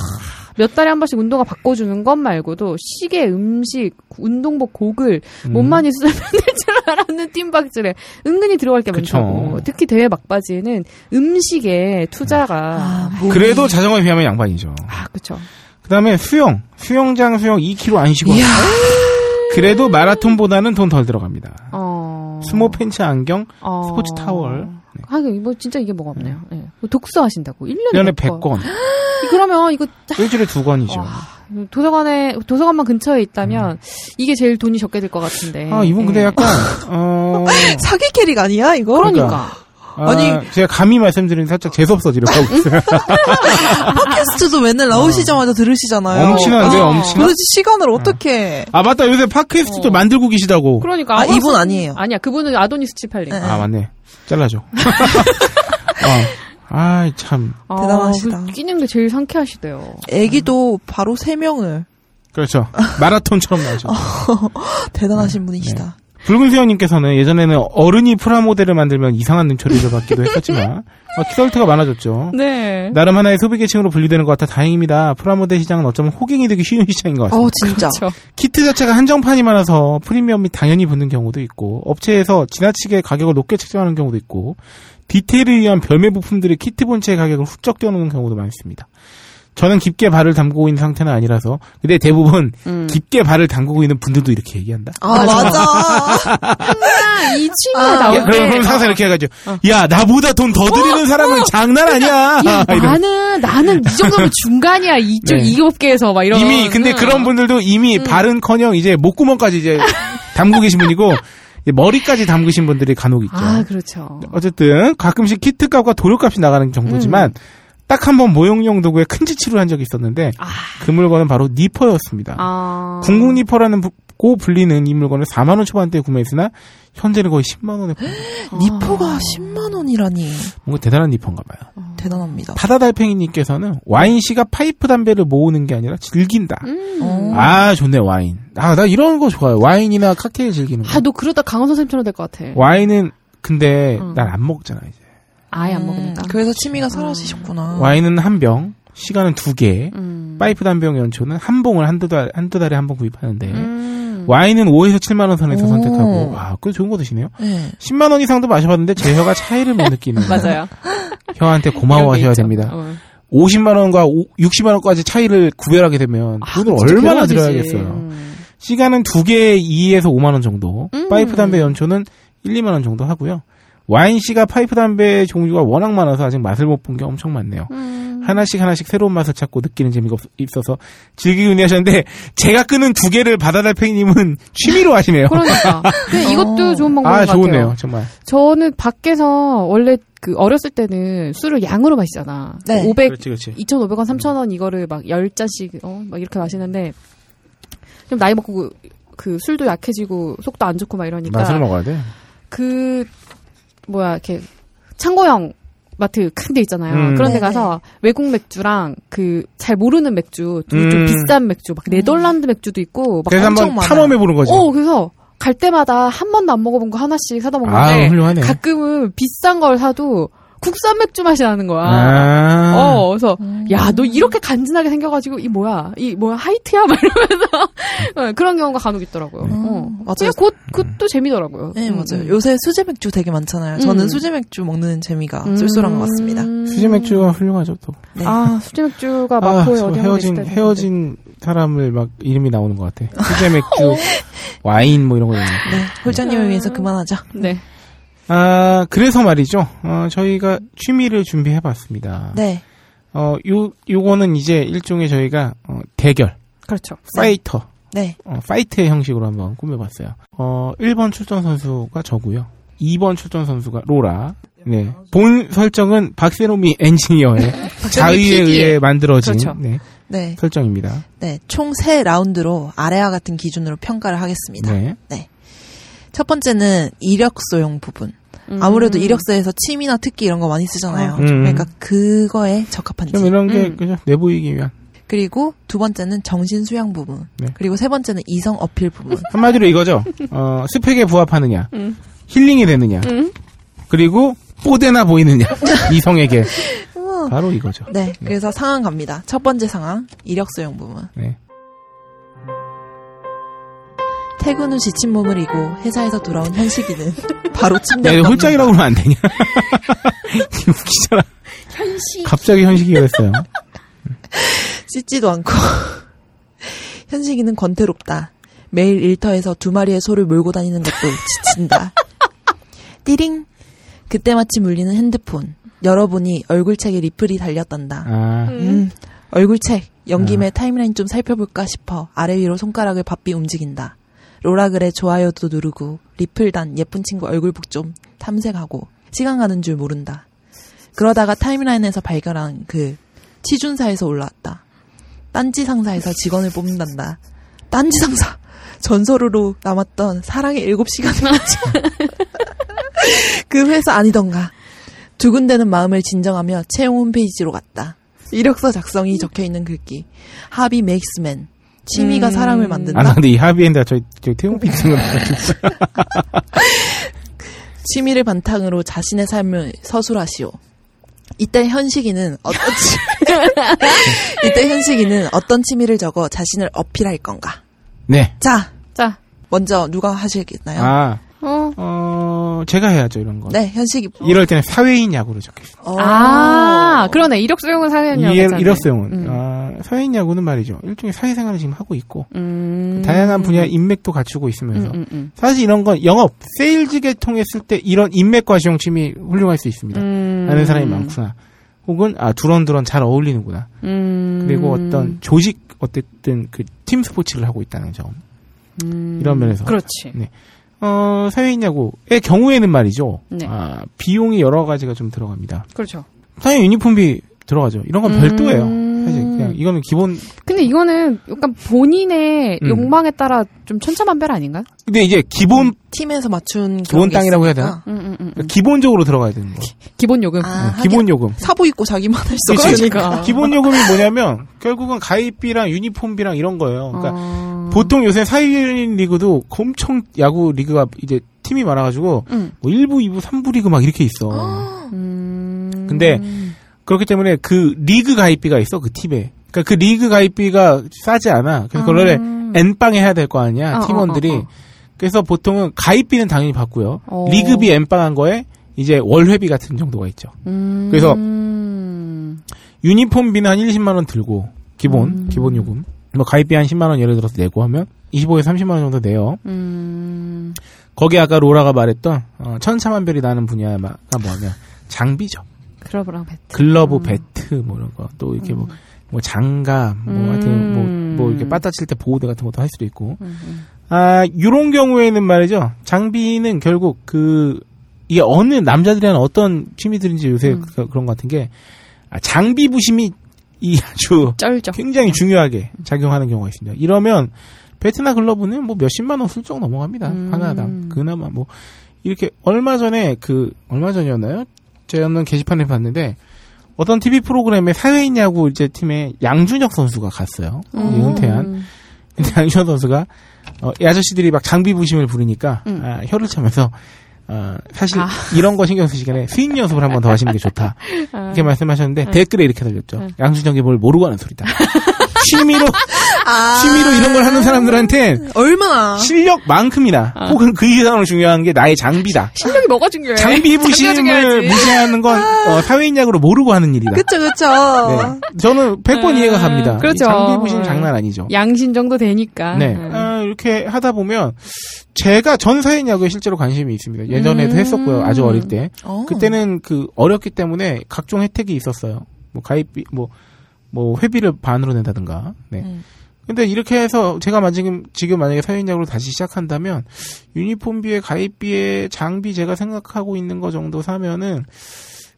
Speaker 6: 몇 달에 한 번씩 운동화 바꿔주는 것 말고도 시계, 음식, 운동복 고글
Speaker 4: 음.
Speaker 6: 몸만 있으면 될 줄 알았는 뜀박질에 은근히 들어갈 게
Speaker 4: 그쵸.
Speaker 6: 많다고. 특히 대회 막바지에는 음식에 투자가
Speaker 5: 아, 몸이-
Speaker 4: 그래도 자전거에 비하면 양반이죠.
Speaker 6: 아, 그쵸.
Speaker 4: 그 다음에 수영. 수영장 수영 2km 안 쉬고.
Speaker 5: 이야.
Speaker 4: 그래도 마라톤보다는 돈 덜 들어갑니다.
Speaker 6: 어.
Speaker 4: 스모 팬츠 안경,
Speaker 6: 어.
Speaker 4: 스포츠 타월.
Speaker 6: 하긴 뭐 진짜 이게 뭐가 없네요. 예. 독서 하신다고 1년에,
Speaker 4: 1년에
Speaker 6: 100권.
Speaker 4: 100권.
Speaker 6: 그러면 이거
Speaker 4: 일주일에 두권이죠 음.
Speaker 6: 와, 도서관에 도서관만 근처에 있다면 이게 제일 돈이 적게 들 것 같은데.
Speaker 4: 아, 이분 근데
Speaker 6: 예.
Speaker 4: 약간, 어,
Speaker 5: 사기 캐릭 아니야 이거?
Speaker 6: 그러니까 음?
Speaker 4: 아,
Speaker 5: 아니.
Speaker 4: 제가 감히 말씀드리는데 살짝 재수없어지려고 하고 있어요.
Speaker 5: 그러니까. 팟캐스트도 맨날 나오시자마자 들으시잖아요.
Speaker 4: 엄친한데,
Speaker 6: 아.
Speaker 4: 엄친한.
Speaker 5: 도대체 시간을 어떻게?
Speaker 4: 아, 맞다. 요새 팟캐스트도 만들고 계시다고.
Speaker 6: 어. 그러니까
Speaker 5: 아,
Speaker 6: 아무런
Speaker 5: 이분
Speaker 6: 소-
Speaker 5: 아니에요.
Speaker 6: 아니야 그분은 아도니스 78님.
Speaker 5: 네.
Speaker 4: 아, 맞네. 잘라줘. 어. 아, 참.
Speaker 6: 아,
Speaker 5: 네, 대단하시다.
Speaker 6: 그 끼는 게 제일 상쾌하시대요. 음.
Speaker 5: 애기도 바로 세 명을
Speaker 4: 그렇죠. 마라톤처럼
Speaker 6: 어.
Speaker 4: 나오죠. 네.
Speaker 5: 대단하신 분이시다.
Speaker 4: 붉은 세연님께서는 예전에는 어른이 프라모델을 만들면 이상한 눈초리를 받기도 했었지만 어, 키덜트가 많아졌죠.
Speaker 6: 네.
Speaker 4: 나름 하나의 소비 계층으로 분류되는 것 같아 다행입니다. 프라모델 시장은 어쩌면 호갱이 되기 쉬운 시장인 것 같습니다.
Speaker 5: 어 진짜.
Speaker 6: 그렇죠.
Speaker 4: 키트 자체가 한정판이 많아서 프리미엄이 당연히 붙는 경우도 있고 업체에서 지나치게 가격을 높게 책정하는 경우도 있고 디테일을 위한 별매 부품들이 키트 본체의 가격을 훌쩍 뛰어넘는 경우도 많습니다. 저는 깊게 발을 담그고 있는 상태는 아니라서 근데 대부분
Speaker 6: 음.
Speaker 4: 깊게 발을 담그고 있는 분들도 이렇게 얘기한다.
Speaker 5: 아 맞아.
Speaker 6: 항상 이 친구
Speaker 5: 아,
Speaker 6: 나올
Speaker 4: 야, 그럼,
Speaker 6: 때
Speaker 4: 그럼 항상 이렇게 해가지고 야 나보다 돈 더 드리는 사람은 장난 아니야.
Speaker 6: 어. 야,
Speaker 4: 이런.
Speaker 6: 나는 나는 이 정도면 중간이야 이쪽
Speaker 4: 네.
Speaker 6: 이 업계에서 막 이런.
Speaker 4: 이미 근데 그런 분들도 이미 발은커녕 이제 목구멍까지 이제 담고 계신 분이고 이제 머리까지 담그신 분들이 간혹 있죠. 네.
Speaker 6: 아 그렇죠.
Speaker 4: 어쨌든 가끔씩 키트값과 도료값이 나가는
Speaker 6: 음.
Speaker 4: 정도지만 딱 한 번 모형용 도구에 큰 지출을 한 적이 있었는데
Speaker 6: 아.
Speaker 4: 그 물건은 바로 니퍼였습니다.
Speaker 6: 아.
Speaker 4: 궁궁 니퍼라는 부- 고 불리는 이 물건을 4만 원 초반대에 구매했으나 현재는 거의 10만 원에 팔-
Speaker 6: 아.
Speaker 5: 니포가 10만 원이라니
Speaker 4: 뭔가 대단한 니퍼인가 봐요.
Speaker 6: 어.
Speaker 5: 대단합니다.
Speaker 4: 바다달팽이님께서는 와인 씨가 파이프 담배를 모으는 게 아니라 즐긴다.
Speaker 6: 음.
Speaker 5: 어.
Speaker 4: 아 좋네 와인. 아 나 이런 거 좋아요. 와인이나 칵테일 즐기는 거.
Speaker 6: 아, 너 그러다 강원 선생님처럼 될 것 같아.
Speaker 4: 와인은 근데
Speaker 6: 음.
Speaker 4: 난 안 먹잖아 이제.
Speaker 6: 아예 안
Speaker 5: 음,
Speaker 6: 먹으니까.
Speaker 5: 그래서 취미가 사라지셨구나.
Speaker 4: 음. 와인은 한 병, 시간은 두 개.
Speaker 6: 음.
Speaker 4: 파이프 담병 연초는 한 봉을 한두 달, 한두 달에 한 번 구입하는데,
Speaker 6: 음.
Speaker 4: 와인은 5에서 7만원 선에서
Speaker 5: 오.
Speaker 4: 선택하고, 와, 꽤 좋은 거 드시네요.
Speaker 5: 네.
Speaker 4: 10만원 이상도 마셔봤는데, 제 혀가 차이를 못 느끼는.
Speaker 6: 맞아요.
Speaker 4: 혀한테
Speaker 6: 이런
Speaker 4: 고마워하셔야
Speaker 6: 게 있죠.
Speaker 4: 됩니다.
Speaker 6: 어.
Speaker 4: 50만원과 60만원까지 차이를 구별하게 되면,
Speaker 6: 아,
Speaker 4: 돈을
Speaker 6: 진짜
Speaker 4: 얼마나
Speaker 6: 괴로워지지.
Speaker 4: 들어야겠어요.
Speaker 6: 음.
Speaker 4: 시간은 두 개에 2에서 5만원 정도,
Speaker 6: 음.
Speaker 4: 파이프 담배 연초는 1, 2만원 정도 하고요. 와인 씨가 파이프 담배 종류가 워낙 많아서 아직 맛을 못 본 게 엄청 많네요.
Speaker 6: 음.
Speaker 4: 하나씩 하나씩 새로운 맛을 찾고 느끼는 재미가 없- 있어서 즐기곤 하셨는데 제가 끄는 두 개를 바다달팽이님은 취미로 하시네요.
Speaker 6: 그러니까. 근데 이것도 좋은 방법인
Speaker 4: 아
Speaker 6: 것 같아요.
Speaker 4: 좋네요 정말.
Speaker 6: 저는 밖에서 원래 그 어렸을 때는 술을 양으로 마시잖아.
Speaker 5: 네.
Speaker 6: 500,
Speaker 4: 그렇지 그렇지.
Speaker 6: 2,500원, 3,000원 이거를 막 10잔씩 어? 막 이렇게 마시는데 좀 나이 먹고 그, 그 술도 약해지고 속도 안 좋고 막 이러니까
Speaker 4: 맛을 먹어야 돼.
Speaker 6: 그 뭐야 이렇게 창고형 마트 큰 데 있잖아요.
Speaker 4: 음.
Speaker 6: 그런 데
Speaker 5: 네네.
Speaker 6: 가서 외국 맥주랑 그 잘 모르는 맥주, 좀
Speaker 4: 음.
Speaker 6: 비싼 맥주, 막 네덜란드 맥주도 있고 막
Speaker 4: 그래서 한번
Speaker 5: 엄청 많아요.
Speaker 4: 탐험해 보는 거죠.
Speaker 6: 어, 그래서 갈 때마다 한 번도 안 먹어본 거 하나씩 사다
Speaker 4: 아
Speaker 6: 먹는데
Speaker 4: 훌륭하네.
Speaker 6: 가끔은 비싼 걸 사도 국산 맥주 맛이 나는 거야.
Speaker 4: 아.
Speaker 6: 어, 그래서
Speaker 5: 음.
Speaker 6: 야, 너 이렇게 간지나게 생겨가지고 이 뭐야, 이 뭐야 하이트야, 막 이러면서 어, 그런 경우가 간혹 있더라고요.
Speaker 4: 음.
Speaker 6: 어.
Speaker 5: 맞아요.
Speaker 6: 그냥 곧 그것도 재미더라고요.
Speaker 5: 네,
Speaker 6: 음,
Speaker 5: 맞아요.
Speaker 6: 음.
Speaker 5: 요새 수제 맥주 되게 많잖아요. 저는
Speaker 6: 음.
Speaker 5: 수제 맥주 먹는 재미가
Speaker 6: 음.
Speaker 5: 쏠쏠한 것 같습니다.
Speaker 4: 수제 맥주가 훌륭하죠 또.
Speaker 5: 네.
Speaker 6: 아, 수제 맥주가
Speaker 4: 아,
Speaker 6: 마포에
Speaker 4: 저
Speaker 6: 어디 한번
Speaker 4: 헤어진
Speaker 6: 있을 텐데.
Speaker 4: 헤어진 사람을 막 이름이 나오는 것 같아. 수제 맥주, 와인 뭐 이런 거. 있는 거.
Speaker 5: 네, 홀장님을 위해서 그만하자.
Speaker 6: 네.
Speaker 4: 아 그래서 말이죠. 어, 저희가 취미를 준비해봤습니다.
Speaker 5: 네,
Speaker 4: 어, 요, 요거는 이제 일종의 저희가, 어, 대결,
Speaker 6: 그렇죠.
Speaker 4: 파이터,
Speaker 5: 네.
Speaker 4: 어, 파이트의 형식으로 한번 꾸며봤어요. 어, 1번 출전 선수가 저고요 2번 출전 선수가 로라. 네. 본 설정은 박세롬이 엔지니어의 자의에
Speaker 6: PD의.
Speaker 4: 의해 만들어진
Speaker 6: 그렇죠.
Speaker 4: 네,
Speaker 5: 네,
Speaker 4: 설정입니다.
Speaker 5: 네. 총 세 라운드로 아래와 같은 기준으로 평가를 하겠습니다.
Speaker 4: 네.
Speaker 5: 첫 번째는 이력소용 부분.
Speaker 6: 음.
Speaker 5: 아무래도 이력서에서 침이나 특기 이런 거 많이 쓰잖아요.
Speaker 4: 아, 그렇죠. 음.
Speaker 5: 그러니까 그거에 적합한지.
Speaker 4: 좀 이런 게,
Speaker 6: 음.
Speaker 4: 그죠? 내보이기 위한.
Speaker 5: 그리고 두 번째는 정신 수양 부분.
Speaker 4: 네.
Speaker 5: 그리고 세 번째는 이성 어필 부분.
Speaker 4: 한마디로 이거죠. 어, 스펙에 부합하느냐.
Speaker 6: 음.
Speaker 4: 힐링이 되느냐. 그리고 뽀대나 보이느냐. 이성에게.
Speaker 5: 상황.
Speaker 4: 바로 이거죠.
Speaker 5: 네, 그래서 상황 갑니다. 첫 번째 상황, 이력 수용 부분.
Speaker 4: 네.
Speaker 5: 퇴근 후 지친 몸을 이고 회사에서 돌아온 현식이는 바로
Speaker 4: 야,
Speaker 5: 침대.
Speaker 4: 이거 홀짝이라고 하면 안 되냐? 웃기잖아. 현식. 갑자기 현식이 그랬어요.
Speaker 5: 씻지도 않고. 현식이는 권태롭다. 매일 일터에서 두 마리의 소를 몰고 다니는 것도 지친다. 띠링. 그때 마침 울리는 핸드폰. 열어보니 얼굴책에 리플이 달렸단다.
Speaker 4: 아,
Speaker 5: 음, 얼굴책. 연김에 타임라인 좀 살펴볼까 싶어 아래 위로 손가락을 바삐 움직인다. 로라 그래 좋아요도 누르고 리플단 예쁜 친구 얼굴북 좀 탐색하고 시간 가는 줄 모른다. 그러다가 타임라인에서 발견한 그 치준사에서 올라왔다. 딴지 상사에서 직원을 뽑는단다. 딴지 상사 전설으로 남았던 사랑의 일곱 시간을 그 회사 아니던가. 두근대는 마음을 진정하며 채용 홈페이지로 갔다. 이력서 작성이 적혀 있는 글귀. 하비 맥스맨. 취미가 사람을 만든다.
Speaker 4: 아, 나 근데 이 합의엔다 저희, 저희 태용 PD인 것
Speaker 5: 취미를 바탕으로 자신의 삶을 서술하시오. 이때 현식이는 어떤 취미- 이때 현식이는 어떤 취미를 적어 자신을 어필할 건가?
Speaker 4: 네.
Speaker 5: 자,
Speaker 6: 자,
Speaker 5: 먼저 누가 하시겠나요?
Speaker 4: 아,
Speaker 6: 어.
Speaker 4: 어, 제가 해야죠, 이런 거.
Speaker 5: 네, 현식이.
Speaker 4: 이럴 때는 사회인 야구로 적혀있어요.
Speaker 5: 어.
Speaker 6: 아, 그러네. 이력 수용은 사연이었잖아요.
Speaker 4: 이력성은.
Speaker 6: 음.
Speaker 4: 아, 사회인 야구는 말이죠. 일종의 사회생활을 지금 하고 있고,
Speaker 6: 음.
Speaker 4: 다양한 분야 인맥도 갖추고 있으면서.
Speaker 6: 음, 음,
Speaker 4: 사실 이런 건 영업, 세일즈계 통했을 때 이런 인맥과 시용침이 훌륭할 수 있습니다.
Speaker 6: 음.
Speaker 4: 아는 사람이 많구나. 혹은, 아, 두런두런 잘 어울리는구나.
Speaker 6: 음.
Speaker 4: 그리고 어떤 조직 어쨌든 그 팀 스포츠를 하고 있다는 점.
Speaker 6: 음.
Speaker 4: 이런 면에서.
Speaker 6: 그렇지.
Speaker 4: 어, 사회인 야구의 경우에는 말이죠.
Speaker 6: 네.
Speaker 4: 아, 비용이 여러 가지가 좀 들어갑니다.
Speaker 6: 그렇죠.
Speaker 4: 사회 유니폼비 들어가죠. 이런 건
Speaker 6: 음.
Speaker 4: 별도예요. 사실 그냥 이거는 기본.
Speaker 6: 근데 이거는 약간 본인의
Speaker 4: 음.
Speaker 6: 욕망에 따라 좀 천차만별 아닌가?
Speaker 4: 근데 이제 기본
Speaker 5: 팀에서 맞춘
Speaker 4: 기본
Speaker 5: 경우가
Speaker 4: 땅이라고 해야 되나?
Speaker 5: 있으니까.
Speaker 6: 음, 음, 음, 음.
Speaker 4: 그러니까 기본적으로 들어가야 되는 거.
Speaker 6: 기본 요금.
Speaker 5: 아,
Speaker 4: 어,
Speaker 5: 하긴
Speaker 4: 기본 요금.
Speaker 5: 사보 입고 자기만 할 수
Speaker 4: 그치?
Speaker 6: 그러니까.
Speaker 4: 아,
Speaker 5: 없으니까.
Speaker 4: 기본 요금이 뭐냐면 결국은 가입비랑 유니폼비랑 이런 거예요. 그러니까
Speaker 6: 어.
Speaker 4: 보통 요새 사회인 리그도 엄청 야구 리그가 이제 팀이 많아가지고
Speaker 6: 음.
Speaker 4: 뭐 1부, 2부, 3부 리그 막 이렇게 있어.
Speaker 6: 음.
Speaker 4: 근데 그렇기 때문에 그 리그 가입비가 있어 그 팀에. 그러니까 그 리그 가입비가 싸지 않아. 그래서 그걸 N빵에 해야 될 거 아니야
Speaker 6: 음. 어,
Speaker 4: 팀원들이.
Speaker 6: 어, 어, 어.
Speaker 4: 그래서 보통은 가입비는 당연히 받고요.
Speaker 6: 어.
Speaker 4: 리그비 N빵한 거에 이제 월회비 같은 정도가 있죠.
Speaker 6: 음.
Speaker 4: 그래서-
Speaker 6: 음.
Speaker 4: 유니폼비는 한 1, 20만 원 들고 기본 기본 요금. 뭐 가입비 한 10만 원 예를 들어서 내고 하면 25에서 30만 원 정도 내요.
Speaker 6: 음.
Speaker 4: 거기 아까 로라가 말했던 어, 천차만별이 나는 분야가 뭐냐면 장비죠.
Speaker 6: 클럽이랑 배트. 음.
Speaker 4: 글러브, 배트 뭐 이런 거 또 이렇게 뭐, 뭐 장갑 뭐 하여튼
Speaker 6: 음.
Speaker 4: 뭐, 뭐 이렇게 빠따 칠 때 보호대 같은 것도 할 수도 있고 아 이런 경우에는 말이죠 장비는 결국 그 이게 어느 남자들이란 어떤 취미들인지 요새
Speaker 6: 음.
Speaker 4: 그- 그런 것 같은 게 아, 장비 부심이 이 아주
Speaker 6: 쩔죠.
Speaker 4: 굉장히 중요하게 작용하는 경우가 있습니다. 이러면 배트나 글러브는 뭐 몇십만 원 훌쩍 넘어갑니다. 하나당 그나마 뭐 이렇게 얼마 전에 그 얼마 전이었나요? 제가 한번 게시판에 봤는데 어떤 TV 프로그램에 사회인 야구 이제 팀에 양준혁 선수가 갔어요. 이 은퇴한 근데 양준혁 선수가 어, 이 아저씨들이 막 장비 부심을 부리니까 아, 혀를 차면서 어, 사실
Speaker 6: 아.
Speaker 4: 이런 거 신경 쓰시기에 스윙 연습을 한 번 더 하시는 게 좋다.
Speaker 6: 아.
Speaker 4: 이렇게 말씀하셨는데 댓글에 이렇게 달렸죠. 양수정이 뭘 모르고 하는 소리다. 취미로
Speaker 6: 아.
Speaker 4: 취미로 이런 걸 하는 사람들한테
Speaker 5: 얼마나.
Speaker 4: 네. 실력만큼이나
Speaker 6: 아.
Speaker 4: 혹은 그 이상으로 중요한 게 나의 장비다.
Speaker 6: 실력이 뭐가 중요해?
Speaker 4: 장비 부심을
Speaker 6: 중요하지. 아.
Speaker 4: 무시하는 건 어, 사회인약으로 모르고 하는 일이다.
Speaker 5: 그쵸, 그쵸.
Speaker 4: 네. 저는 100번 이해가 갑니다. 이
Speaker 6: 그렇죠.
Speaker 4: 장비 부심 장난 아니죠.
Speaker 6: 양심 정도 되니까.
Speaker 4: 네.
Speaker 6: 음.
Speaker 4: 아, 이렇게 하다 보면 제가 전 사회인약에 실제로 관심이 있습니다. 예전에도
Speaker 6: 음.
Speaker 4: 했었고요. 아주 어릴 때.
Speaker 5: 어.
Speaker 4: 그때는 그 어렵기 때문에 각종 혜택이 있었어요. 뭐 가입비 뭐 뭐 회비를 반으로 낸다든가. 네.
Speaker 5: 음.
Speaker 4: 근데 이렇게 해서 제가 만- 지금 지금 만약에 사회인약으로 다시 시작한다면 유니폼비에 가입비에 장비 제가 생각하고 있는 거 정도 사면은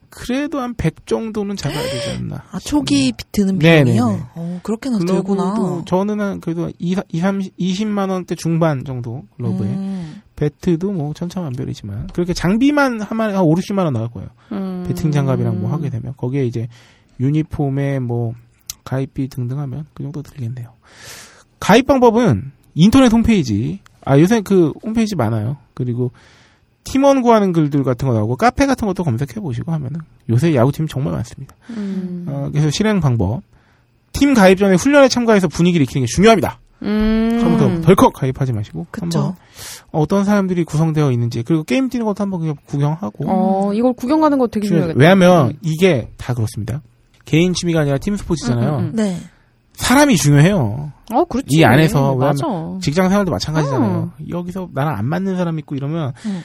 Speaker 4: 그래도 한 100 정도는 잡아야 되지 않나.
Speaker 5: 아, 초기 드는
Speaker 4: 네,
Speaker 5: 비용이요?
Speaker 4: 네, 네.
Speaker 5: 어, 그렇게나
Speaker 4: 글러브도
Speaker 5: 들구나.
Speaker 4: 저는 한 그래도 2, 30, 20만 원대 중반 정도 글러브에
Speaker 5: 음.
Speaker 4: 배트도 뭐 천차만별이지만 그렇게 장비만 하면 한 5, 60만 원 나올 거예요.
Speaker 6: 음.
Speaker 4: 배팅 장갑이랑 뭐 하게 되면 거기에 이제 유니폼에 뭐 가입비 등등 하면 그 정도 들겠네요. 가입 방법은 인터넷 홈페이지. 아 요새 그 홈페이지 많아요. 그리고 팀원 구하는 글들 같은 거 나오고 카페 같은 것도 검색해 보시고 하면은 요새 야구팀 정말 많습니다.
Speaker 6: 음.
Speaker 4: 어, 그래서 실행 방법. 팀 가입 전에 훈련에 참가해서 분위기를 익히는 게 중요합니다.
Speaker 6: 음.
Speaker 4: 처음부터 덜컥 가입하지 마시고
Speaker 5: 그쵸.
Speaker 4: 한번 어떤 사람들이 구성되어 있는지 그리고 게임 뛰는 것도 한번 그냥 구경하고
Speaker 6: 어, 이걸 구경 가는 거 되게
Speaker 4: 중요해요.
Speaker 6: 중요하겠다. 음.
Speaker 4: 왜냐하면 이게 다 그렇습니다. 개인 취미가 아니라 팀 스포츠잖아요.
Speaker 6: 음, 음,
Speaker 5: 네.
Speaker 4: 사람이 중요해요.
Speaker 6: 어, 그렇지.
Speaker 4: 이 안에서
Speaker 6: 맞아.
Speaker 4: 직장 생활도 마찬가지잖아요.
Speaker 6: 어.
Speaker 4: 여기서 나랑 안 맞는 사람 있고 이러면
Speaker 6: 음.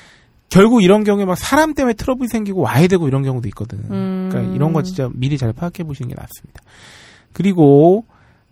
Speaker 4: 결국 이런 경우에 막 사람 때문에 트러블이 생기고 와야 되고 이런 경우도 있거든.
Speaker 6: 음.
Speaker 4: 그러니까 이런 거 진짜 미리 잘 파악해 보시는 게 낫습니다. 그리고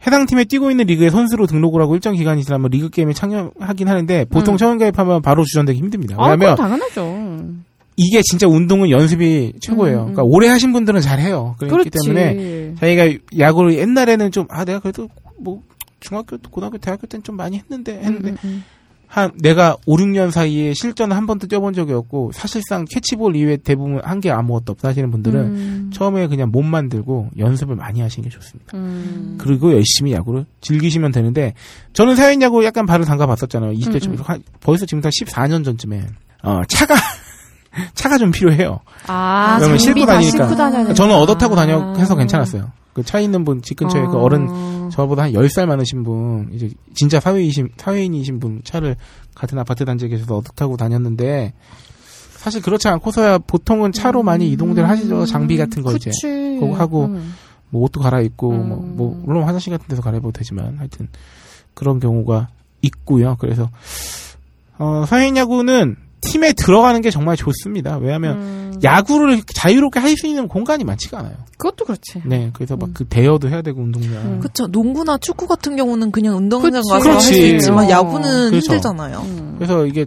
Speaker 4: 해당 팀에 뛰고 있는 리그에 선수로 등록을 하고 일정 기간이 지나면 리그 게임에 참여하긴 하는데 보통
Speaker 6: 음.
Speaker 4: 처음 가입하면 바로 주전되기 힘듭니다.
Speaker 6: 아, 그건
Speaker 4: 왜냐하면
Speaker 6: 당연하죠.
Speaker 4: 이게 진짜 운동은 연습이 최고예요.
Speaker 6: 음, 음.
Speaker 4: 그러니까 오래 하신 분들은 잘해요. 그렇기
Speaker 6: 그렇지.
Speaker 4: 때문에 자기가 야구를 옛날에는 좀 아 내가 그래도 뭐 중학교 고등학교 대학교 때는 좀 많이 했는데 했는데
Speaker 6: 음, 음.
Speaker 4: 한 내가 5, 6년 사이에 실전 한 번도 뛰어본 적이 없고 사실상 캐치볼 이외 대부분 한 게 아무것도 없다 하시는 분들은
Speaker 6: 음.
Speaker 4: 처음에 그냥 몸 만들고 연습을 많이 하시는 게 좋습니다.
Speaker 6: 음.
Speaker 4: 그리고 열심히 야구를 즐기시면 되는데 저는 사회인 야구 약간 발을 담가 봤었잖아요. 20대 쯤
Speaker 6: 음, 음.
Speaker 4: 한- 벌써 지금 다 14년 전쯤에 어, 차가 차가 좀 필요해요.
Speaker 6: 아,
Speaker 4: 그러면
Speaker 6: 장비
Speaker 4: 싣고
Speaker 6: 다
Speaker 4: 다니니까.
Speaker 6: 싣고 다녀야 되는구나.
Speaker 4: 저는 얻어 타고 다녀 해서 괜찮았어요. 그 차 있는 분 집 근처에 그
Speaker 6: 아.
Speaker 4: 어른 저보다 한 10살 많으신 분, 이제 진짜 사회이신, 사회인이신 분 차를 같은 아파트 단지에 계셔서 어떻게 타고 다녔는데, 사실 그렇지 않고서야 보통은 차로 많이 이동들 하시죠. 장비 같은
Speaker 6: 음,
Speaker 4: 거 이제.
Speaker 6: 그치.
Speaker 4: 그거 하고
Speaker 6: 음.
Speaker 4: 뭐 옷도 갈아입고, 뭐,
Speaker 6: 음.
Speaker 4: 뭐 물론 화장실 같은 데서 갈아입어도 되지만, 하여튼 그런 경우가 있고요. 그래서, 어, 사회인 야구는 팀에 들어가는 게 정말 좋습니다. 왜냐하면,
Speaker 6: 음.
Speaker 4: 야구를 자유롭게 할 수 있는 공간이 많지가 않아요.
Speaker 6: 그것도 그렇지.
Speaker 4: 네, 그래서 막 그 대여도 해야 되고 운동장.
Speaker 6: 음.
Speaker 5: 그쵸. 농구나 축구 같은 경우는 그냥 운동장
Speaker 6: 그치.
Speaker 5: 가서 할 수
Speaker 4: 그렇지.
Speaker 5: 있지만
Speaker 6: 어.
Speaker 5: 야구는
Speaker 4: 그렇죠.
Speaker 5: 힘들잖아요.
Speaker 6: 음.
Speaker 4: 그래서 이게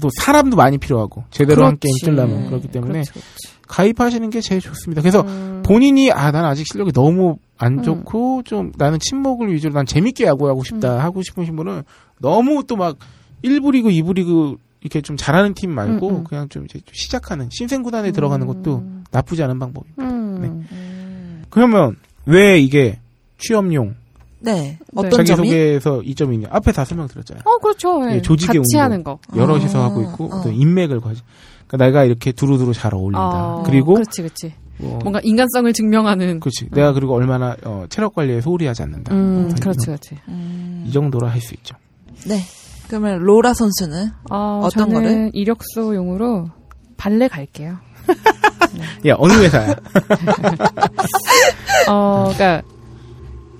Speaker 4: 또 사람도 많이 필요하고 제대로 한 게임
Speaker 6: 그렇지. 음. 그렇죠.
Speaker 4: 뜨려면 그렇기 때문에
Speaker 6: 그렇지, 그렇지.
Speaker 4: 가입하시는 게 제일 좋습니다. 그래서
Speaker 6: 음.
Speaker 4: 본인이 아 난 아직 실력이 너무 안
Speaker 6: 음.
Speaker 4: 좋고 좀 나는 친목을 위주로 난 재밌게 야구하고 싶다
Speaker 6: 음.
Speaker 4: 하고 싶으신 분은 너무 또 막 1부 리그 2부 리그 이렇게 좀 잘하는 팀 말고
Speaker 6: 음, 음.
Speaker 4: 그냥 좀 이제 좀 시작하는 신생 구단에 들어가는 것도 나쁘지 않은 방법입니다.
Speaker 6: 음.
Speaker 4: 네. 그러면 왜 이게 취업용
Speaker 5: 네. 어떤 점이?
Speaker 4: 자기소개에서 이 점이 있냐 앞에 다 설명드렸잖아요.
Speaker 6: 어, 그렇죠. 예.
Speaker 4: 예, 조직의
Speaker 6: 같이
Speaker 4: 운동.
Speaker 6: 하는 거.
Speaker 4: 여럿이서
Speaker 5: 아,
Speaker 4: 하고 있고
Speaker 5: 어.
Speaker 4: 또 인맥을 가지. 그러니까 내가 이렇게 두루두루 잘 어울린다.
Speaker 6: 어,
Speaker 4: 그리고
Speaker 6: 그렇지, 그렇지.
Speaker 4: 뭐,
Speaker 6: 뭔가 인간성을 증명하는.
Speaker 4: 그렇지. 내가 그리고 얼마나 어, 체력 관리에 소홀히 하지 않는다.
Speaker 6: 음,
Speaker 4: 이런-
Speaker 6: 그렇지, 그렇지.
Speaker 4: 이 정도라 할 수 있죠.
Speaker 5: 네. 그러면 로라 선수는
Speaker 6: 어,
Speaker 5: 어떤
Speaker 6: 저는
Speaker 5: 거를?
Speaker 6: 이력서용으로 발레 갈게요.
Speaker 4: 야 어느 회사야? 야 음.
Speaker 6: 어, 그니까,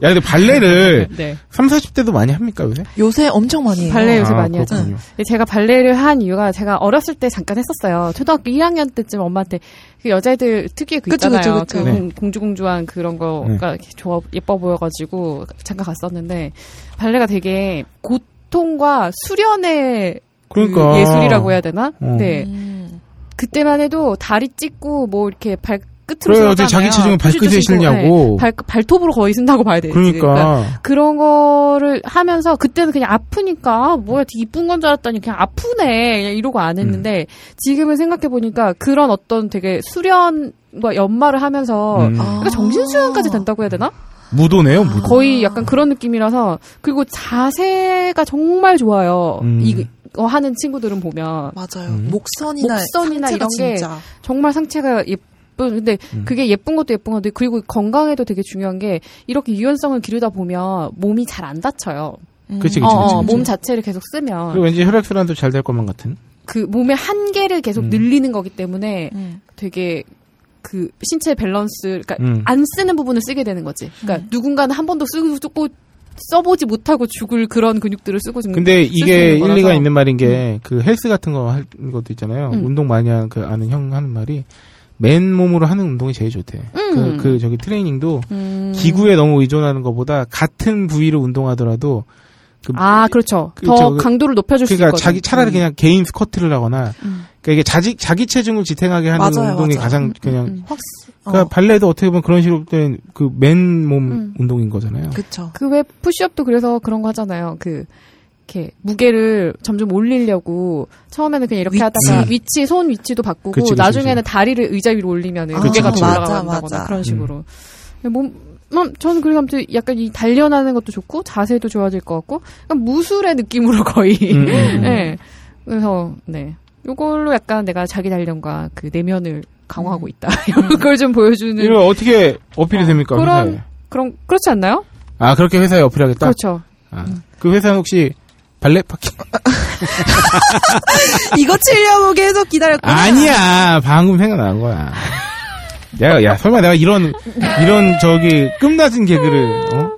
Speaker 4: 근데 발레를
Speaker 6: 네.
Speaker 4: 3, 40대도 많이 합니까 요새?
Speaker 5: 요새 엄청 많이 해요.
Speaker 6: 발레 요새
Speaker 4: 아,
Speaker 6: 많이 하죠.
Speaker 4: 그렇군요.
Speaker 6: 제가 발레를 한 이유가 제가 어렸을 때 잠깐 했었어요. 초등학교 1학년 때쯤 엄마한테 그 여자애들 특유의 그
Speaker 5: 그쵸,
Speaker 6: 있잖아요.
Speaker 5: 그쵸, 그쵸.
Speaker 4: 네.
Speaker 6: 공- 공주공주한 그런 거가 이렇게 좋아 예뻐 보여가지고 잠깐 갔었는데 발레가 되게 고통과 수련의 그
Speaker 4: 그러니까
Speaker 6: 예술이라고 해야 되나?
Speaker 4: 어.
Speaker 6: 네.
Speaker 5: 음.
Speaker 6: 그때만 해도 다리 찢고 뭐 이렇게 발 끝으로
Speaker 4: 그래요.
Speaker 6: 세웠잖아요.
Speaker 4: 자기 체중을 발끝에
Speaker 6: 쭈쭈쭈 신고,
Speaker 4: 실냐고.
Speaker 6: 네. 발 발톱으로 거의 쓴다고 봐야 되지.
Speaker 4: 그러니까
Speaker 6: 그런 거를 하면서 그때는 그냥 아프니까 아, 뭐야 되게 이쁜 건 줄 알았더니 그냥 아프네 그냥 이러고 안
Speaker 4: 음.
Speaker 6: 했는데 지금은 생각해 보니까 그런 어떤 되게 수련과 연마를 하면서
Speaker 4: 음.
Speaker 5: 아.
Speaker 6: 그러니까 정신 수련까지 된다고 해야 되나?
Speaker 4: 무도네요 무도.
Speaker 6: 거의 약간 그런 느낌이라서 그리고 자세가 정말 좋아요.
Speaker 4: 음.
Speaker 6: 이거 어, 하는 친구들은 보면
Speaker 5: 맞아요.
Speaker 4: 음.
Speaker 5: 목선이나,
Speaker 6: 목선이나
Speaker 5: 상체가
Speaker 6: 이런 게
Speaker 5: 진짜.
Speaker 6: 정말 상체가 예쁜 근데
Speaker 4: 음.
Speaker 6: 그게 예쁜 것도 예쁜 건데 그리고 건강에도 되게 중요한 게 이렇게 유연성을 기르다 보면 몸이 잘 안 다쳐요.
Speaker 5: 음.
Speaker 4: 그치, 그치,
Speaker 6: 어,
Speaker 4: 그치,
Speaker 6: 어,
Speaker 4: 그치.
Speaker 6: 몸 자체를 계속 쓰면
Speaker 4: 그리고 왠지 혈액순환도 잘 될 것만 같은.
Speaker 6: 그 몸의 한계를 계속
Speaker 4: 음.
Speaker 6: 늘리는 거기 때문에
Speaker 5: 음.
Speaker 6: 되게 그 신체 밸런스 그러니까
Speaker 4: 음.
Speaker 6: 안 쓰는 부분을 쓰게 되는 거지. 그러니까 누군가는 한 번도 쓰고 쓰고 써보지 못하고 죽을 그런 근육들을 쓰고 죽는.
Speaker 4: 근데
Speaker 6: 음, 쓸수
Speaker 4: 이게
Speaker 6: 있는 거라서.
Speaker 4: 일리가 있는 말인 게 그 헬스 같은 거 할 것도 있잖아요.
Speaker 6: 음.
Speaker 4: 운동 많이 한 그 아는 형 하는 말이 맨 몸으로 하는 운동이 제일 좋대. 그,
Speaker 6: 음.
Speaker 4: 그 저기 트레이닝도
Speaker 6: 음.
Speaker 4: 기구에 너무 의존하는 것보다 같은 부위를 운동하더라도 그
Speaker 6: 아 그렇죠.
Speaker 4: 그,
Speaker 6: 더
Speaker 4: 저, 그,
Speaker 6: 강도를 높여줄 수
Speaker 4: 그러니까
Speaker 6: 있거든.
Speaker 4: 자기 차라리
Speaker 6: 음.
Speaker 4: 그냥 개인 스쿼트를 하거나 그러니까 이게 자기 자기 체중을 지탱하게 하는
Speaker 5: 맞아요,
Speaker 4: 운동이
Speaker 5: 맞아요.
Speaker 4: 가장 그냥
Speaker 6: 음.
Speaker 5: 확, 어.
Speaker 4: 그러니까 발레도 어떻게 보면 그런 식으로 된 그 맨 몸
Speaker 6: 음.
Speaker 4: 운동인 거잖아요.
Speaker 5: 어. 그쵸.
Speaker 6: 그 왜 푸시업도 그래서 그런 거 하잖아요. 그 이렇게 무게를 점점 올리려고 처음에는 그냥 이렇게
Speaker 5: 위치.
Speaker 6: 하다가
Speaker 4: 음.
Speaker 6: 위치 손 위치도 바꾸고
Speaker 4: 그치, 그치,
Speaker 6: 나중에는 다리를 의자 위로 올리면은
Speaker 5: 아,
Speaker 6: 무게가
Speaker 4: 그치,
Speaker 6: 더
Speaker 4: 그치.
Speaker 6: 올라간다거나
Speaker 5: 맞아, 맞아.
Speaker 6: 그런 식으로 몸. 음, 저는 그래서 아무튼 약간 이 단련하는 것도 좋고 자세도 좋아질 것 같고 약간 무술의 느낌으로 거의
Speaker 4: 음, 음, 음.
Speaker 6: 네. 그래서 네 요걸로 약간 내가 자기 단련과 그 내면을 강화하고
Speaker 5: 음.
Speaker 6: 있다. 이런 걸 좀 보여주는
Speaker 4: 이거 어떻게 어필이 됩니까?
Speaker 6: 음. 그런-
Speaker 5: 네.
Speaker 4: 회사에?
Speaker 6: 그런 그렇지 않나요?
Speaker 4: 아 그렇게 회사에 어필하겠다.
Speaker 6: 그렇죠.
Speaker 4: 아, 그 회사는 혹시 발레 파킹?
Speaker 5: 이거 치려고 계속 기다렸구나.
Speaker 4: 아니야 방금 생각난 거야. 내가 야 설마 내가 이런 이런 저기 끝나진 개그를 어?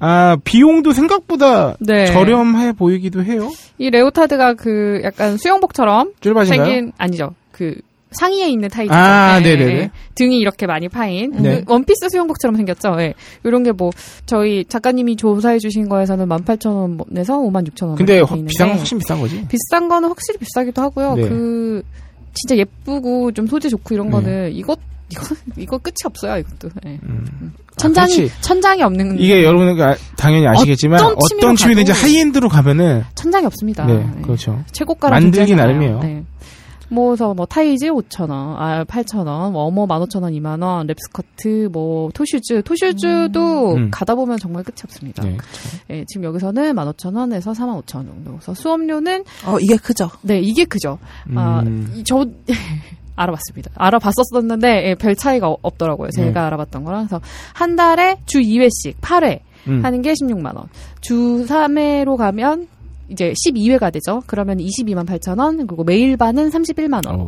Speaker 4: 아 비용도 생각보다
Speaker 6: 음. 네.
Speaker 4: 저렴해 보이기도 해요.
Speaker 6: 이 레오타드가 그 약간 수영복처럼
Speaker 4: 쫄바신가요?
Speaker 6: 생긴 아니죠. 그 상의에 있는 타이즈.
Speaker 4: 아, 네네네.
Speaker 6: 등이 이렇게 많이 파인
Speaker 4: 네.
Speaker 6: 그 원피스 수영복처럼 생겼죠. 예. 이런 게 뭐 저희 작가님이 조사해 주신 거에서는 18,000원 내서 56,000원.
Speaker 4: 근데 확- 비싼 건 훨씬 비싼 거지.
Speaker 6: 비싼 거는 확실히 비싸기도 하고요.
Speaker 4: 네.
Speaker 6: 그 진짜 예쁘고 좀 소재 좋고 이런
Speaker 4: 네.
Speaker 6: 거는 이거 이거 이거 끝이 없어요. 이것도. 예.
Speaker 4: 음.
Speaker 6: 천장이
Speaker 4: 그렇지.
Speaker 6: 천장이 없는
Speaker 4: 이게 여러분은 아- 당연히 아시겠지만
Speaker 6: 음. 어떤
Speaker 4: 어떤
Speaker 6: 취미로
Speaker 4: 취미든지
Speaker 6: 가도- 네.
Speaker 4: 하이엔드로 가면은
Speaker 6: 천장이 없습니다.
Speaker 4: 네
Speaker 6: 예.
Speaker 4: 그렇죠.
Speaker 6: 최고가라
Speaker 4: 만들기
Speaker 6: 존재하잖아요.
Speaker 4: 나름이에요.
Speaker 6: 네. 뭐서 뭐 타이즈 5천 원, 아 8천 원, 뭐 어머 15,000원, 2만 원, 랩스커트, 뭐 토슈즈, 토슈즈도
Speaker 4: 음.
Speaker 6: 가다 보면 정말 끝이 없습니다.
Speaker 4: 네.
Speaker 6: 예, 지금 여기서는 15,000원에서 45,000원 정도. 그래서 수업료는
Speaker 5: 어, 이게 크죠.
Speaker 6: 네 이게 그죠.
Speaker 4: 음.
Speaker 6: 아저 알아봤습니다. 알아봤었었는데 예, 별 차이가 어- 없더라고요. 제가
Speaker 4: 네.
Speaker 6: 알아봤던 거랑 그래서 한 달에 주 2회씩 8회
Speaker 4: 음.
Speaker 6: 하는 게 16만 원. 주 3회로 가면 이제 12회가 되죠. 그러면 22만 8천 원 그리고 매일 반은 31만 원.
Speaker 4: 어.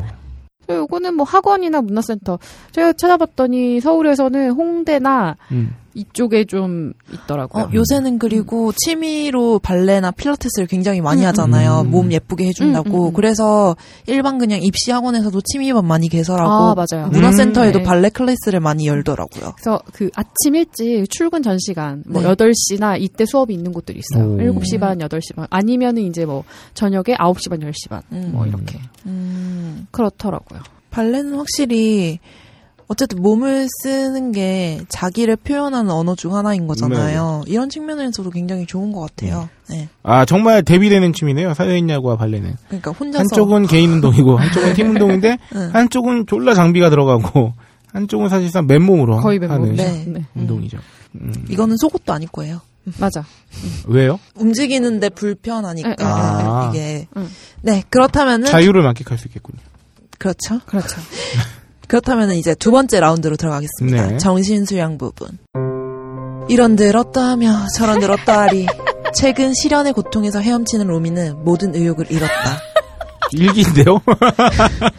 Speaker 6: 그 요거는 뭐 학원이나 문화센터 제가 찾아봤더니 서울에서는 홍대나
Speaker 4: 음.
Speaker 6: 이쪽에 좀 있더라고요.
Speaker 5: 어, 요새는 그리고 취미로 발레나 필라테스를 굉장히 많이 하잖아요.
Speaker 4: 음.
Speaker 5: 몸 예쁘게
Speaker 6: 음, 음,
Speaker 5: 해준다고.
Speaker 6: 음.
Speaker 5: 그래서 일반 그냥 입시 학원에서도 취미반 많이 개설하고
Speaker 6: 아 맞아요.
Speaker 5: 문화센터에도
Speaker 6: 음, 네.
Speaker 5: 발레 클래스를 많이 열더라고요.
Speaker 6: 그래서 그 아침 일찍 출근 전 시간 뭐
Speaker 5: 네.
Speaker 6: 8시나 이때 수업이 있는 곳들이 있어요.
Speaker 4: 오.
Speaker 6: 7시 반, 8시 반 아니면은 이제 뭐 저녁에 9시 반, 10시 반.
Speaker 5: 음.
Speaker 6: 뭐 이렇게.
Speaker 5: 음,
Speaker 6: 그렇더라고요.
Speaker 5: 발레는 확실히 어쨌든 몸을 쓰는 게 자기를 표현하는 언어 중 하나인 거잖아요.
Speaker 4: 네.
Speaker 5: 이런 측면에서도 굉장히 좋은 것 같아요. 네.
Speaker 4: 아 정말 대비되는 취미네요. 사회인 야구와 발레는
Speaker 5: 그러니까 혼자서
Speaker 4: 한쪽은 개인 운동이고 한쪽은 팀 운동인데
Speaker 5: 응.
Speaker 4: 한쪽은 졸라 장비가 들어가고 한쪽은 사실상 맨몸으로
Speaker 6: 거의
Speaker 4: 하는
Speaker 6: 맨몸.
Speaker 5: 네.
Speaker 6: 네.
Speaker 4: 운동이죠. 음.
Speaker 5: 이거는 속옷도 아닐 거예요.
Speaker 6: 맞아.
Speaker 4: 왜요?
Speaker 5: 움직이는데 불편하니까
Speaker 4: 아.
Speaker 5: 이게
Speaker 6: 응.
Speaker 5: 네 그렇다면은
Speaker 4: 자유를 만끽할 수 있겠군요.
Speaker 5: 그렇죠.
Speaker 6: 그렇죠.
Speaker 5: 그렇다면 이제 두 번째 라운드로 들어가겠습니다.
Speaker 4: 네.
Speaker 5: 정신수양 부분. 이런 들었다 하며 저런 들었다 하리. 최근 실현의 고통에서 헤엄치는 로미는 모든 의욕을 잃었다.
Speaker 4: 일기인데요?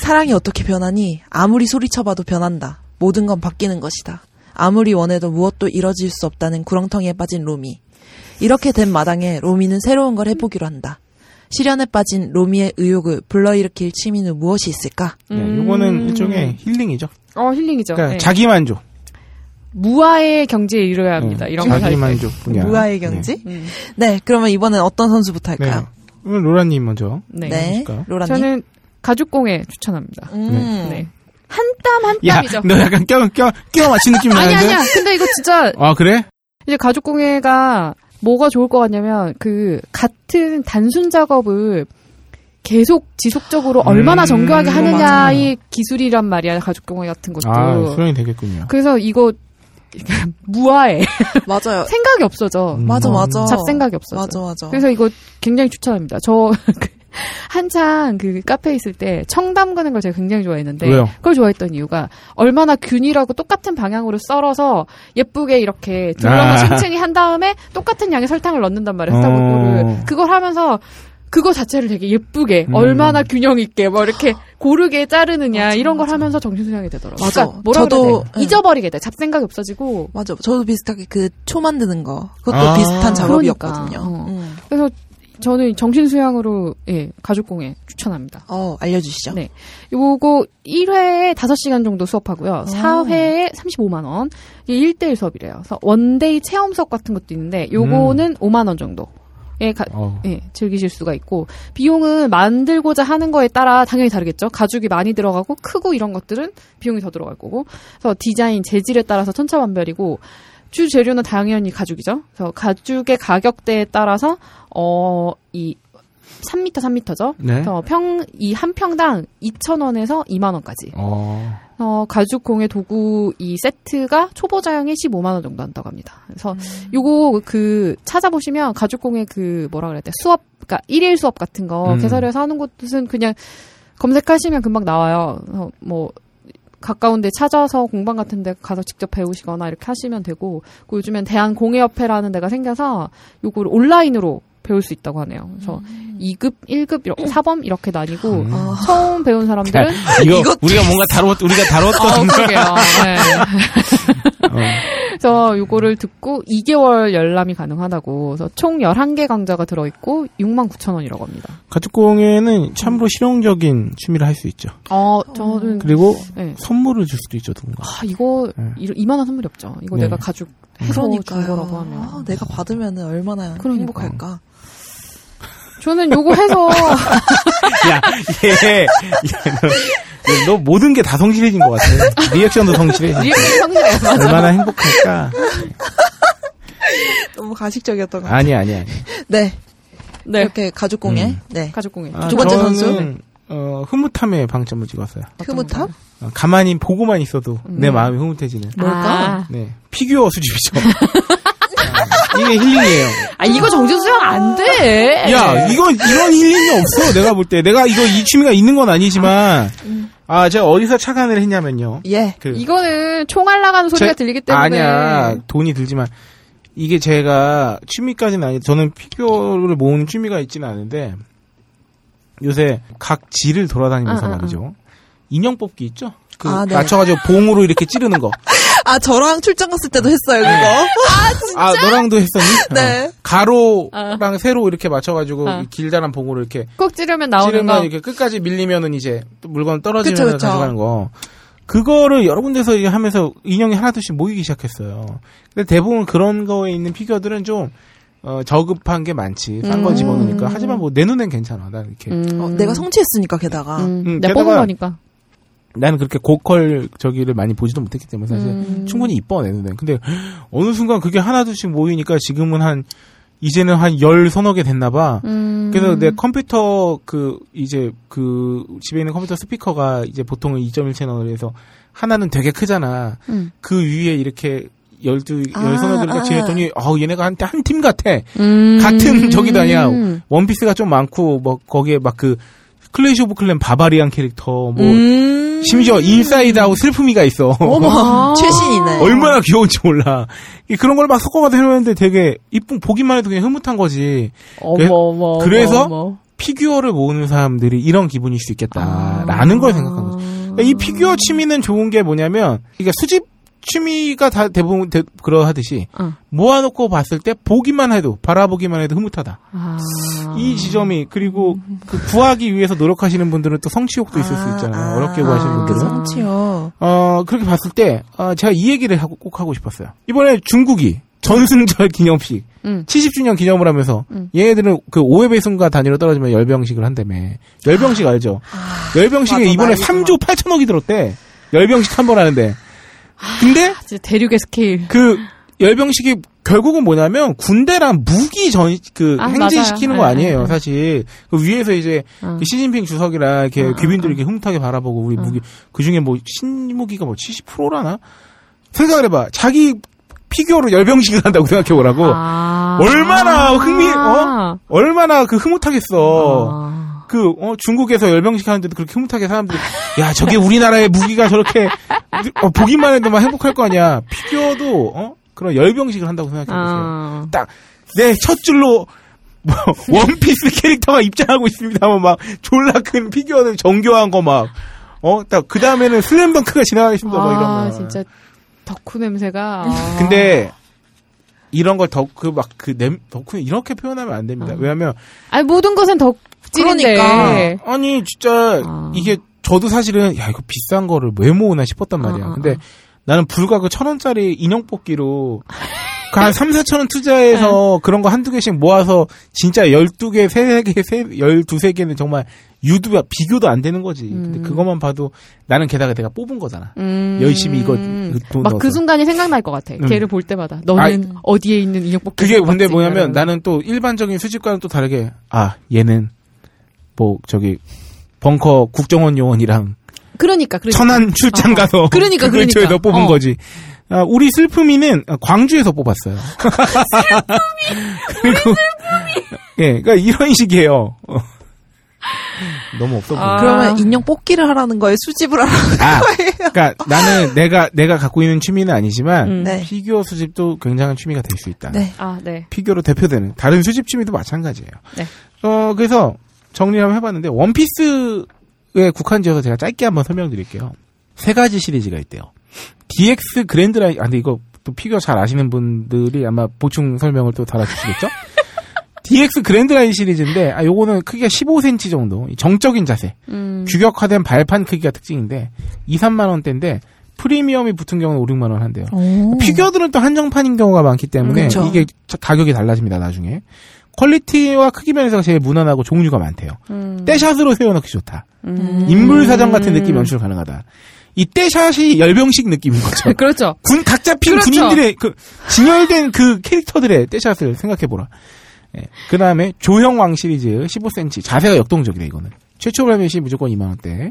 Speaker 5: 사랑이 어떻게 변하니? 아무리 소리쳐봐도 변한다. 모든 건 바뀌는 것이다. 아무리 원해도 무엇도 이뤄질 수 없다는 구렁텅이에 빠진 로미. 이렇게 된 마당에 로미는 새로운 걸 해보기로 한다. 실현에 빠진 로미의 의욕을 불러일으킬 취미는 무엇이 있을까?
Speaker 6: 음.
Speaker 4: 네, 이거는 일종의 힐링이죠.
Speaker 6: 어, 힐링이죠.
Speaker 4: 그러니까
Speaker 6: 네.
Speaker 4: 자기 만족.
Speaker 6: 무아의 경지에 이르러야 합니다. 이런 거
Speaker 4: 네. 자기
Speaker 6: 할 때.
Speaker 4: 만족 분야.
Speaker 5: 무아의 경지?
Speaker 6: 음.
Speaker 5: 네. 그러면 이번엔 어떤 선수부터
Speaker 4: 네. 네.
Speaker 5: 할까요?
Speaker 4: 그럼 로라님 먼저.
Speaker 6: 네.
Speaker 5: 네,
Speaker 4: 그러니까.
Speaker 5: 로라님.
Speaker 6: 저는 가죽공예 추천합니다.
Speaker 5: 음.
Speaker 6: 네. 한 땀 한
Speaker 4: 야,
Speaker 6: 땀이죠.
Speaker 4: 너 약간 껴, 껴, 껴 맞힌 느낌
Speaker 6: 아니
Speaker 4: 나는데?
Speaker 6: 아니야. 근데 이거 진짜
Speaker 4: 아, 그래?
Speaker 6: 이제 가죽공예가 뭐가 좋을 것 같냐면 그 같은 단순 작업을 계속 지속적으로 얼마나
Speaker 4: 음,
Speaker 6: 정교하게
Speaker 4: 맞아.
Speaker 6: 하느냐의 기술이란 말이야 가죽공예 같은 것도.
Speaker 4: 아, 수령이 되겠군요.
Speaker 6: 그 그래서 이거 무화해
Speaker 5: 맞아요.
Speaker 6: 생각이 없어져.
Speaker 4: 음.
Speaker 5: 맞아, 맞아.
Speaker 6: 잡생각이 없어져.
Speaker 5: 맞아, 맞아.
Speaker 6: 그래서 이거 굉장히 추천합니다. 저 그 한창 그 카페에 있을 때 청담그는 걸 제가 굉장히 좋아했는데
Speaker 4: 왜요?
Speaker 6: 그걸 좋아했던 이유가 얼마나 균일하고 똑같은 방향으로 썰어서 예쁘게 이렇게 둘러만
Speaker 4: 아.
Speaker 6: 층층이 한 다음에 똑같은 양의 설탕을 넣는단 말이에요. 스타벅을
Speaker 4: 어.
Speaker 6: 그걸 하면서 그거 자체를 되게 예쁘게
Speaker 4: 음.
Speaker 6: 얼마나 균형 있게 뭐 이렇게 고르게 자르느냐 이런 걸 하면서 정신수양이 되더라고요.
Speaker 5: 맞아.
Speaker 6: 그러니까 뭐라
Speaker 5: 저도-
Speaker 6: 그래야 돼?
Speaker 5: 예.
Speaker 6: 잊어버리게 돼. 잡생각이 없어지고
Speaker 5: 맞아. 저도 비슷하게 그 초 만드는 거. 그것도
Speaker 4: 아.
Speaker 5: 비슷한 작업이었거든요.
Speaker 6: 그러니까, 어.
Speaker 5: 음.
Speaker 6: 그래서 저는 정신수양으로 예, 가족공예 추천합니다.
Speaker 5: 어, 알려주시죠.
Speaker 6: 네. 요거 1회에 5시간 정도 수업하고요. 4회에 35만 원. 이게 1대1 수업이래요. 그래서 원데이 체험 수업 같은 것도 있는데 요거는 5만 원 정도. 예, 가-
Speaker 4: 어.
Speaker 6: 예, 즐기실 수가 있고 비용은 만들고자 하는 거에 따라 당연히 다르겠죠. 가죽이 많이 들어가고 크고 이런 것들은 비용이 더 들어갈 거고. 그래서 디자인, 재질에 따라서 천차만별이고 주 재료는 당연히 가죽이죠. 그래서 가죽의 가격대에 따라서 어이 3m 3m죠.
Speaker 4: 네.
Speaker 6: 그래서 평 이 한 평당 2,000원에서 2만 원까지.
Speaker 4: 어.
Speaker 6: 어, 가죽 공예 도구 이 세트가 초보자용에 15만 원 정도 한다고 합니다. 그래서 요거 그 찾아보시면 가죽 공예 그 뭐라 그래야 돼? 수업 그러니까 일일 수업 같은 거
Speaker 4: 음.
Speaker 6: 개설해서 하는 곳은 그냥 검색하시면 금방 나와요. 그래서 뭐 가까운데 찾아서 공방 같은데 가서 직접 배우시거나 이렇게 하시면 되고 그 요즘엔 대한 공예협회라는 데가 생겨서 요걸 온라인으로 배울 수 있다고 하네요. 그래서 2급, 1급, 이렇게, 4범 이렇게 나뉘고 처음 배운 사람들은
Speaker 4: 이거
Speaker 5: 이것도
Speaker 4: 우리가 뭔가 다뤘 우리가 다뤘던
Speaker 6: 그러게요.
Speaker 4: 어.
Speaker 6: 네. 그래서 요거를 듣고 2개월 열람이 가능하다고. 그래서 총 11개 강좌가 들어 있고 6만 9천 원이라고 합니다.
Speaker 4: 가축공예는 참으로 실용적인 취미를 할 수 있죠.
Speaker 6: 어, 저는
Speaker 4: 그리고
Speaker 6: 네.
Speaker 4: 선물을 줄 수도 있죠, 누군가.
Speaker 6: 아, 이거
Speaker 4: 네.
Speaker 6: 이- 이만한 선물이 없죠. 이거
Speaker 4: 네.
Speaker 6: 내가 가죽 해서 준 거라고 하면.
Speaker 5: 어, 아, 내가 받으면 얼마나
Speaker 6: 그러니까.
Speaker 5: 행복할까.
Speaker 6: 저는 요거 해서
Speaker 4: 야, 예. 얘, 얘, 너, 너 모든 게 다 성실해진 것 같아. 리액션도 성실해.
Speaker 6: 리액션 성실해요.
Speaker 4: 얼마나 행복할까?
Speaker 5: 너무 가식적이었던 것 같아요.
Speaker 4: 아니, 아니, 아니.
Speaker 5: 네.
Speaker 6: 네.
Speaker 5: 이렇게 가죽공예.
Speaker 4: 음.
Speaker 5: 네.
Speaker 6: 가죽 공예.
Speaker 4: 아,
Speaker 5: 두 번째
Speaker 4: 저는,
Speaker 5: 선수?
Speaker 4: 어, 흐뭇함에 방점을 찍었어요.
Speaker 5: 흐뭇함?
Speaker 4: 어, 가만히 보고만 있어도 내
Speaker 6: 음.
Speaker 4: 마음이 흐뭇해지는.
Speaker 5: 뭘까?
Speaker 6: 아,
Speaker 4: 네. 피규어 수집이죠. 아, 이게 힐링이에요.
Speaker 6: 아, 이거 정준수형 안 돼.
Speaker 4: 야, 이건, 이런 힐링이 없어. 내가 볼 때. 내가 이거 이 취미가 있는 건 아니지만, 아, 제가 어디서 착안을 했냐면요.
Speaker 5: 예.
Speaker 4: 그,
Speaker 6: 이거는 총알 나가는 소리가
Speaker 4: 제-
Speaker 6: 들리기 때문에
Speaker 4: 아니야 돈이 들지만 이게 제가 취미까지는 아니 저는 피규어를 모으는 취미가 있지는 않은데 요새 각 지를 돌아다니면서
Speaker 6: 아, 아, 아.
Speaker 4: 말이죠 인형 뽑기 있죠 그
Speaker 5: 아, 네.
Speaker 4: 맞춰가지고 봉으로 이렇게 찌르는 거 아
Speaker 5: 아, 저랑 출장 갔을 때도 했어요, 그거.
Speaker 6: 아,
Speaker 4: 아, 너랑도 했었니
Speaker 5: 네.
Speaker 4: 어. 가로랑 세로 이렇게 맞춰가지고
Speaker 6: 아.
Speaker 4: 이 길다란 봉으로 이렇게
Speaker 6: 꼭 찌르면 나오는
Speaker 4: 찌르면
Speaker 6: 거.
Speaker 4: 이렇게 끝까지 밀리면은 이제 또 물건 떨어지면
Speaker 5: 그쵸, 그쵸.
Speaker 4: 가져가는 거. 그거를 여러 군데서 이게 하면서 인형이 하나둘씩 모이기 시작했어요. 근데 대부분 그런 거에 있는 피규어들은 좀 어, 저급한 게 많지. 싼 거
Speaker 6: 음.
Speaker 4: 집어넣으니까. 하지만 뭐 내 눈엔 괜찮아. 난 이렇게.
Speaker 6: 음.
Speaker 5: 어, 내가 성취했으니까, 게다가.
Speaker 6: 음,
Speaker 4: 네. 음,
Speaker 6: 내가
Speaker 4: 게다가-
Speaker 6: 뽑은 거니까.
Speaker 4: 나는 그렇게 고퀄 저기를 많이 보지도 못했기 때문에 사실
Speaker 6: 음.
Speaker 4: 충분히 이뻐 내 눈엔. 근데 어느 순간 그게 하나둘씩 모이니까 지금은 한 이제는 한 열 서너 개 됐나 봐.
Speaker 6: 음.
Speaker 4: 그래서 내 컴퓨터 그 이제 그 집에 있는 컴퓨터 스피커가 이제 보통은 2.1 채널을 해서 하나는 되게 크잖아.
Speaker 6: 음.
Speaker 4: 그 위에 이렇게 열두
Speaker 5: 아,
Speaker 4: 열선을 들딱
Speaker 5: 아,
Speaker 4: 지냈더니 어 얘네가 한때 한 팀 같아.
Speaker 6: 음.
Speaker 4: 같은 저기도 아니야.
Speaker 6: 음.
Speaker 4: 원피스가 좀 많고 뭐 거기에 막 그 클래시 오브 클랜 바바리안 캐릭터 뭐
Speaker 5: 음.
Speaker 4: 심지어 인사이드 아웃 슬픔이가 있어.
Speaker 5: 어머, 최신이네.
Speaker 4: 얼마나 귀여운지 몰라. 이 그런 걸 막 섞어가서 해놓는데 되게 이쁜 보기만 해도 그냥 흐뭇한 거지.
Speaker 6: 어머, 어머.
Speaker 4: 그- 그래서
Speaker 6: 어머.
Speaker 4: 피규어를 모으는 사람들이 이런 기분일 수 있겠다라는 걸 생각한 거죠. 그러니까 이 피규어 취미는 좋은 게 뭐냐면 이게 수집 취미가 다 대부분 대- 그러하듯이
Speaker 6: 어.
Speaker 4: 모아놓고 봤을 때 보기만 해도 바라보기만 해도 흐뭇하다.
Speaker 6: 아.
Speaker 4: 이 지점이 그리고 그 구하기 위해서 노력하시는 분들은 또 성취욕도 그 있을 수 있잖아요. 어렵게 구하시는
Speaker 5: 아,
Speaker 4: 분들은.
Speaker 5: 성취요.
Speaker 4: 어, 그렇게 봤을 때, 아, 제가 이 얘기를 하고 꼭 하고 싶었어요. 이번에 중국이 전승절 기념식,
Speaker 6: 음.
Speaker 4: 70주년 기념을 하면서,
Speaker 5: 음.
Speaker 4: 얘네들은 그 5회배승과 단위로 떨어지면 열병식을 한다며. 열병식 알죠? 열병식에
Speaker 5: 맞아,
Speaker 4: 이번에
Speaker 5: 난리구만.
Speaker 4: 3조 8천억이 들었대. 열병식 한 번 하는데.
Speaker 5: 아,
Speaker 4: 근데
Speaker 6: 진짜 대륙의 스케일.
Speaker 4: 그
Speaker 6: 네.
Speaker 4: 열병식이 결국은 뭐냐면 군대랑 무기 전, 그
Speaker 6: 아,
Speaker 4: 행진시키는
Speaker 6: 맞아요.
Speaker 4: 거
Speaker 6: 네,
Speaker 4: 아니에요,
Speaker 6: 네, 네.
Speaker 4: 사실. 그 위에서 이제
Speaker 6: 어.
Speaker 4: 그 시진핑 주석이랑 이렇게
Speaker 6: 어,
Speaker 4: 귀빈들 이렇게 흐뭇하게 바라보고 우리 무기 그 중에 뭐 신무기가 뭐 70%라나 생각을 해봐 자기 피규어로 열병식을 한다고 생각해 보라고
Speaker 6: 아.
Speaker 4: 얼마나 흥미 어 얼마나 그 흐뭇하겠어
Speaker 6: 아.
Speaker 4: 그 어, 중국에서 열병식 하는데도 그렇게 흐뭇하게 사람들이 야 저게 우리나라의 무기가 저렇게 어, 보기만 해도 막 행복할 거 아니야 피규어도 어 그런 열병식을 한다고 생각해 보세요.
Speaker 6: 아.
Speaker 4: 딱 내 첫 줄로 뭐 원피스 캐릭터가 입장하고 있습니다만 막 졸라 큰 피규어는 정교한 거 막 어 딱 그 다음에는 슬램덩크가 지나가겠습니다 뭐 이런
Speaker 6: 아,
Speaker 4: 거.
Speaker 6: 진짜 덕후
Speaker 5: 음.
Speaker 6: 냄새가. 아.
Speaker 4: 근데 이런 걸 덕후 막그 덕후 이렇게 표현하면 안 됩니다.
Speaker 6: 아.
Speaker 4: 왜냐하면
Speaker 6: 아니, 모든 것은 덕질인데.
Speaker 5: 그러니까.
Speaker 4: 아니 진짜
Speaker 6: 네. 아.
Speaker 4: 이게 저도 사실은 야 이거 비싼 거를 왜 모으나 싶었단 말이야.
Speaker 6: 아, 아,
Speaker 4: 근데
Speaker 6: 아.
Speaker 4: 나는 불과 그 천 원짜리 인형 뽑기로 그 한 3, 4천 원
Speaker 6: 네.
Speaker 4: 투자해서 그런 거 한두 개씩 모아서 진짜 12개, 3개, 12, 3개는 정말 유도 비교도 안 되는 거지. 근데 그것만 봐도 나는 게다가 내가 뽑은 거잖아.
Speaker 6: 음.
Speaker 4: 열심히 이거 어, 돈
Speaker 6: 막 그
Speaker 4: 넣어서.
Speaker 6: 순간이 생각날 것 같아.
Speaker 4: 음.
Speaker 6: 걔를 볼 때마다. 너는 어디에 있는 인형 뽑기.
Speaker 4: 그게 근데 뭐냐면 나는 또 일반적인 수집과는 또 다르게 아 얘는 뭐 저기 벙커 국정원 요원이랑
Speaker 6: 그러니까, 그러니까.
Speaker 4: 천안 출장
Speaker 6: 어, 어.
Speaker 4: 가서
Speaker 6: 그러니까,
Speaker 4: 그걸
Speaker 6: 그러니까.
Speaker 4: 줘요. 너 뽑은
Speaker 6: 어.
Speaker 4: 거지. 아, 우리 슬픔이는 광주에서 뽑았어요. 슬픔이, 그리고, 예, 그러니까 이런 식이에요. 어. 너무 없어 보여.
Speaker 6: 아.
Speaker 5: 그러면 인형 뽑기를 하라는 거예요? 수집을 하라는
Speaker 4: 아,
Speaker 5: 거예요?
Speaker 4: 그러니까 나는 내가 내가 갖고 있는 취미는 아니지만
Speaker 6: 음.
Speaker 5: 네.
Speaker 4: 피규어 수집도 굉장한 취미가 될 수 있다.
Speaker 5: 네.
Speaker 6: 아, 네.
Speaker 4: 피규어로 대표되는 다른 수집 취미도 마찬가지예요.
Speaker 6: 네.
Speaker 4: 어 그래서 정리를 한번 해봤는데 원피스에 국한지어서 제가 짧게 한번 설명드릴게요. 세 가지 시리즈가 있대요. DX 그랜드라인 아 근데 이거 또 피규어 잘 아시는 분들이 아마 보충 설명을 또 달아주시겠죠? DX 그랜드라인 시리즈인데 아 요거는 크기가 15cm 정도 이 정적인 자세
Speaker 6: 음.
Speaker 4: 규격화된 발판 크기가 특징인데 2, 3만 원대인데 프리미엄이 붙은 경우는 5, 6만 원 한대요.
Speaker 5: 오.
Speaker 4: 피규어들은 또 한정판인 경우가 많기 때문에
Speaker 5: 음, 그쵸.
Speaker 4: 이게 자- 가격이 달라집니다. 나중에 퀄리티와 크기 면에서 제일 무난하고 종류가 많대요.
Speaker 6: 음.
Speaker 4: 떼샷으로 세워넣기 좋다.
Speaker 6: 음.
Speaker 4: 인물 사정 같은 느낌 연출 가능하다. 이 떼샷이 열병식 느낌인 거죠.
Speaker 6: 그렇죠.
Speaker 4: 군 각 잡힌
Speaker 6: 그렇죠.
Speaker 4: 군인들의 그 진열된 그 캐릭터들의 떼샷을 생각해 보라. 그 다음에 조형왕 시리즈 15cm 자세가 역동적이래 이거는 최초 발매 시 무조건 2만 원대.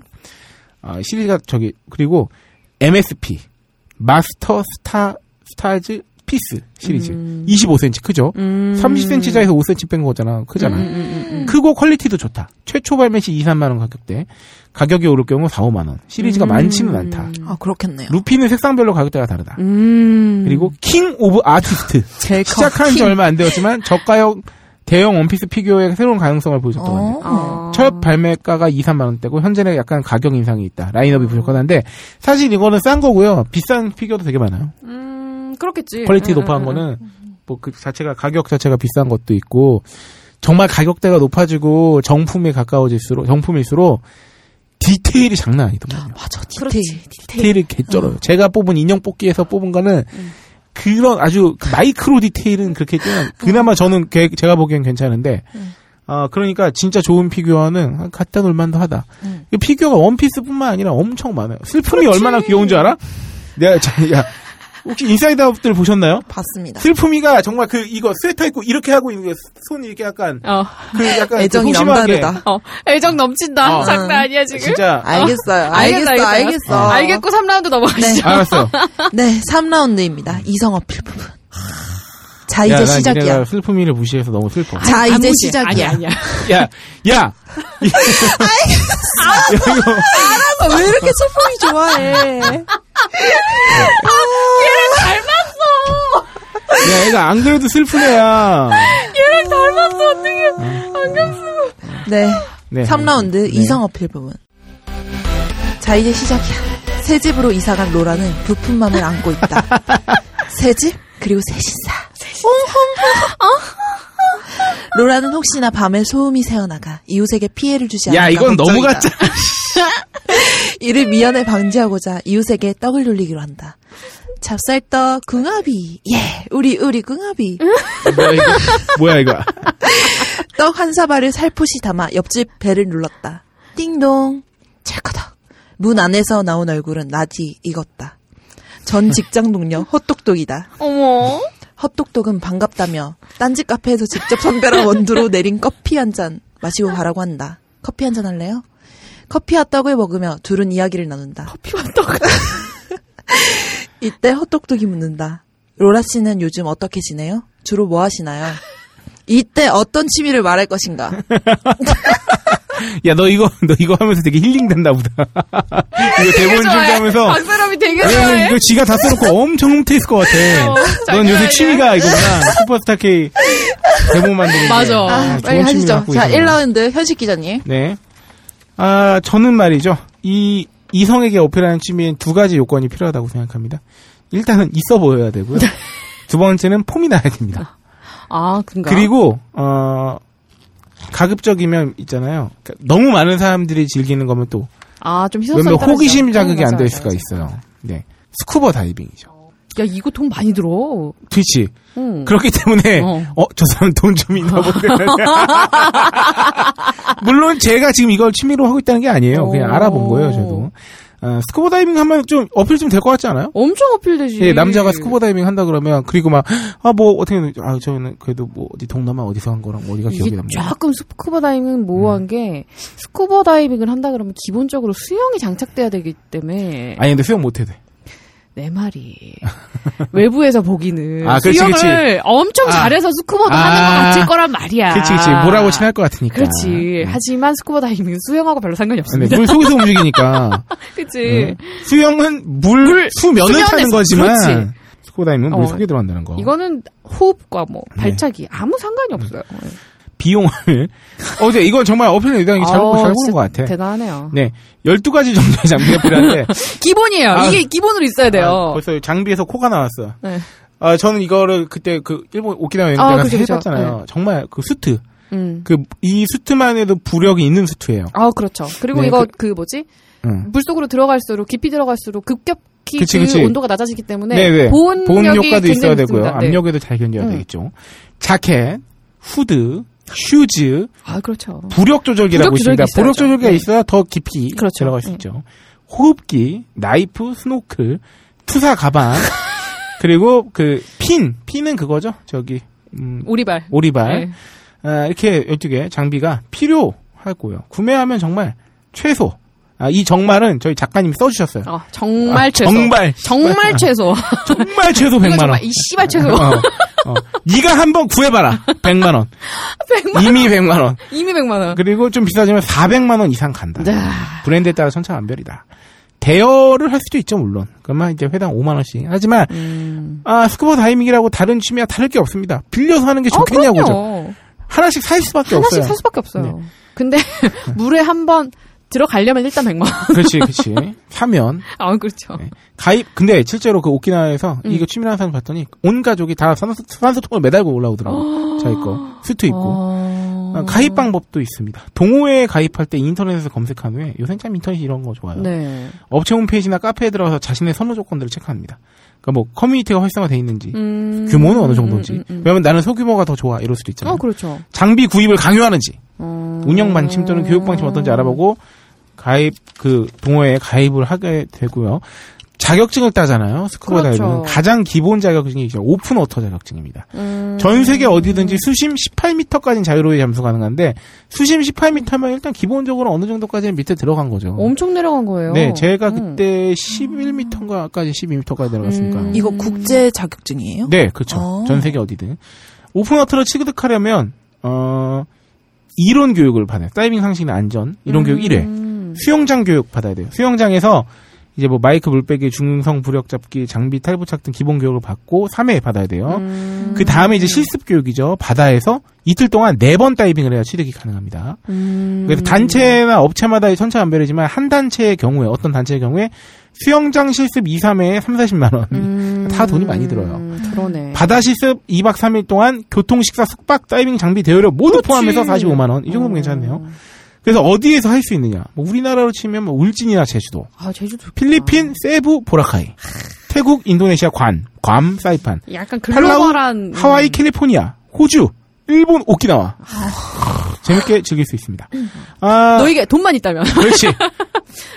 Speaker 4: 아, 시리즈가 저기 그리고 MSP 마스터 스타 스타즈 피스 시리즈
Speaker 6: 음.
Speaker 4: 25cm 크죠. 30cm에서 5cm 뺀 거잖아 크잖아.
Speaker 6: 음,
Speaker 4: 크고 퀄리티도 좋다. 최초 발매 시 2, 3만 원 가격대. 가격이 오를 경우 4, 5만 원.
Speaker 6: 음.
Speaker 4: 시리즈가 많지는 않다.
Speaker 5: 아, 그렇겠네요.
Speaker 4: 루피는 색상별로 가격대가 다르다.
Speaker 6: 음.
Speaker 4: 그리고 킹 오브 아티스트
Speaker 5: 제일 커.
Speaker 4: 시작한 지
Speaker 5: 킹.
Speaker 4: 얼마 안 되었지만 저가형 대형 원피스 피규어의 새로운 가능성을 보여줬던 것 같네요.
Speaker 5: 어.
Speaker 4: 첫 발매가가 2, 3만 원대고 현재는 약간 가격 인상이 있다.
Speaker 5: 어.
Speaker 4: 라인업이 부족하다는데 사실 이거는 싼 거고요. 비싼 피규어도 되게 많아요.
Speaker 6: 음,
Speaker 5: 네.
Speaker 6: 그렇겠지.
Speaker 4: 퀄리티
Speaker 6: 음,
Speaker 4: 높아한
Speaker 6: 음,
Speaker 4: 거는 뭐 그 자체가 가격 자체가 비싼 것도 있고 정말 가격대가 높아지고 정품에 가까워질수록 정품일수록 디테일이 장난 아니더만요.
Speaker 5: 맞아, 디테일. 디테일.
Speaker 4: 디테일을
Speaker 5: 음.
Speaker 4: 개쩔어요. 제가 뽑은 인형 뽑기에서 뽑은 거는 그런 아주 그 마이크로 디테일은 그렇게 뛰어난
Speaker 5: 음.
Speaker 4: 그나마 저는 개- 제가 보기엔 괜찮은데 아 그러니까 진짜 좋은 피규어는 한 갖다 놀만도 하다.
Speaker 5: 음.
Speaker 4: 이 피규어가 원피스뿐만 아니라 엄청 많아요. 슬픔이 얼마나 귀여운 줄 알아? 내가 자- 야 혹시 인사이드 아웃들 보셨나요?
Speaker 5: 봤습니다.
Speaker 4: 슬픔이가 정말 그 이거 스웨터 입고 이렇게 하고 이거 손 이렇게 약간
Speaker 6: 어,
Speaker 4: 그 약간 그
Speaker 5: 애정이
Speaker 4: 소심하게
Speaker 5: 남다르다.
Speaker 6: 어. 애정 넘친다.
Speaker 4: 어.
Speaker 6: 장난 아니야, 지금?
Speaker 4: 진짜
Speaker 5: 알겠어요.
Speaker 6: 아. 알겠어,
Speaker 5: 알겠어,
Speaker 6: 알겠어.
Speaker 5: 알겠어.
Speaker 6: 알겠고 3라운드 넘어가시죠.
Speaker 4: 알았어요.
Speaker 5: 네, 3라운드입니다. 이성 어필 부분. 자,
Speaker 4: 야,
Speaker 5: 이제
Speaker 4: 난
Speaker 5: 시작이야.
Speaker 4: 니네가 슬픔이를 무시해서 너무 슬퍼.
Speaker 5: 자,
Speaker 6: 아무
Speaker 5: 이제
Speaker 6: 시-
Speaker 5: 시작이야.
Speaker 6: 아니야, 아니야.
Speaker 4: 야, 야.
Speaker 5: 아, 왜 이렇게 소품이 좋아해?
Speaker 4: 야, 애가 안 그래도 슬픈 애야.
Speaker 5: 네.
Speaker 4: 네.
Speaker 5: 3라운드
Speaker 4: 네.
Speaker 5: 이성 어필 부분. 자, 이제 시작이야. 새 집으로 이사간 로라는 부푼맘을 안고 있다. 새 집, 그리고 새 신사. 로라는 혹시나 밤에 소음이 새어나가 이웃에게 피해를 주지 않을까
Speaker 4: 야, 이건
Speaker 5: 걱정이다.
Speaker 4: 너무 같잖아.
Speaker 5: 이를 미연에 방지하고자 이웃에게 떡을 돌리기로 한다. 찹쌀떡 궁합이 예 우리 우리 궁합이
Speaker 4: 뭐야, 이거. 뭐야, 이거.
Speaker 5: 떡 한 사발을 살포시 담아 옆집 배를 눌렀다. 띵동 찰커덕 문 안에서 나온 얼굴은 낮이 익었다. 전 직장 동료 헛똑똑이다.
Speaker 6: 어머.
Speaker 5: 헛똑똑은 반갑다며 딴지 카페에서 직접 선별한 원두로 내린 커피 한 잔 마시고 가라고 한다. 커피 한 잔 할래요? 커피와 떡을 먹으며 둘은 이야기를 나눈다. 커피와 떡. 이때 헛똑똑이 묻는다. 로라 씨는 요즘 어떻게 지내요? 주로 뭐 하시나요? 이때 어떤 취미를 말할 것인가?
Speaker 4: 야, 너 이거, 너 이거 하면서 되게 힐링된다 보다. 이거 대본
Speaker 5: 아,
Speaker 4: 준비하면서. 네, 그
Speaker 6: 박사람이 되게
Speaker 4: 왜냐면
Speaker 6: 좋아해.
Speaker 4: 이거 지가 다 써놓고 엄청 홈트했을 것
Speaker 6: 어,
Speaker 4: 같아. 넌
Speaker 6: 장난
Speaker 4: 요새
Speaker 6: 아니야.
Speaker 4: 취미가 이거구나. 슈퍼스타 K 대본 만드는. 게.
Speaker 6: 맞아.
Speaker 4: 아, 좋은
Speaker 5: 빨리
Speaker 4: 취미
Speaker 5: 하시죠.
Speaker 4: 갖고
Speaker 5: 자,
Speaker 4: 있어요.
Speaker 5: 1라운드 현식 기자님.
Speaker 4: 네. 아, 저는 말이죠. 이 이성에게 어필하는 취미엔 두 가지 요건이 필요하다고 생각합니다. 일단은 있어 보여야 되고요. 두 번째는 폼이 나야 됩니다.
Speaker 6: 네. 아, 그런가?
Speaker 4: 그리고 어 가급적이면 있잖아요. 그러니까 너무 많은 사람들이 즐기는 거면 또
Speaker 6: 아, 좀 희소성
Speaker 4: 몇몇 호기심 자극이 안 될 수가 있어요. 네. 스쿠버 다이빙이죠.
Speaker 6: 야, 이거 돈 많이 들어. 음.
Speaker 4: 트위치.
Speaker 6: 응.
Speaker 4: 그렇기 때문에
Speaker 6: 어.
Speaker 4: 어 저 사람 돈 좀 있나 보네. 물론 제가 지금 이걸 취미로 하고 있다는 게 아니에요. 그냥
Speaker 6: 오.
Speaker 4: 알아본 거예요, 저도. 어, 스쿠버 다이빙 하면 좀 어필 좀 될 것 같지 않아요?
Speaker 6: 엄청 어필되지.
Speaker 4: 예, 남자가 스쿠버 다이빙 한다 그러면 그리고 막 아 뭐 어떻게 아 저는 그래도 뭐 어디 동남아 어디서 한 거랑 뭐 어디가 기억이
Speaker 6: 이게
Speaker 4: 납니다. 음.
Speaker 6: 조금 스쿠버 다이빙은 모호한 게 스쿠버 다이빙을 한다 그러면 기본적으로 수영이 장착돼야 되기 때문에
Speaker 4: 아. 아니 근데 수영 못 해도 돼.
Speaker 6: 내 말이 외부에서 보기는
Speaker 4: 아, 그렇지,
Speaker 6: 수영을
Speaker 4: 그렇지.
Speaker 6: 엄청
Speaker 4: 아.
Speaker 6: 잘해서 스쿠버도 하는 것
Speaker 4: 아.
Speaker 6: 같을 거란 말이야. 아.
Speaker 4: 그렇지, 그렇지. 뭐라고 친할 것 같으니까.
Speaker 6: 그렇지. 하지만 스쿠버 다이빙은 수영하고 별로 상관이
Speaker 4: 네,
Speaker 6: 없습니다.
Speaker 4: 물 속에서 움직이니까. 예. 네.
Speaker 6: 그치.
Speaker 4: 수영은 물, 수면을
Speaker 6: 수면에서,
Speaker 4: 타는 거지만
Speaker 6: 그렇지.
Speaker 4: 스쿠다이는 물
Speaker 6: 어.
Speaker 4: 속에 들어간다는 거.
Speaker 6: 이거는 호흡과 뭐
Speaker 4: 네.
Speaker 6: 발차기 아무 상관이 없어요.
Speaker 4: 비용을 어제 이건 정말 어필 네. 의당이 잘
Speaker 6: 어,
Speaker 4: 보고 잘 보는
Speaker 6: 진짜
Speaker 4: 것 같아.
Speaker 6: 대단하네요.
Speaker 4: 네, 12가지 정도의 장비가 필요한데
Speaker 6: 기본이에요.
Speaker 4: 아.
Speaker 6: 이게 기본으로 있어야
Speaker 4: 아,
Speaker 6: 돼요.
Speaker 4: 벌써 장비에서 코가 나왔어.
Speaker 6: 네.
Speaker 4: 아, 저는 이거를 그때 그 일본 오키나와 여행
Speaker 6: 아,
Speaker 4: 가서
Speaker 6: 그죠, 그죠.
Speaker 4: 해봤잖아요. 정말 그 수트,
Speaker 6: 음.
Speaker 4: 그 이 수트만 해도 부력이 있는 수트예요.
Speaker 6: 아 그렇죠. 그리고
Speaker 4: 네,
Speaker 6: 이거 그, 뭐지
Speaker 4: 응.
Speaker 6: 물 속으로 들어갈수록 깊이 들어갈수록 급격히
Speaker 4: 그치,
Speaker 6: 그
Speaker 4: 그치.
Speaker 6: 온도가 낮아지기 때문에
Speaker 4: 네, 네.
Speaker 6: 보온력이
Speaker 4: 보온 효과도
Speaker 6: 굉장히
Speaker 4: 있어야 되고요.
Speaker 6: 좋습니다. 네.
Speaker 4: 압력에도 잘 견뎌야
Speaker 6: 음.
Speaker 4: 되겠죠. 자켓, 후드, 슈즈,
Speaker 6: 아 그렇죠.
Speaker 4: 부력 조절기라고
Speaker 6: 부력 조절기
Speaker 4: 있습니다.
Speaker 6: 있어야죠.
Speaker 4: 부력 조절기가
Speaker 6: 네.
Speaker 4: 있어야 더 깊이
Speaker 6: 그렇죠.
Speaker 4: 들어갈 수
Speaker 6: 네.
Speaker 4: 있죠. 호흡기, 나이프, 스노클, 투사 가방, 그리고 그 핀, 핀은 그거죠. 저기 음,
Speaker 6: 오리발.
Speaker 4: 오리발.
Speaker 6: 네.
Speaker 4: 아, 이렇게 12개 장비가 필요하고요. 구매하면 정말 최소. 아, 이 정말은 저희 작가님이 써주셨어요.
Speaker 6: 아, 정말
Speaker 4: 아,
Speaker 6: 최소.
Speaker 4: 정말.
Speaker 6: 정말 최소.
Speaker 4: 정말 최소
Speaker 6: 이거
Speaker 4: 100만원.
Speaker 6: 정말 이 씨발 최소.
Speaker 4: 어, 어. 네가 한번 구해봐라. 100만원.
Speaker 6: 100만
Speaker 4: 이미 100만원.
Speaker 6: 이미 100만 원.
Speaker 4: 그리고 좀 비싸지면 400만원 이상 간다.
Speaker 6: 네.
Speaker 4: 브랜드에 따라 천차만별이다. 대여를 할 수도 있죠, 물론. 그러면 이제 회당 5만원씩. 하지만,
Speaker 6: 음.
Speaker 4: 아, 스쿠버 다이빙이라고 다른 취미와 다를 게 없습니다. 빌려서 하는 게
Speaker 6: 어,
Speaker 4: 좋겠냐고죠.
Speaker 6: 그럼요.
Speaker 4: 하나씩 살 수밖에
Speaker 6: 하나씩
Speaker 4: 없어요. 네.
Speaker 6: 살 수밖에 없어요. 근데 물에 한 번 들어가려면 일단 100만 원.
Speaker 4: 그렇지, 그렇지. 사면
Speaker 6: 아, 그렇죠.
Speaker 4: 네. 가입. 근데 실제로 그 오키나와에서
Speaker 6: 음.
Speaker 4: 이거 취미라는 사람 봤더니 온 가족이 다 산소, 산소통을 매달고 올라오더라고. 자기 거 수트 입고.
Speaker 6: 어...
Speaker 4: 아, 가입 방법도 있습니다. 동호회에 가입할 때 인터넷에서 검색한 후에 요새 참 인터넷 이런 거 좋아요.
Speaker 6: 네.
Speaker 4: 업체 홈페이지나 카페에 들어가서 자신의 선호 조건들을 체크합니다. 그러니까 뭐 커뮤니티가 활성화돼 있는지
Speaker 6: 음...
Speaker 4: 규모는 어느 정도인지.
Speaker 6: 음, 음, 음.
Speaker 4: 왜냐면 나는 소규모가 더 좋아 이럴 수도 있잖아요.
Speaker 6: 어, 그렇죠.
Speaker 4: 장비 구입을 강요하는지
Speaker 6: 어...
Speaker 4: 운영 방침 또는 교육 방침 어떤지 알아보고 가입 그 동호회에 가입을 하게 되고요. 자격증을 따잖아요. 스쿠버
Speaker 6: 그렇죠.
Speaker 4: 다이빙은 가장 기본 자격증이 이제 오픈 워터 자격증입니다.
Speaker 6: 음...
Speaker 4: 전 세계 어디든지 수심 18m까지는 자유로이 잠수 가능한데 수심 18m면 일단 기본적으로 어느 정도까지는 밑에 들어간 거죠.
Speaker 6: 엄청 내려간 거예요.
Speaker 4: 네, 제가
Speaker 6: 음.
Speaker 4: 그때 11m인가까지 12m까지 내려갔으니까.
Speaker 6: 음.
Speaker 5: 이거 국제 자격증이에요?
Speaker 4: 네, 그렇죠.
Speaker 5: 어.
Speaker 4: 전 세계 어디든 오픈 워터를 취득하려면 어 이론 교육을 받아요. 다이빙 상식이나 안전 이론 교육 1회.
Speaker 6: 음.
Speaker 4: 수영장 교육 받아야 돼요. 수영장에서 이제 뭐 마이크 물빼기, 중성 부력 잡기, 장비 탈부착 등 기본 교육을 받고 3회 받아야 돼요.
Speaker 6: 음.
Speaker 4: 그 다음에 이제 실습 교육이죠. 바다에서 이틀 동안 4번 다이빙을 해야 취득이 가능합니다.
Speaker 6: 음.
Speaker 4: 그래서 단체나 업체마다의 천차만별이지만 한 단체의 경우에 어떤 단체의 경우에 수영장 실습 2, 3회에 3, 40만 원.
Speaker 6: 음.
Speaker 4: 다 돈이 많이 들어요.
Speaker 6: 음, 그러네.
Speaker 4: 바다 실습 2박 3일 동안 교통, 식사, 숙박, 다이빙 장비 대여료 모두 포함해서 45만 원. 이
Speaker 5: 어.
Speaker 4: 정도면 괜찮네요. 그래서 어디에서 할 수 있느냐? 뭐 우리나라로 치면 뭐 울진이나 제주도,
Speaker 6: 아, 제주도. 좋다.
Speaker 4: 필리핀, 세부, 보라카이, 태국, 인도네시아, 관, 괌, 사이판,
Speaker 6: 약간
Speaker 5: 음.
Speaker 4: 팔라우,
Speaker 6: 글로벌한. 음,
Speaker 4: 하와이, 캘리포니아, 호주, 일본, 오키나와.
Speaker 5: 아.
Speaker 4: 재밌게 즐길 수 있습니다.
Speaker 5: 음.
Speaker 4: 아,
Speaker 6: 너에게 돈만 있다면.
Speaker 4: 그렇지.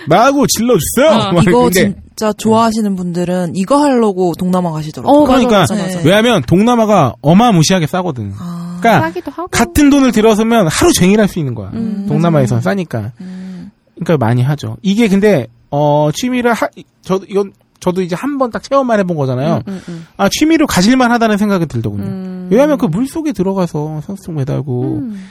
Speaker 4: 마구 질러주세요.
Speaker 6: 어,
Speaker 4: 막
Speaker 5: 이거
Speaker 4: 이러는데
Speaker 5: 진짜 좋아하시는 분들은 이거 하려고 동남아 가시더라고요.
Speaker 6: 어, 맞아,
Speaker 4: 그러니까
Speaker 6: 맞아, 맞아.
Speaker 5: 네.
Speaker 4: 왜냐하면 동남아가 어마무시하게 싸거든.
Speaker 5: 아,
Speaker 4: 그러니까
Speaker 6: 하기도 하고.
Speaker 4: 같은 돈을 들어서면 하루 종일 할 수 있는 거야.
Speaker 6: 음,
Speaker 4: 동남아에선 싸니까.
Speaker 5: 음.
Speaker 4: 그러니까 많이 하죠. 이게 근데 어 취미를 하 저도 이건 저도 이제 한 번 딱 체험만 해본 거잖아요.
Speaker 6: 음, 음.
Speaker 4: 아 취미로 가질만 하다는 생각이 들더군요.
Speaker 6: 음.
Speaker 4: 왜냐하면 그 물 속에 들어가서 선수통 매달고
Speaker 6: 음,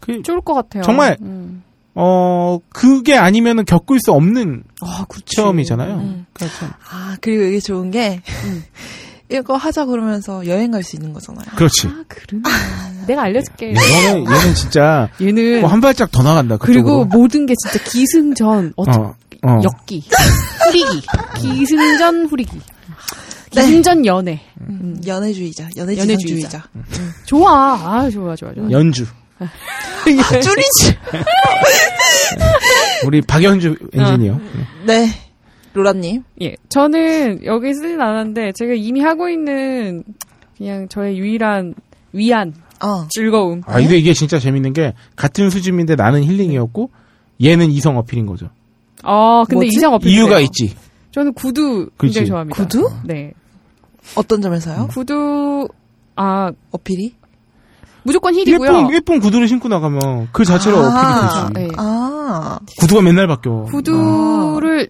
Speaker 4: 그,
Speaker 6: 좋을 것 같아요.
Speaker 4: 정말
Speaker 6: 음.
Speaker 4: 어 그게 아니면은 겪을 수 없는
Speaker 5: 아, 그렇지.
Speaker 4: 체험이잖아요.
Speaker 5: 음.
Speaker 4: 그러니까 참-
Speaker 5: 아, 그리고 이게 좋은 게, 이거 하자 그러면서 여행 갈 수 있는 거잖아요.
Speaker 4: 그렇지.
Speaker 6: 아, 네. 그러네. 내가 알려줄게.
Speaker 4: 얘는 얘는 진짜
Speaker 6: 얘는
Speaker 4: 네. 뭐한 발짝 더 나간다.
Speaker 6: 네. 그리고
Speaker 4: 그쪽으로.
Speaker 6: 모든 게 진짜 기승전 어떻
Speaker 4: 어, 어.
Speaker 6: 역기 후리기 기승전 후리기
Speaker 5: 네.
Speaker 6: 기승전 연애
Speaker 5: 연애주의자,
Speaker 6: 연애주의자.
Speaker 5: 음.
Speaker 4: 음.
Speaker 5: 연애지상주의자.
Speaker 6: 좋아 아 좋아 좋아 좋아
Speaker 4: 연주.
Speaker 5: 아, 쭈리지.
Speaker 4: 우리 박연주
Speaker 6: 아.
Speaker 4: 엔지니어.
Speaker 5: 네. 로라님.
Speaker 6: 예 저는 여기 쓰진 않았는데 제가 이미 하고 있는 그냥 저의 유일한 위안
Speaker 5: 어.
Speaker 6: 즐거움
Speaker 4: 아, 근데 이게 진짜 재밌는 게 같은 수준인데 나는 힐링이었고 얘는 이성 어필인 거죠.
Speaker 6: 아 근데
Speaker 5: 뭐지?
Speaker 6: 이상 없
Speaker 4: 이유가 있지.
Speaker 6: 저는 구두
Speaker 4: 그치.
Speaker 6: 굉장히 좋아합니다
Speaker 5: 구두?
Speaker 6: 네
Speaker 5: 어떤 점에서요?
Speaker 6: 구두 아
Speaker 5: 어필이?
Speaker 6: 무조건 힐이고요
Speaker 4: 예쁜 예쁜 구두를 신고 나가면 그 자체로
Speaker 5: 아,
Speaker 4: 어필이 되지.
Speaker 6: 네.
Speaker 5: 아,
Speaker 4: 구두가 맨날 바뀌어.
Speaker 6: 구두를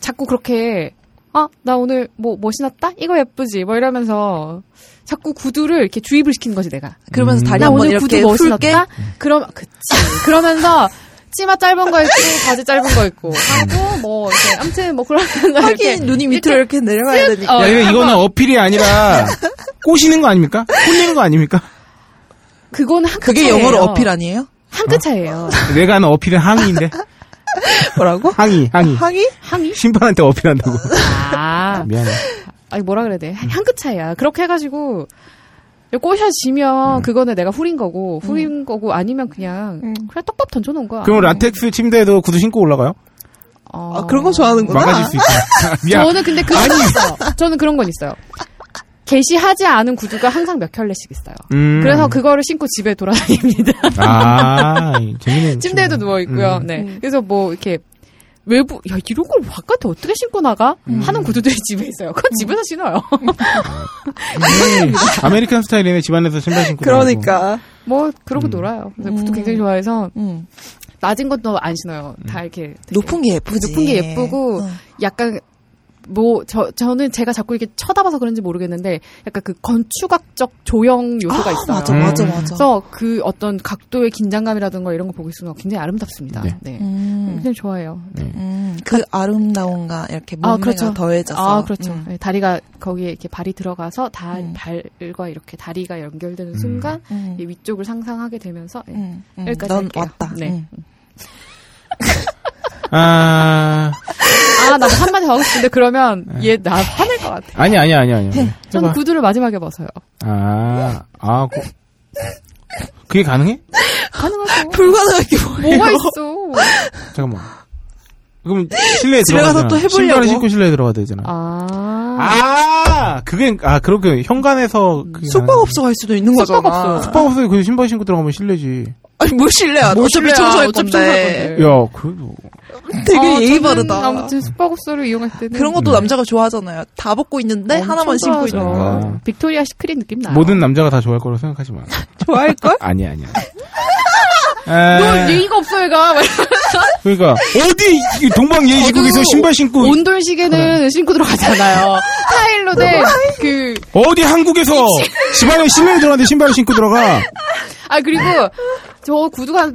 Speaker 6: 자꾸 그렇게 아, 나 오늘 뭐, 뭐 신었다? 이거 예쁘지? 뭐 이러면서 자꾸 구두를 이렇게 주입을 시키는 거지, 내가.
Speaker 4: 음.
Speaker 5: 그러면서 다리
Speaker 6: 나
Speaker 5: 한번
Speaker 6: 오늘
Speaker 5: 이렇게
Speaker 6: 구두 뭐
Speaker 5: 풀게.
Speaker 6: 신었다? 그럼, 그치. 그러면서 치마 짧은 거 있고, 바지 짧은 거 있고, 하고, 뭐, 이렇게, 아무튼 뭐 그러면서 이렇게.
Speaker 5: 하긴 눈이 밑으로 이렇게, 내려가야 되니까.
Speaker 6: 어,
Speaker 4: 아. 야, 근데 이거는 어필이 아니라 꼬시는 거 아닙니까? 홀리는 거 아닙니까?
Speaker 6: 그거는 한끗
Speaker 5: 그게
Speaker 6: 차이예요.
Speaker 5: 영어로 어필 아니에요?
Speaker 4: 음.
Speaker 6: 한끗 차이예요.
Speaker 4: 내가 하는 어필은 항의인데
Speaker 5: 뭐라고?
Speaker 4: 항의 항의
Speaker 5: 항의?
Speaker 6: 항이?
Speaker 4: 심판한테 어필한다고
Speaker 6: 아,
Speaker 4: 미안해
Speaker 6: 아니 뭐라
Speaker 4: 음.
Speaker 6: 그래야 돼? 한끗 차이야. 그렇게 해가지고 꼬셔지면
Speaker 4: 음.
Speaker 6: 그거는 내가 후린 거고 후린 거고 아니면 그냥 그냥 떡밥 던져놓은 거야.
Speaker 4: 그럼 라텍스 침대에도 구두 신고 올라가요?
Speaker 6: 어.
Speaker 5: 아, 그런 거 좋아하는구나.
Speaker 4: 망가질 수 있어 미안
Speaker 6: 저는 근데 그런 건 있어요. 저는 그런 건 있어요. 게시하지 않은 구두가 항상 몇 켤레씩 있어요.
Speaker 4: 음. 그렇죠.
Speaker 6: 그래서 그거를 신고 집에 돌아다닙니다.
Speaker 4: 아 음. 재밌는
Speaker 6: 침대에도 누워 있고요. 네. 그래서 뭐 이렇게 외부 야 이런 걸 바깥에 어떻게 신고 나가 하는 구두들이 집에 있어요. 그건 집에서 신어요.
Speaker 4: 음, 아메리칸 스타일이네 집안에서 신발 신고
Speaker 5: 그러니까.
Speaker 6: 뭐
Speaker 4: 음.
Speaker 6: 그러고 놀아요. 그래서 구두 굉장히 좋아해서
Speaker 5: 음.
Speaker 6: 낮은 것도 안 신어요. 다 이렇게 되게
Speaker 5: 높은 게 예쁘지.
Speaker 6: 높은 게 예쁘고
Speaker 5: 어.
Speaker 6: 약간 뭐 저 저는 제가 자꾸 이렇게 쳐다봐서 그런지 모르겠는데 약간 그 건축학적 조형 요소가
Speaker 5: 아,
Speaker 6: 있어요.
Speaker 5: 맞아,
Speaker 4: 음.
Speaker 5: 맞아, 맞아.
Speaker 6: 그래서 그 어떤 각도의 긴장감이라든가 이런 거 보고 있으면 굉장히 아름답습니다.
Speaker 4: 네.
Speaker 6: 네.
Speaker 5: 음,
Speaker 6: 굉장히 좋아해요. 네.
Speaker 5: 음, 그 아름다움과 그렇죠. 이렇게 음. 몸매가 더해져서.
Speaker 6: 아, 그렇죠.
Speaker 5: 음.
Speaker 6: 네, 다리가 거기에 이렇게 발이 들어가서 다
Speaker 5: 음.
Speaker 6: 발과 이렇게 다리가 연결되는 순간
Speaker 5: 음.
Speaker 6: 이 위쪽을 상상하게 되면서 예.
Speaker 5: 음, 음.
Speaker 6: 여기까지
Speaker 5: 넌
Speaker 6: 할게요.
Speaker 5: 왔다.
Speaker 6: 네.
Speaker 5: 음.
Speaker 4: 아
Speaker 6: 아, 나도 한마디 하고 싶은데 그러면 얘 나 화낼 것 같아.
Speaker 4: 아니 아니 아니 아니
Speaker 5: 네.
Speaker 6: 저는 구두를 마지막에 벗어요.
Speaker 4: 아아 그, 그게 가능해?
Speaker 6: 가능하죠.
Speaker 5: 불가능한 게 뭐예요?
Speaker 6: 뭐가 있어.
Speaker 4: 잠깐만 그럼 실내에
Speaker 5: 집에 가서
Speaker 4: 들어가잖아.
Speaker 5: 또 해보려고.
Speaker 4: 신발을 신고 실내에 들어가야 되잖아
Speaker 6: 아.
Speaker 4: 아, 그게, 아, 그렇게, 현관에서. 그게
Speaker 5: 숙박업소 갈 수도 있는 거잖아.
Speaker 6: 숙박업소.
Speaker 4: 숙박업소에 그 신발 신고 들어가면 실례지.
Speaker 5: 아니, 뭘 실례야.
Speaker 6: 뭐
Speaker 5: 어차피
Speaker 6: 실내야.
Speaker 5: 청소할
Speaker 6: 어차피
Speaker 5: 건데.
Speaker 6: 청소할
Speaker 4: 야, 그래도.
Speaker 5: 되게
Speaker 6: 아,
Speaker 5: 예의
Speaker 6: 저는
Speaker 5: 바르다.
Speaker 6: 아무튼 숙박업소를 이용할 때는
Speaker 5: 그런
Speaker 4: 음.
Speaker 5: 것도 남자가 좋아하잖아요. 다 벗고 있는데
Speaker 6: 엄청
Speaker 5: 하나만 신고
Speaker 6: 좋아하죠.
Speaker 5: 있는 거.
Speaker 4: 거.
Speaker 6: 어. 빅토리아 시크릿 느낌 나요.
Speaker 4: 모든 남자가 다 좋아할 거라고 생각하지 마.
Speaker 5: 좋아할걸?
Speaker 4: 아니야, 아니야.
Speaker 6: 너
Speaker 5: 네.
Speaker 4: 에,
Speaker 6: 예의가 없어 얘가. 막 이러면서
Speaker 4: 그러니까, 어디, 이 동방예의지국에서
Speaker 6: 저도
Speaker 4: 신발 신고,
Speaker 6: 온돌 시계는 신고 들어가잖아요. 타일로
Speaker 5: 네, 뭐.
Speaker 6: 된 그
Speaker 4: 어디 한국에서 집안에 신발 들어가는데 신발을 신고 들어가.
Speaker 6: 아 그리고 저 구두가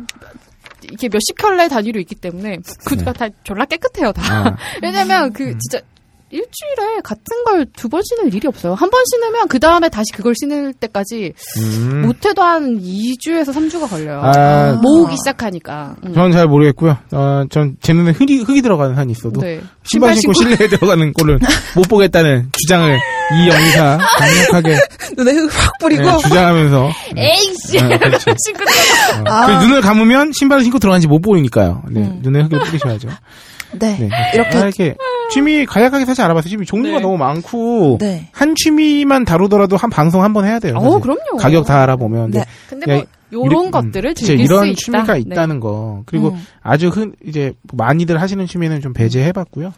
Speaker 6: 이렇게 몇십 켤레 단위로 있기 때문에 구두가
Speaker 5: 네.
Speaker 6: 다 졸라 깨끗해요 다.
Speaker 4: 아.
Speaker 6: 왜냐면 그
Speaker 5: 음.
Speaker 6: 진짜 일주일에 같은 걸 두 번 신을 일이 없어요. 한 번 신으면 그 다음에 다시 그걸 신을 때까지
Speaker 4: 음.
Speaker 6: 못해도 한 2주에서 3주가 걸려요.
Speaker 4: 아,
Speaker 6: 모으기 시작하니까. 음.
Speaker 4: 전 잘 모르겠고요. 어, 전제 눈에 흙이, 흙이 들어가는 한이 있어도.
Speaker 6: 네.
Speaker 4: 뭐 신발 신고 실내에 들어가는 꼴을 못 보겠다는 주장을 이 영사 강력하게
Speaker 5: 눈에 흙확 뿌리고.
Speaker 4: 네, 주장하면서
Speaker 6: 에이씨.
Speaker 4: 네, 그렇죠.
Speaker 6: 신고 들어가.
Speaker 4: 어, 그 눈을 감으면 신발을 신고 들어간지 못 보이니까요. 네, 눈에 흙을 뿌리셔야죠.
Speaker 5: 네.
Speaker 4: 네.
Speaker 5: 이렇게.
Speaker 4: 아, 이렇게 취미 간략하게 사실 알아봤어요. 취미 종류가
Speaker 6: 네.
Speaker 4: 너무 많고
Speaker 5: 네.
Speaker 4: 한 취미만 다루더라도 한 방송 한 번 해야 돼요.
Speaker 6: 어,
Speaker 4: 사실.
Speaker 6: 그럼요.
Speaker 4: 가격 다 알아보면.
Speaker 5: 네.
Speaker 6: 근데 뭐
Speaker 4: 야,
Speaker 6: 요런
Speaker 4: 이리-
Speaker 6: 것들을
Speaker 4: 음,
Speaker 6: 즐길
Speaker 4: 이런
Speaker 6: 수 있다.
Speaker 4: 취미가
Speaker 6: 네.
Speaker 4: 있다는 거. 그리고
Speaker 5: 음.
Speaker 4: 아주 흔 이제 많이들 하시는 취미는 좀 배제해봤고요.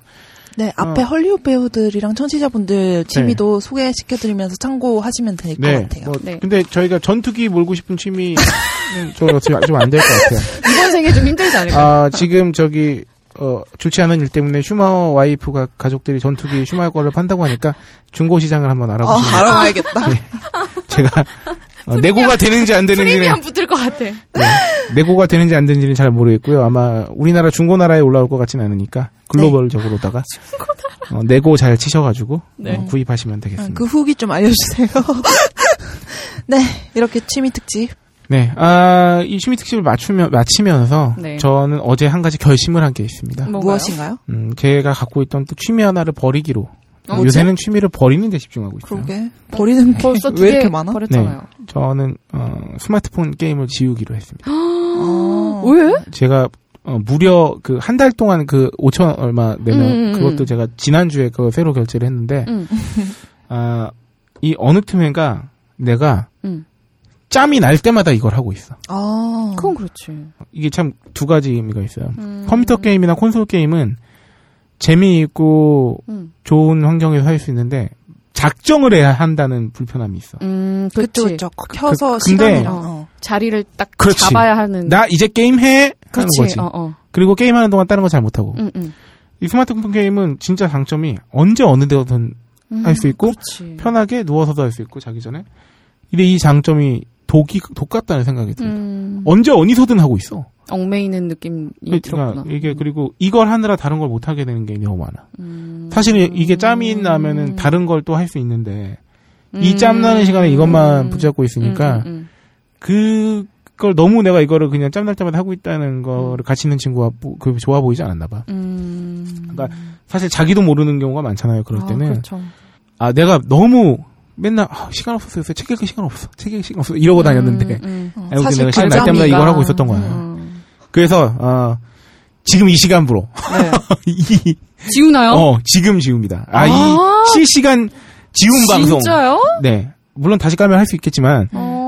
Speaker 5: 네, 앞에
Speaker 4: 어.
Speaker 5: 헐리우드 배우들이랑 청취자분들 취미도 소개시켜드리면서 참고하시면 될 것
Speaker 4: 네.
Speaker 5: 같아요.
Speaker 4: 뭐,
Speaker 6: 네.
Speaker 4: 근데 저희가 전투기 몰고 싶은 취미는 저 어떻게 좀안 될 것 같아요.
Speaker 6: 이번 생에 좀 힘들지 않을까.
Speaker 4: 아, 지금 저기 어, 좋지 않은 일 때문에 슈마워 와이프가 가족들이 전투기 슈마워 거를 판다고 하니까 중고 시장을 한번
Speaker 5: 어,
Speaker 4: 알아보시면
Speaker 5: 알아봐야겠다.
Speaker 4: 제가 어, 내고가 되는지 안 되는지는
Speaker 6: 프리미엄 붙을 것 같아.
Speaker 4: 네, 내고가 되는지 안 되는지는 잘 모르겠고요. 아마 우리나라 중고나라에 올라올 것 같지는 않으니까 글로벌적으로다가 어, 내고 잘 치셔가지고
Speaker 6: 네.
Speaker 4: 어, 구입하시면 되겠습니다.
Speaker 5: 그 후기 좀 알려주세요. 네, 이렇게 취미 특집.
Speaker 4: 네, 아, 이 취미 특집을 맞추면 마치면서
Speaker 6: 네.
Speaker 4: 저는 어제 한 가지 결심을 한 게 있습니다.
Speaker 5: 뭐.
Speaker 6: 뭔가요?
Speaker 5: 무엇인가요?
Speaker 4: 음, 제가 갖고 있던 또 취미 하나를 버리기로.
Speaker 6: 어,
Speaker 4: 요새는 취미를 버리는 데 집중하고 있어요.
Speaker 5: 그러게. 버리는 게
Speaker 6: 벌써
Speaker 5: 왜 이렇게 많아?
Speaker 6: 버렸잖아요.
Speaker 4: 저는 어, 스마트폰 게임을 지우기로 했습니다.
Speaker 5: 아,
Speaker 6: 왜?
Speaker 4: 제가 어, 무려 그 한 달 동안 그 5천 얼마
Speaker 6: 음,
Speaker 4: 내면
Speaker 6: 음,
Speaker 4: 그것도
Speaker 6: 음.
Speaker 4: 제가 지난주에 그 새로 결제를 했는데
Speaker 6: 음.
Speaker 4: 아, 이 어느 틈에가 내가
Speaker 6: 음.
Speaker 4: 짬이 날 때마다 이걸 하고 있어.
Speaker 5: 아,
Speaker 6: 그건 그렇지.
Speaker 4: 이게 참 두 가지 의미가 있어요.
Speaker 6: 음.
Speaker 4: 컴퓨터 게임이나 콘솔 게임은 재미있고
Speaker 6: 음.
Speaker 4: 좋은 환경에서 할 수 있는데 작정을 해야 한다는 불편함이 있어.
Speaker 6: 음,
Speaker 5: 그쵸,
Speaker 6: 그렇지.
Speaker 5: 그쵸. 켜서
Speaker 4: 그- 근데-
Speaker 5: 시간이랑. 어.
Speaker 6: 자리를 딱
Speaker 4: 그렇지.
Speaker 6: 잡아야 하는.
Speaker 4: 나 이제 게임 해 하는
Speaker 6: 음. 그렇지.
Speaker 4: 거지.
Speaker 6: 어, 어.
Speaker 4: 그리고 게임하는 동안 다른 거 잘 못하고
Speaker 6: 음, 음.
Speaker 4: 이 스마트폰 게임은 진짜 장점이 언제 어느 데든 할 수 있고
Speaker 6: 음. 그렇지.
Speaker 4: 편하게 누워서도 할 수 있고 자기 전에. 근데 이 장점이 독이 독 같다는 생각이 들어요.
Speaker 6: 음,
Speaker 4: 언제 어디서든 하고 있어. 그러니까
Speaker 6: 얽매이는 느낌이 들었구나.
Speaker 4: 이게 그리고 이걸 하느라 다른 걸 못 하게 되는 게 너무 많아.
Speaker 6: 음.
Speaker 4: 사실 이게 짬이 나면은 다른 걸 또 할 수 있는데 이 짬 나는 시간에 이것만 붙잡고 있으니까
Speaker 6: 음, 음,
Speaker 4: 그걸 너무 내가 이거를 그냥 짬날 때마다 하고 있다는 거를 같이 있는 친구가 보- 그 좋아 보이지 않았나 봐.
Speaker 6: 음. 음.
Speaker 4: 그러니까 사실 자기도 모르는 경우가 많잖아요. 그럴
Speaker 6: 아,
Speaker 4: 때는
Speaker 6: 그렇죠.
Speaker 4: 아 내가 너무 맨날 아, 시간 없었어요. 책 읽을 시간 없어. 책 읽을 시간 없어. 이러고 다녔는데
Speaker 6: 음, 음. 그러니까.
Speaker 5: 어,
Speaker 4: 알고 보니
Speaker 5: 사실
Speaker 4: 내가 시간 날
Speaker 5: 과장이가-
Speaker 4: 때마다 이걸 하고 있었던 거야.
Speaker 6: 음.
Speaker 4: 그래서 어, 지금 이 시간부로
Speaker 5: 네.
Speaker 4: 이,
Speaker 6: 지우나요?
Speaker 4: 어 지금 지웁니다. 아 이
Speaker 6: 아!
Speaker 4: 실시간 지운 방송.
Speaker 6: 진짜요?
Speaker 4: 네 물론 다시 까면 할 수 있겠지만
Speaker 6: 어.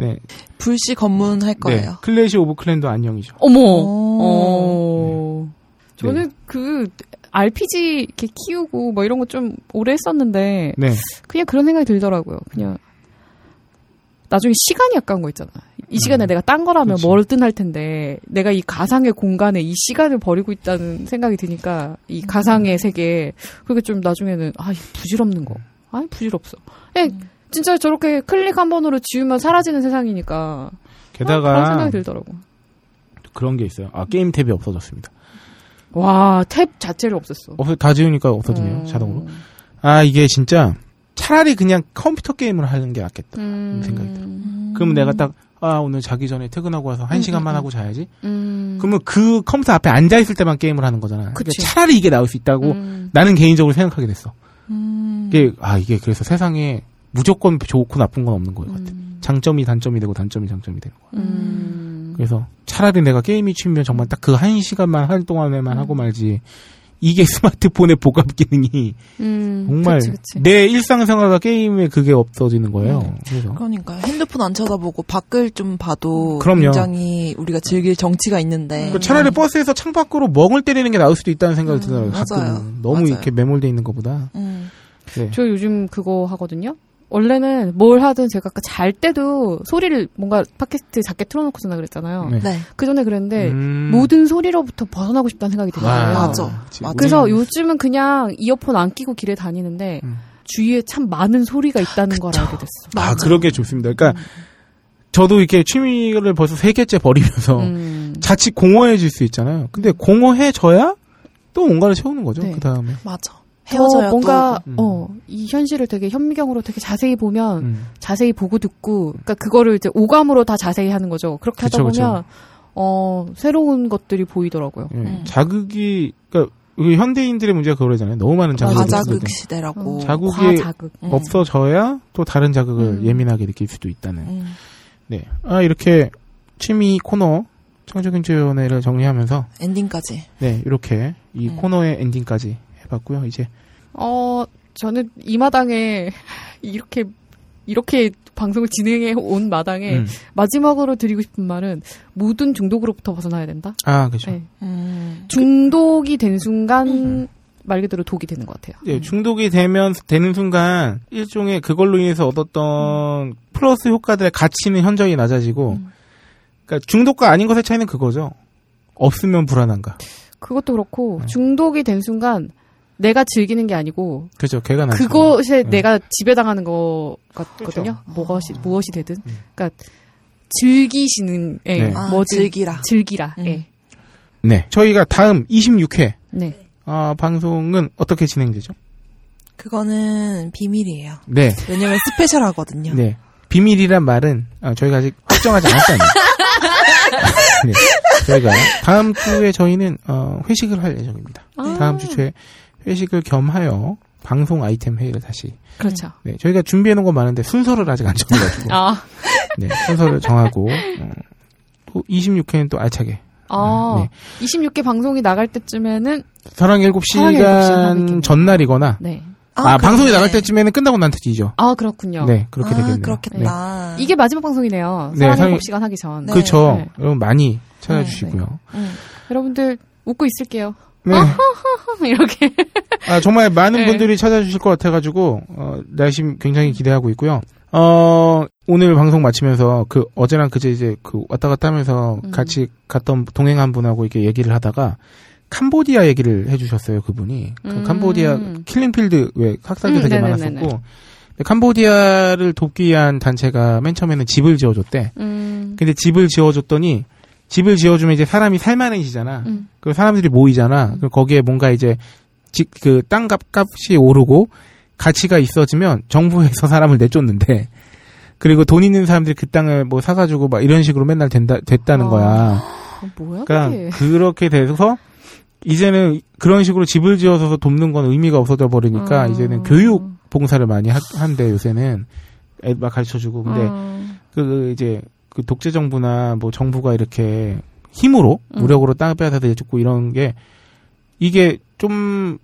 Speaker 4: 네,
Speaker 5: 불씨 검문할
Speaker 4: 네.
Speaker 5: 거예요.
Speaker 4: 클래시 오브 클랜도 안녕이죠.
Speaker 6: 어머.
Speaker 4: 네.
Speaker 5: 오.
Speaker 6: 어. 저는 그 RPG 이렇게 키우고 뭐 이런 거 좀 오래 했었는데
Speaker 4: 네.
Speaker 6: 그냥 그런 생각이 들더라고요. 그냥 나중에 시간이 아까운 거 있잖아. 이 시간에 내가 딴 거라면
Speaker 4: 음. 그치.
Speaker 6: 뭐든 할 텐데 내가 이 가상의 공간에 이 시간을 버리고 있다는 생각이 드니까
Speaker 4: 음.
Speaker 6: 이 가상의 세계에 그게 좀 나중에는 아 이거 부질없는 거. 아 부질없어. 예,
Speaker 4: 음.
Speaker 6: 진짜 저렇게 클릭 한 번으로 지우면 사라지는 세상이니까 아, 그런
Speaker 4: 게다가
Speaker 6: 생각이 들더라고.
Speaker 4: 그런 게 있어요. 아 게임 탭이 없어졌습니다.
Speaker 6: 와, 탭 자체를 없앴어.
Speaker 4: 없어 다 지우니까 없어지네요
Speaker 6: 음.
Speaker 4: 자동으로. 아 이게 진짜 차라리 그냥 컴퓨터 게임을 하는 게 낫겠다.
Speaker 6: 음.
Speaker 4: 생각이
Speaker 5: 음,
Speaker 4: 그러면 내가 딱 아 오늘 자기 전에 퇴근하고 와서 한 시간만
Speaker 6: 음,
Speaker 4: 하고 자야지.
Speaker 6: 음.
Speaker 4: 그러면 그 컴퓨터 앞에 앉아 있을 때만 게임을 하는 거잖아. 그러니까
Speaker 6: 그치.
Speaker 4: 차라리 이게 나올 수 있다고
Speaker 6: 음.
Speaker 4: 나는 개인적으로 생각하게 됐어.
Speaker 5: 음.
Speaker 4: 이게 아 이게 그래서 세상에 무조건 좋고 나쁜 건 없는 것 같아. 장점이 단점이 되고 단점이 장점이 되는 거야.
Speaker 6: 음.
Speaker 4: 그래서 차라리 내가 게임이 취미면 정말 딱 그 한 시간만 한 동안에만
Speaker 6: 음.
Speaker 4: 하고 말지. 이게 스마트폰의 보급 기능이
Speaker 6: 음.
Speaker 4: 정말
Speaker 6: 그치, 음. 그치.
Speaker 4: 내 일상생활과 게임에 그게 없어지는 거예요. 그래서
Speaker 5: 그러니까 핸드폰 안 쳐다보고 밖을 좀 봐도
Speaker 4: 그럼요.
Speaker 5: 굉장히 우리가 즐길 정치가 있는데
Speaker 4: 그 차라리 버스에서 창 밖으로 멍을 때리는 게 나을 수도 있다는 생각이 들어요. 가끔
Speaker 5: 음. 맞아요.
Speaker 4: 너무
Speaker 5: 맞아요.
Speaker 4: 이렇게 매몰돼 있는 것보다.
Speaker 5: 음.
Speaker 4: 네.
Speaker 6: 저 요즘 그거 하거든요. 원래는 뭘 하든 제가 아까 잘 때도 소리를 뭔가 팟캐스트 작게 틀어놓고 전화 그랬잖아요.
Speaker 4: 네.
Speaker 5: 네.
Speaker 6: 그 전에 그랬는데
Speaker 4: 음.
Speaker 6: 모든 소리로부터 벗어나고 싶다는 생각이
Speaker 4: 와.
Speaker 6: 들어요.
Speaker 5: 맞아.
Speaker 4: 지금
Speaker 5: 맞아.
Speaker 6: 그래서 요즘은 그냥 이어폰 안 끼고 길에 다니는데
Speaker 4: 음.
Speaker 6: 주위에 참 많은 소리가 있다는 걸 알게 됐어.
Speaker 4: 아 그렇게 좋습니다.
Speaker 6: 음.
Speaker 4: 그러니까 저도 이렇게 취미를 벌써 세 개째 버리면서
Speaker 6: 음.
Speaker 4: 자칫 공허해질 수 있잖아요. 근데 공허해져야 또 뭔가를 채우는 거죠.
Speaker 6: 네.
Speaker 4: 그 다음에.
Speaker 5: 맞아.
Speaker 6: 어,
Speaker 5: 헤어져야
Speaker 6: 뭔가
Speaker 4: 또. 음.
Speaker 6: 어, 이 현실을 되게 현미경으로 되게 자세히 보면
Speaker 4: 음.
Speaker 6: 자세히 보고 듣고 그러니까 그거를 이제 오감으로 다 자세히 하는 거죠. 그렇게 하다
Speaker 4: 그쵸, 그쵸.
Speaker 6: 보면 어, 새로운 것들이 보이더라고요.
Speaker 4: 예.
Speaker 5: 음.
Speaker 4: 자극이 그러니까 그 현대인들의 문제가 그거잖아요. 너무 많은
Speaker 5: 또
Speaker 4: 자극이
Speaker 5: 과자극
Speaker 4: 있거든.
Speaker 5: 그 시대라고.
Speaker 6: 음.
Speaker 4: 자극. 자국이-
Speaker 6: 과자극.
Speaker 5: 음.
Speaker 4: 없어져야 또 다른 자극을
Speaker 6: 음.
Speaker 4: 예민하게 느낄 수도 있다는.
Speaker 5: 음.
Speaker 4: 네. 아 이렇게 취미 코너 창조경 조연회를 정리하면서
Speaker 5: 엔딩까지.
Speaker 4: 네 이렇게 이
Speaker 5: 음.
Speaker 4: 코너의 엔딩까지 해봤고요. 이제
Speaker 6: 어, 저는 이 마당에 이렇게 이렇게 방송을 진행해 온 마당에
Speaker 4: 음.
Speaker 6: 마지막으로 드리고 싶은 말은 모든 중독으로부터 벗어나야 된다.
Speaker 4: 아 그렇죠. 음.
Speaker 6: 네.
Speaker 5: 음.
Speaker 6: 중독이 된 순간 말 그대로 독이 되는 것 같아요.
Speaker 4: 예, 중독이 되면 되는 순간 일종의 그걸로 인해서
Speaker 6: 음.
Speaker 4: 얻었던 플러스 효과들의 가치는 현저히 낮아지고 그러니까 중독과 아닌 것의 차이는 그거죠. 없으면 불안한가.
Speaker 6: 그것도
Speaker 4: 음.
Speaker 6: 그렇고 중독이 된 순간 내가 즐기는 게 아니고
Speaker 4: 그렇죠. 걔가 나.
Speaker 6: 그것에
Speaker 4: 음. 그렇죠.
Speaker 6: 내가 지배당하는 것 같거든요. 무엇이
Speaker 5: 아.
Speaker 6: 무엇이 되든, 그러니까 즐기시는, 예,
Speaker 4: 음. 네.
Speaker 5: 아,
Speaker 6: 뭐
Speaker 5: 즐기라.
Speaker 6: 즐기라.
Speaker 5: 음.
Speaker 6: 예.
Speaker 4: 네. 저희가 다음 26회
Speaker 6: 네.
Speaker 4: 아, 방송은 어떻게 진행되죠?
Speaker 5: 그거는 비밀이에요.
Speaker 4: 네.
Speaker 5: 왜냐면 스페셜하거든요.
Speaker 4: 네. 비밀이란 말은 아, 저희가 아직 확정하지 않았다는. 네. 저희가 다음 주에 저희는 어, 회식을 할 예정입니다. 다음 주 초에 회식을 겸하여 방송 아이템 회의를 다시
Speaker 6: 그렇죠.
Speaker 4: 네, 저희가 준비해 놓은 건 많은데 순서를 아직 안 정해가지고
Speaker 6: 아,
Speaker 4: 네, 순서를 정하고 어, 또 26회는 또 알차게
Speaker 6: 아,
Speaker 4: 네.
Speaker 6: 26개 방송이 나갈 때쯤에는
Speaker 4: 사랑 일곱
Speaker 6: 사랑의 일곱 시간
Speaker 4: 시간
Speaker 6: 하겠네요.
Speaker 4: 전날이거나
Speaker 6: 네.
Speaker 4: 아,
Speaker 5: 그러네.
Speaker 4: 방송이 나갈 때쯤에는 끝나고 난 뒤죠.
Speaker 6: 아 그렇군요.
Speaker 4: 네, 그렇게
Speaker 5: 아,
Speaker 4: 되겠네요. 네.
Speaker 5: 그렇겠다.
Speaker 6: 이게 마지막 방송이네요.
Speaker 4: 네,
Speaker 6: 사랑의
Speaker 4: 사랑의-
Speaker 6: 곱 시간 하기 전.
Speaker 5: 네.
Speaker 4: 그렇죠.
Speaker 6: 네. 어?
Speaker 4: 여러분 많이 찾아주시고요.
Speaker 5: 음.
Speaker 6: 여러분들 웃고 있을게요.
Speaker 4: 네.
Speaker 6: 이렇게.
Speaker 4: 아, 정말 많은
Speaker 6: 네.
Speaker 4: 분들이 찾아주실 것 같아가지고, 어, 내심 굉장히 기대하고 있고요. 어, 오늘 방송 마치면서 그
Speaker 6: 음.
Speaker 4: 어제랑 그제 이제 그 왔다 갔다 하면서 같이 갔던 동행한 분하고 이렇게 얘기를 하다가 캄보디아 얘기를 해주셨어요 그분이 그
Speaker 6: 음.
Speaker 4: 캄보디아 킬링필드 왜 학살도
Speaker 6: 음,
Speaker 4: 되게
Speaker 6: 네네네네.
Speaker 4: 많았었고 근데 캄보디아를 돕기 위한 단체가 맨 처음에는 집을 지어줬대
Speaker 6: 음.
Speaker 4: 근데 집을 지어줬더니 집을 지어주면 이제 사람이 살만해지잖아
Speaker 6: 음.
Speaker 4: 그럼 사람들이 모이잖아 그럼 거기에 뭔가 이제 그 땅값 값이 오르고 가치가 있어지면 정부에서 사람을 내쫓는데 그리고 돈 있는 사람들이 그 땅을 뭐 사가지고 막 이런 식으로 맨날 된다 됐다는
Speaker 6: 아.
Speaker 4: 거야.
Speaker 6: 아, 뭐야 그게?
Speaker 4: 그러니까 그렇게 돼서 이제는 그런 식으로 집을 지어서 돕는 건 의미가 없어져 버리니까
Speaker 6: 아.
Speaker 4: 이제는 교육 봉사를 많이 하, 한대 요새는 애 막 가르쳐 주고 근데
Speaker 6: 아.
Speaker 4: 그 이제 그 독재 정부나 뭐 정부가 이렇게 힘으로
Speaker 6: 음.
Speaker 4: 무력으로 땅을 빼앗아 내쫓고 이런 게 이게 좀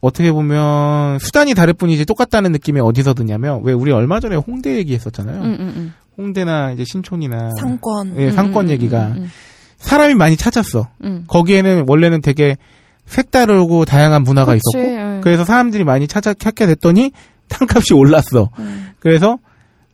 Speaker 4: 어떻게 보면 수단이 다를 뿐이지 똑같다는 느낌이 어디서 드냐면 왜 우리 얼마 전에 홍대 얘기했었잖아요.
Speaker 6: 음, 음, 음.
Speaker 4: 홍대나 이제 신촌이나
Speaker 5: 아. 상권.
Speaker 4: 예, 상권
Speaker 6: 음, 음,
Speaker 4: 얘기가
Speaker 6: 음,
Speaker 4: 사람이 많이 찾았어.
Speaker 6: 음.
Speaker 4: 거기에는 원래는 되게 색다르고 다양한 문화가
Speaker 6: 그치,
Speaker 4: 있었고
Speaker 6: 예.
Speaker 4: 그래서 사람들이 많이 찾아 찾게 됐더니 땅값이 올랐어.
Speaker 6: 음.
Speaker 4: 그래서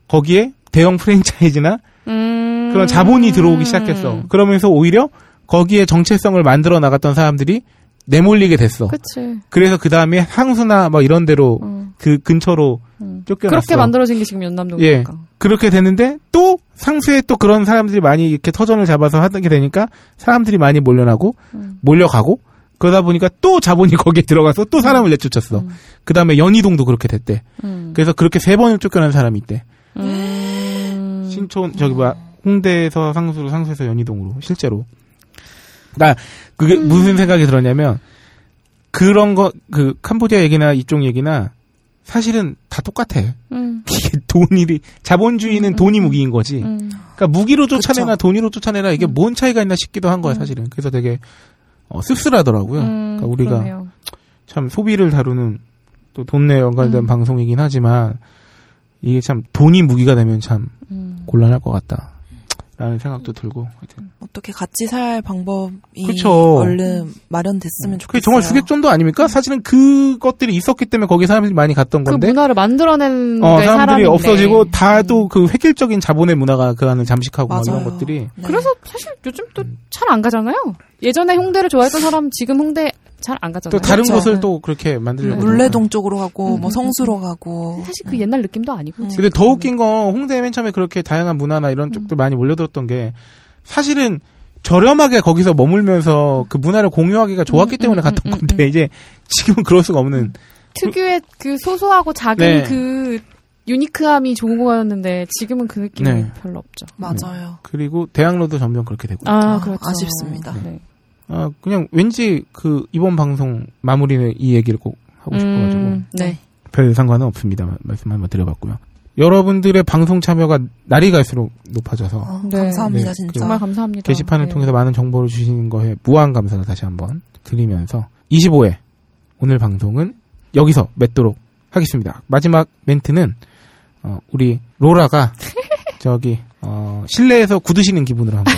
Speaker 4: 거기에 대형 프랜차이즈나
Speaker 6: 음.
Speaker 4: 그런 자본이 들어오기 시작했어. 그러면서 오히려 거기에 정체성을 만들어 나갔던 사람들이 내몰리게 됐어.
Speaker 6: 그치.
Speaker 4: 그래서 그 다음에 항수나 뭐 이런 데로
Speaker 6: 음,
Speaker 4: 그 근처로
Speaker 6: 음.
Speaker 4: 쫓겨났어.
Speaker 6: 그렇게 만들어진 게 지금 연남동이니까.
Speaker 4: 그렇게 됐는데 또 상수에 또 그런 사람들이 많이 이렇게 터전을 잡아서 하게 되니까 사람들이 많이 몰려나고
Speaker 6: 음.
Speaker 4: 몰려가고 그러다 보니까 또 자본이 거기에 들어가서 또 사람을 내쫓았어.
Speaker 6: 음.
Speaker 4: 그 다음에 연희동도 그렇게 됐대.
Speaker 6: 음.
Speaker 4: 그래서 그렇게 세 번을 쫓겨난 사람이 있대.
Speaker 6: 음.
Speaker 4: 신촌 저기 뭐야 홍대에서 상수로 상수에서 연희동으로 실제로 나 그게
Speaker 6: 음.
Speaker 4: 무슨 생각이 들었냐면 그런 거 그 캄보디아 얘기나 이쪽 얘기나 사실은 다 똑같아
Speaker 6: 음.
Speaker 4: 이게 돈이 자본주의는 돈이 무기인 거지
Speaker 6: 음.
Speaker 4: 그러니까 무기로 쫓아내나 돈으로 쫓아내나 이게 뭔 차이가 있나 싶기도 한 거야 사실은 그래서 되게 어, 씁쓸하더라고요
Speaker 6: 음,
Speaker 4: 그러니까 우리가
Speaker 6: 그러네요.
Speaker 4: 참 소비를 다루는 또 돈에
Speaker 6: 음.
Speaker 4: 연관된 방송이긴 하지만 이게 참 돈이 무기가 되면 참
Speaker 6: 음.
Speaker 4: 곤란할 것 같다. 라는 생각도 들고. 하여튼.
Speaker 5: 어떻게 같이 살 방법이
Speaker 4: 그쵸.
Speaker 5: 얼른 마련됐으면 좋겠어요.
Speaker 4: 그게 정말 주객전도 아닙니까? 사실은 그것들이 있었기 때문에 거기 사람들이 많이 갔던
Speaker 6: 그
Speaker 4: 건데.
Speaker 6: 문화를 만들어낸
Speaker 4: 어, 사람들이
Speaker 6: 게 사람인데. 음.
Speaker 4: 없어지고 다도 그 획일적인 자본의 문화가 그 안을 잠식하고 막 이런
Speaker 5: 맞아요.
Speaker 4: 것들이.
Speaker 5: 네.
Speaker 6: 그래서 사실 요즘 또 잘 안 가잖아요. 예전에 홍대를 좋아했던 사람 지금 홍대 잘 안 가잖아요.
Speaker 4: 또 다른
Speaker 5: 그렇죠.
Speaker 4: 곳을 또 그렇게 만들려고.
Speaker 5: 물레동 쪽으로 가고
Speaker 6: 음,
Speaker 5: 뭐
Speaker 6: 음,
Speaker 5: 성수로 가고
Speaker 4: 음.
Speaker 6: 사실 그 옛날 느낌도 아니고.
Speaker 5: 음.
Speaker 6: 지금.
Speaker 4: 근데 더 웃긴 건 홍대 맨 처음에 그렇게 다양한 문화나 이런 쪽도 많이 올려들었던 게 사실은 저렴하게 거기서 머물면서 그 문화를 공유하기가 좋았기
Speaker 6: 음,
Speaker 4: 때문에
Speaker 6: 음,
Speaker 4: 갔던
Speaker 6: 음, 음,
Speaker 4: 건데 이제 지금은 그럴 수가 없는
Speaker 6: 특유의 그 소소하고 작은
Speaker 4: 네.
Speaker 6: 그 유니크함이 좋은 거였는데 지금은 그 느낌이
Speaker 4: 네.
Speaker 6: 별로 없죠.
Speaker 5: 맞아요.
Speaker 4: 그리고 대학로도 점점 그렇게 되고
Speaker 6: 아,
Speaker 5: 아,
Speaker 6: 그렇죠.
Speaker 5: 아쉽습니다.
Speaker 6: 네.
Speaker 4: 아, 그냥 왠지 그 이번 방송 마무리는 이 얘기를 꼭 하고 싶어가지고
Speaker 6: 음, 네.
Speaker 4: 별 상관은 없습니다. 마- 말씀 한번 드려봤고요. 여러분들의 방송 참여가 날이 갈수록 높아져서
Speaker 5: 어,
Speaker 6: 네.
Speaker 5: 감사합니다
Speaker 4: 네,
Speaker 5: 진짜.
Speaker 6: 정말 감사합니다.
Speaker 4: 게시판을
Speaker 6: 네.
Speaker 4: 통해서 많은 정보를 주시는 거에 무한 감사를 다시 한번 드리면서 25회 오늘 방송은 여기서 맺도록 하겠습니다. 마지막 멘트는 어, 우리 로라가 저기 어, 실내에서 굳으시는 기분으로 한번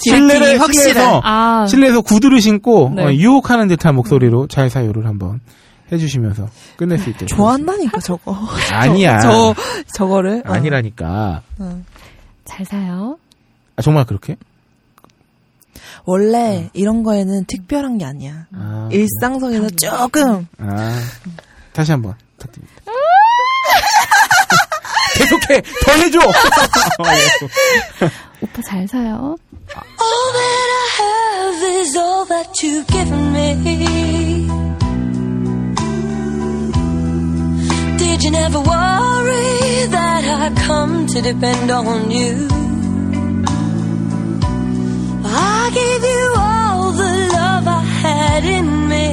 Speaker 4: 실내를 확실해서
Speaker 6: 아,
Speaker 4: 실내에서 구두를 신고
Speaker 6: 네.
Speaker 4: 어, 유혹하는 듯한 목소리로 잘 사요를 한번 해주시면서 끝낼 수 있게
Speaker 5: 좋아한다니까 저거.
Speaker 4: 아니야
Speaker 5: 저 저거를 어.
Speaker 4: 아니라니까
Speaker 5: 어.
Speaker 6: 잘 사요.
Speaker 4: 아, 정말 그렇게
Speaker 5: 원래 이런 거에는 특별한 게 아니야.
Speaker 4: 아,
Speaker 6: 어.
Speaker 5: 일상 속에서 조금
Speaker 4: 아. 다시 한번 부탁드립니다 계속해 더 해줘
Speaker 6: 오빠 잘 사요.
Speaker 9: All that I have is all that you've given me. Did you never worry that I come to depend on you? I gave you all the love I had in me.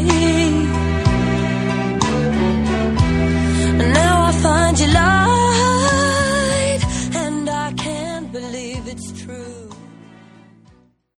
Speaker 9: And now I find you lied, and I can't believe it's true.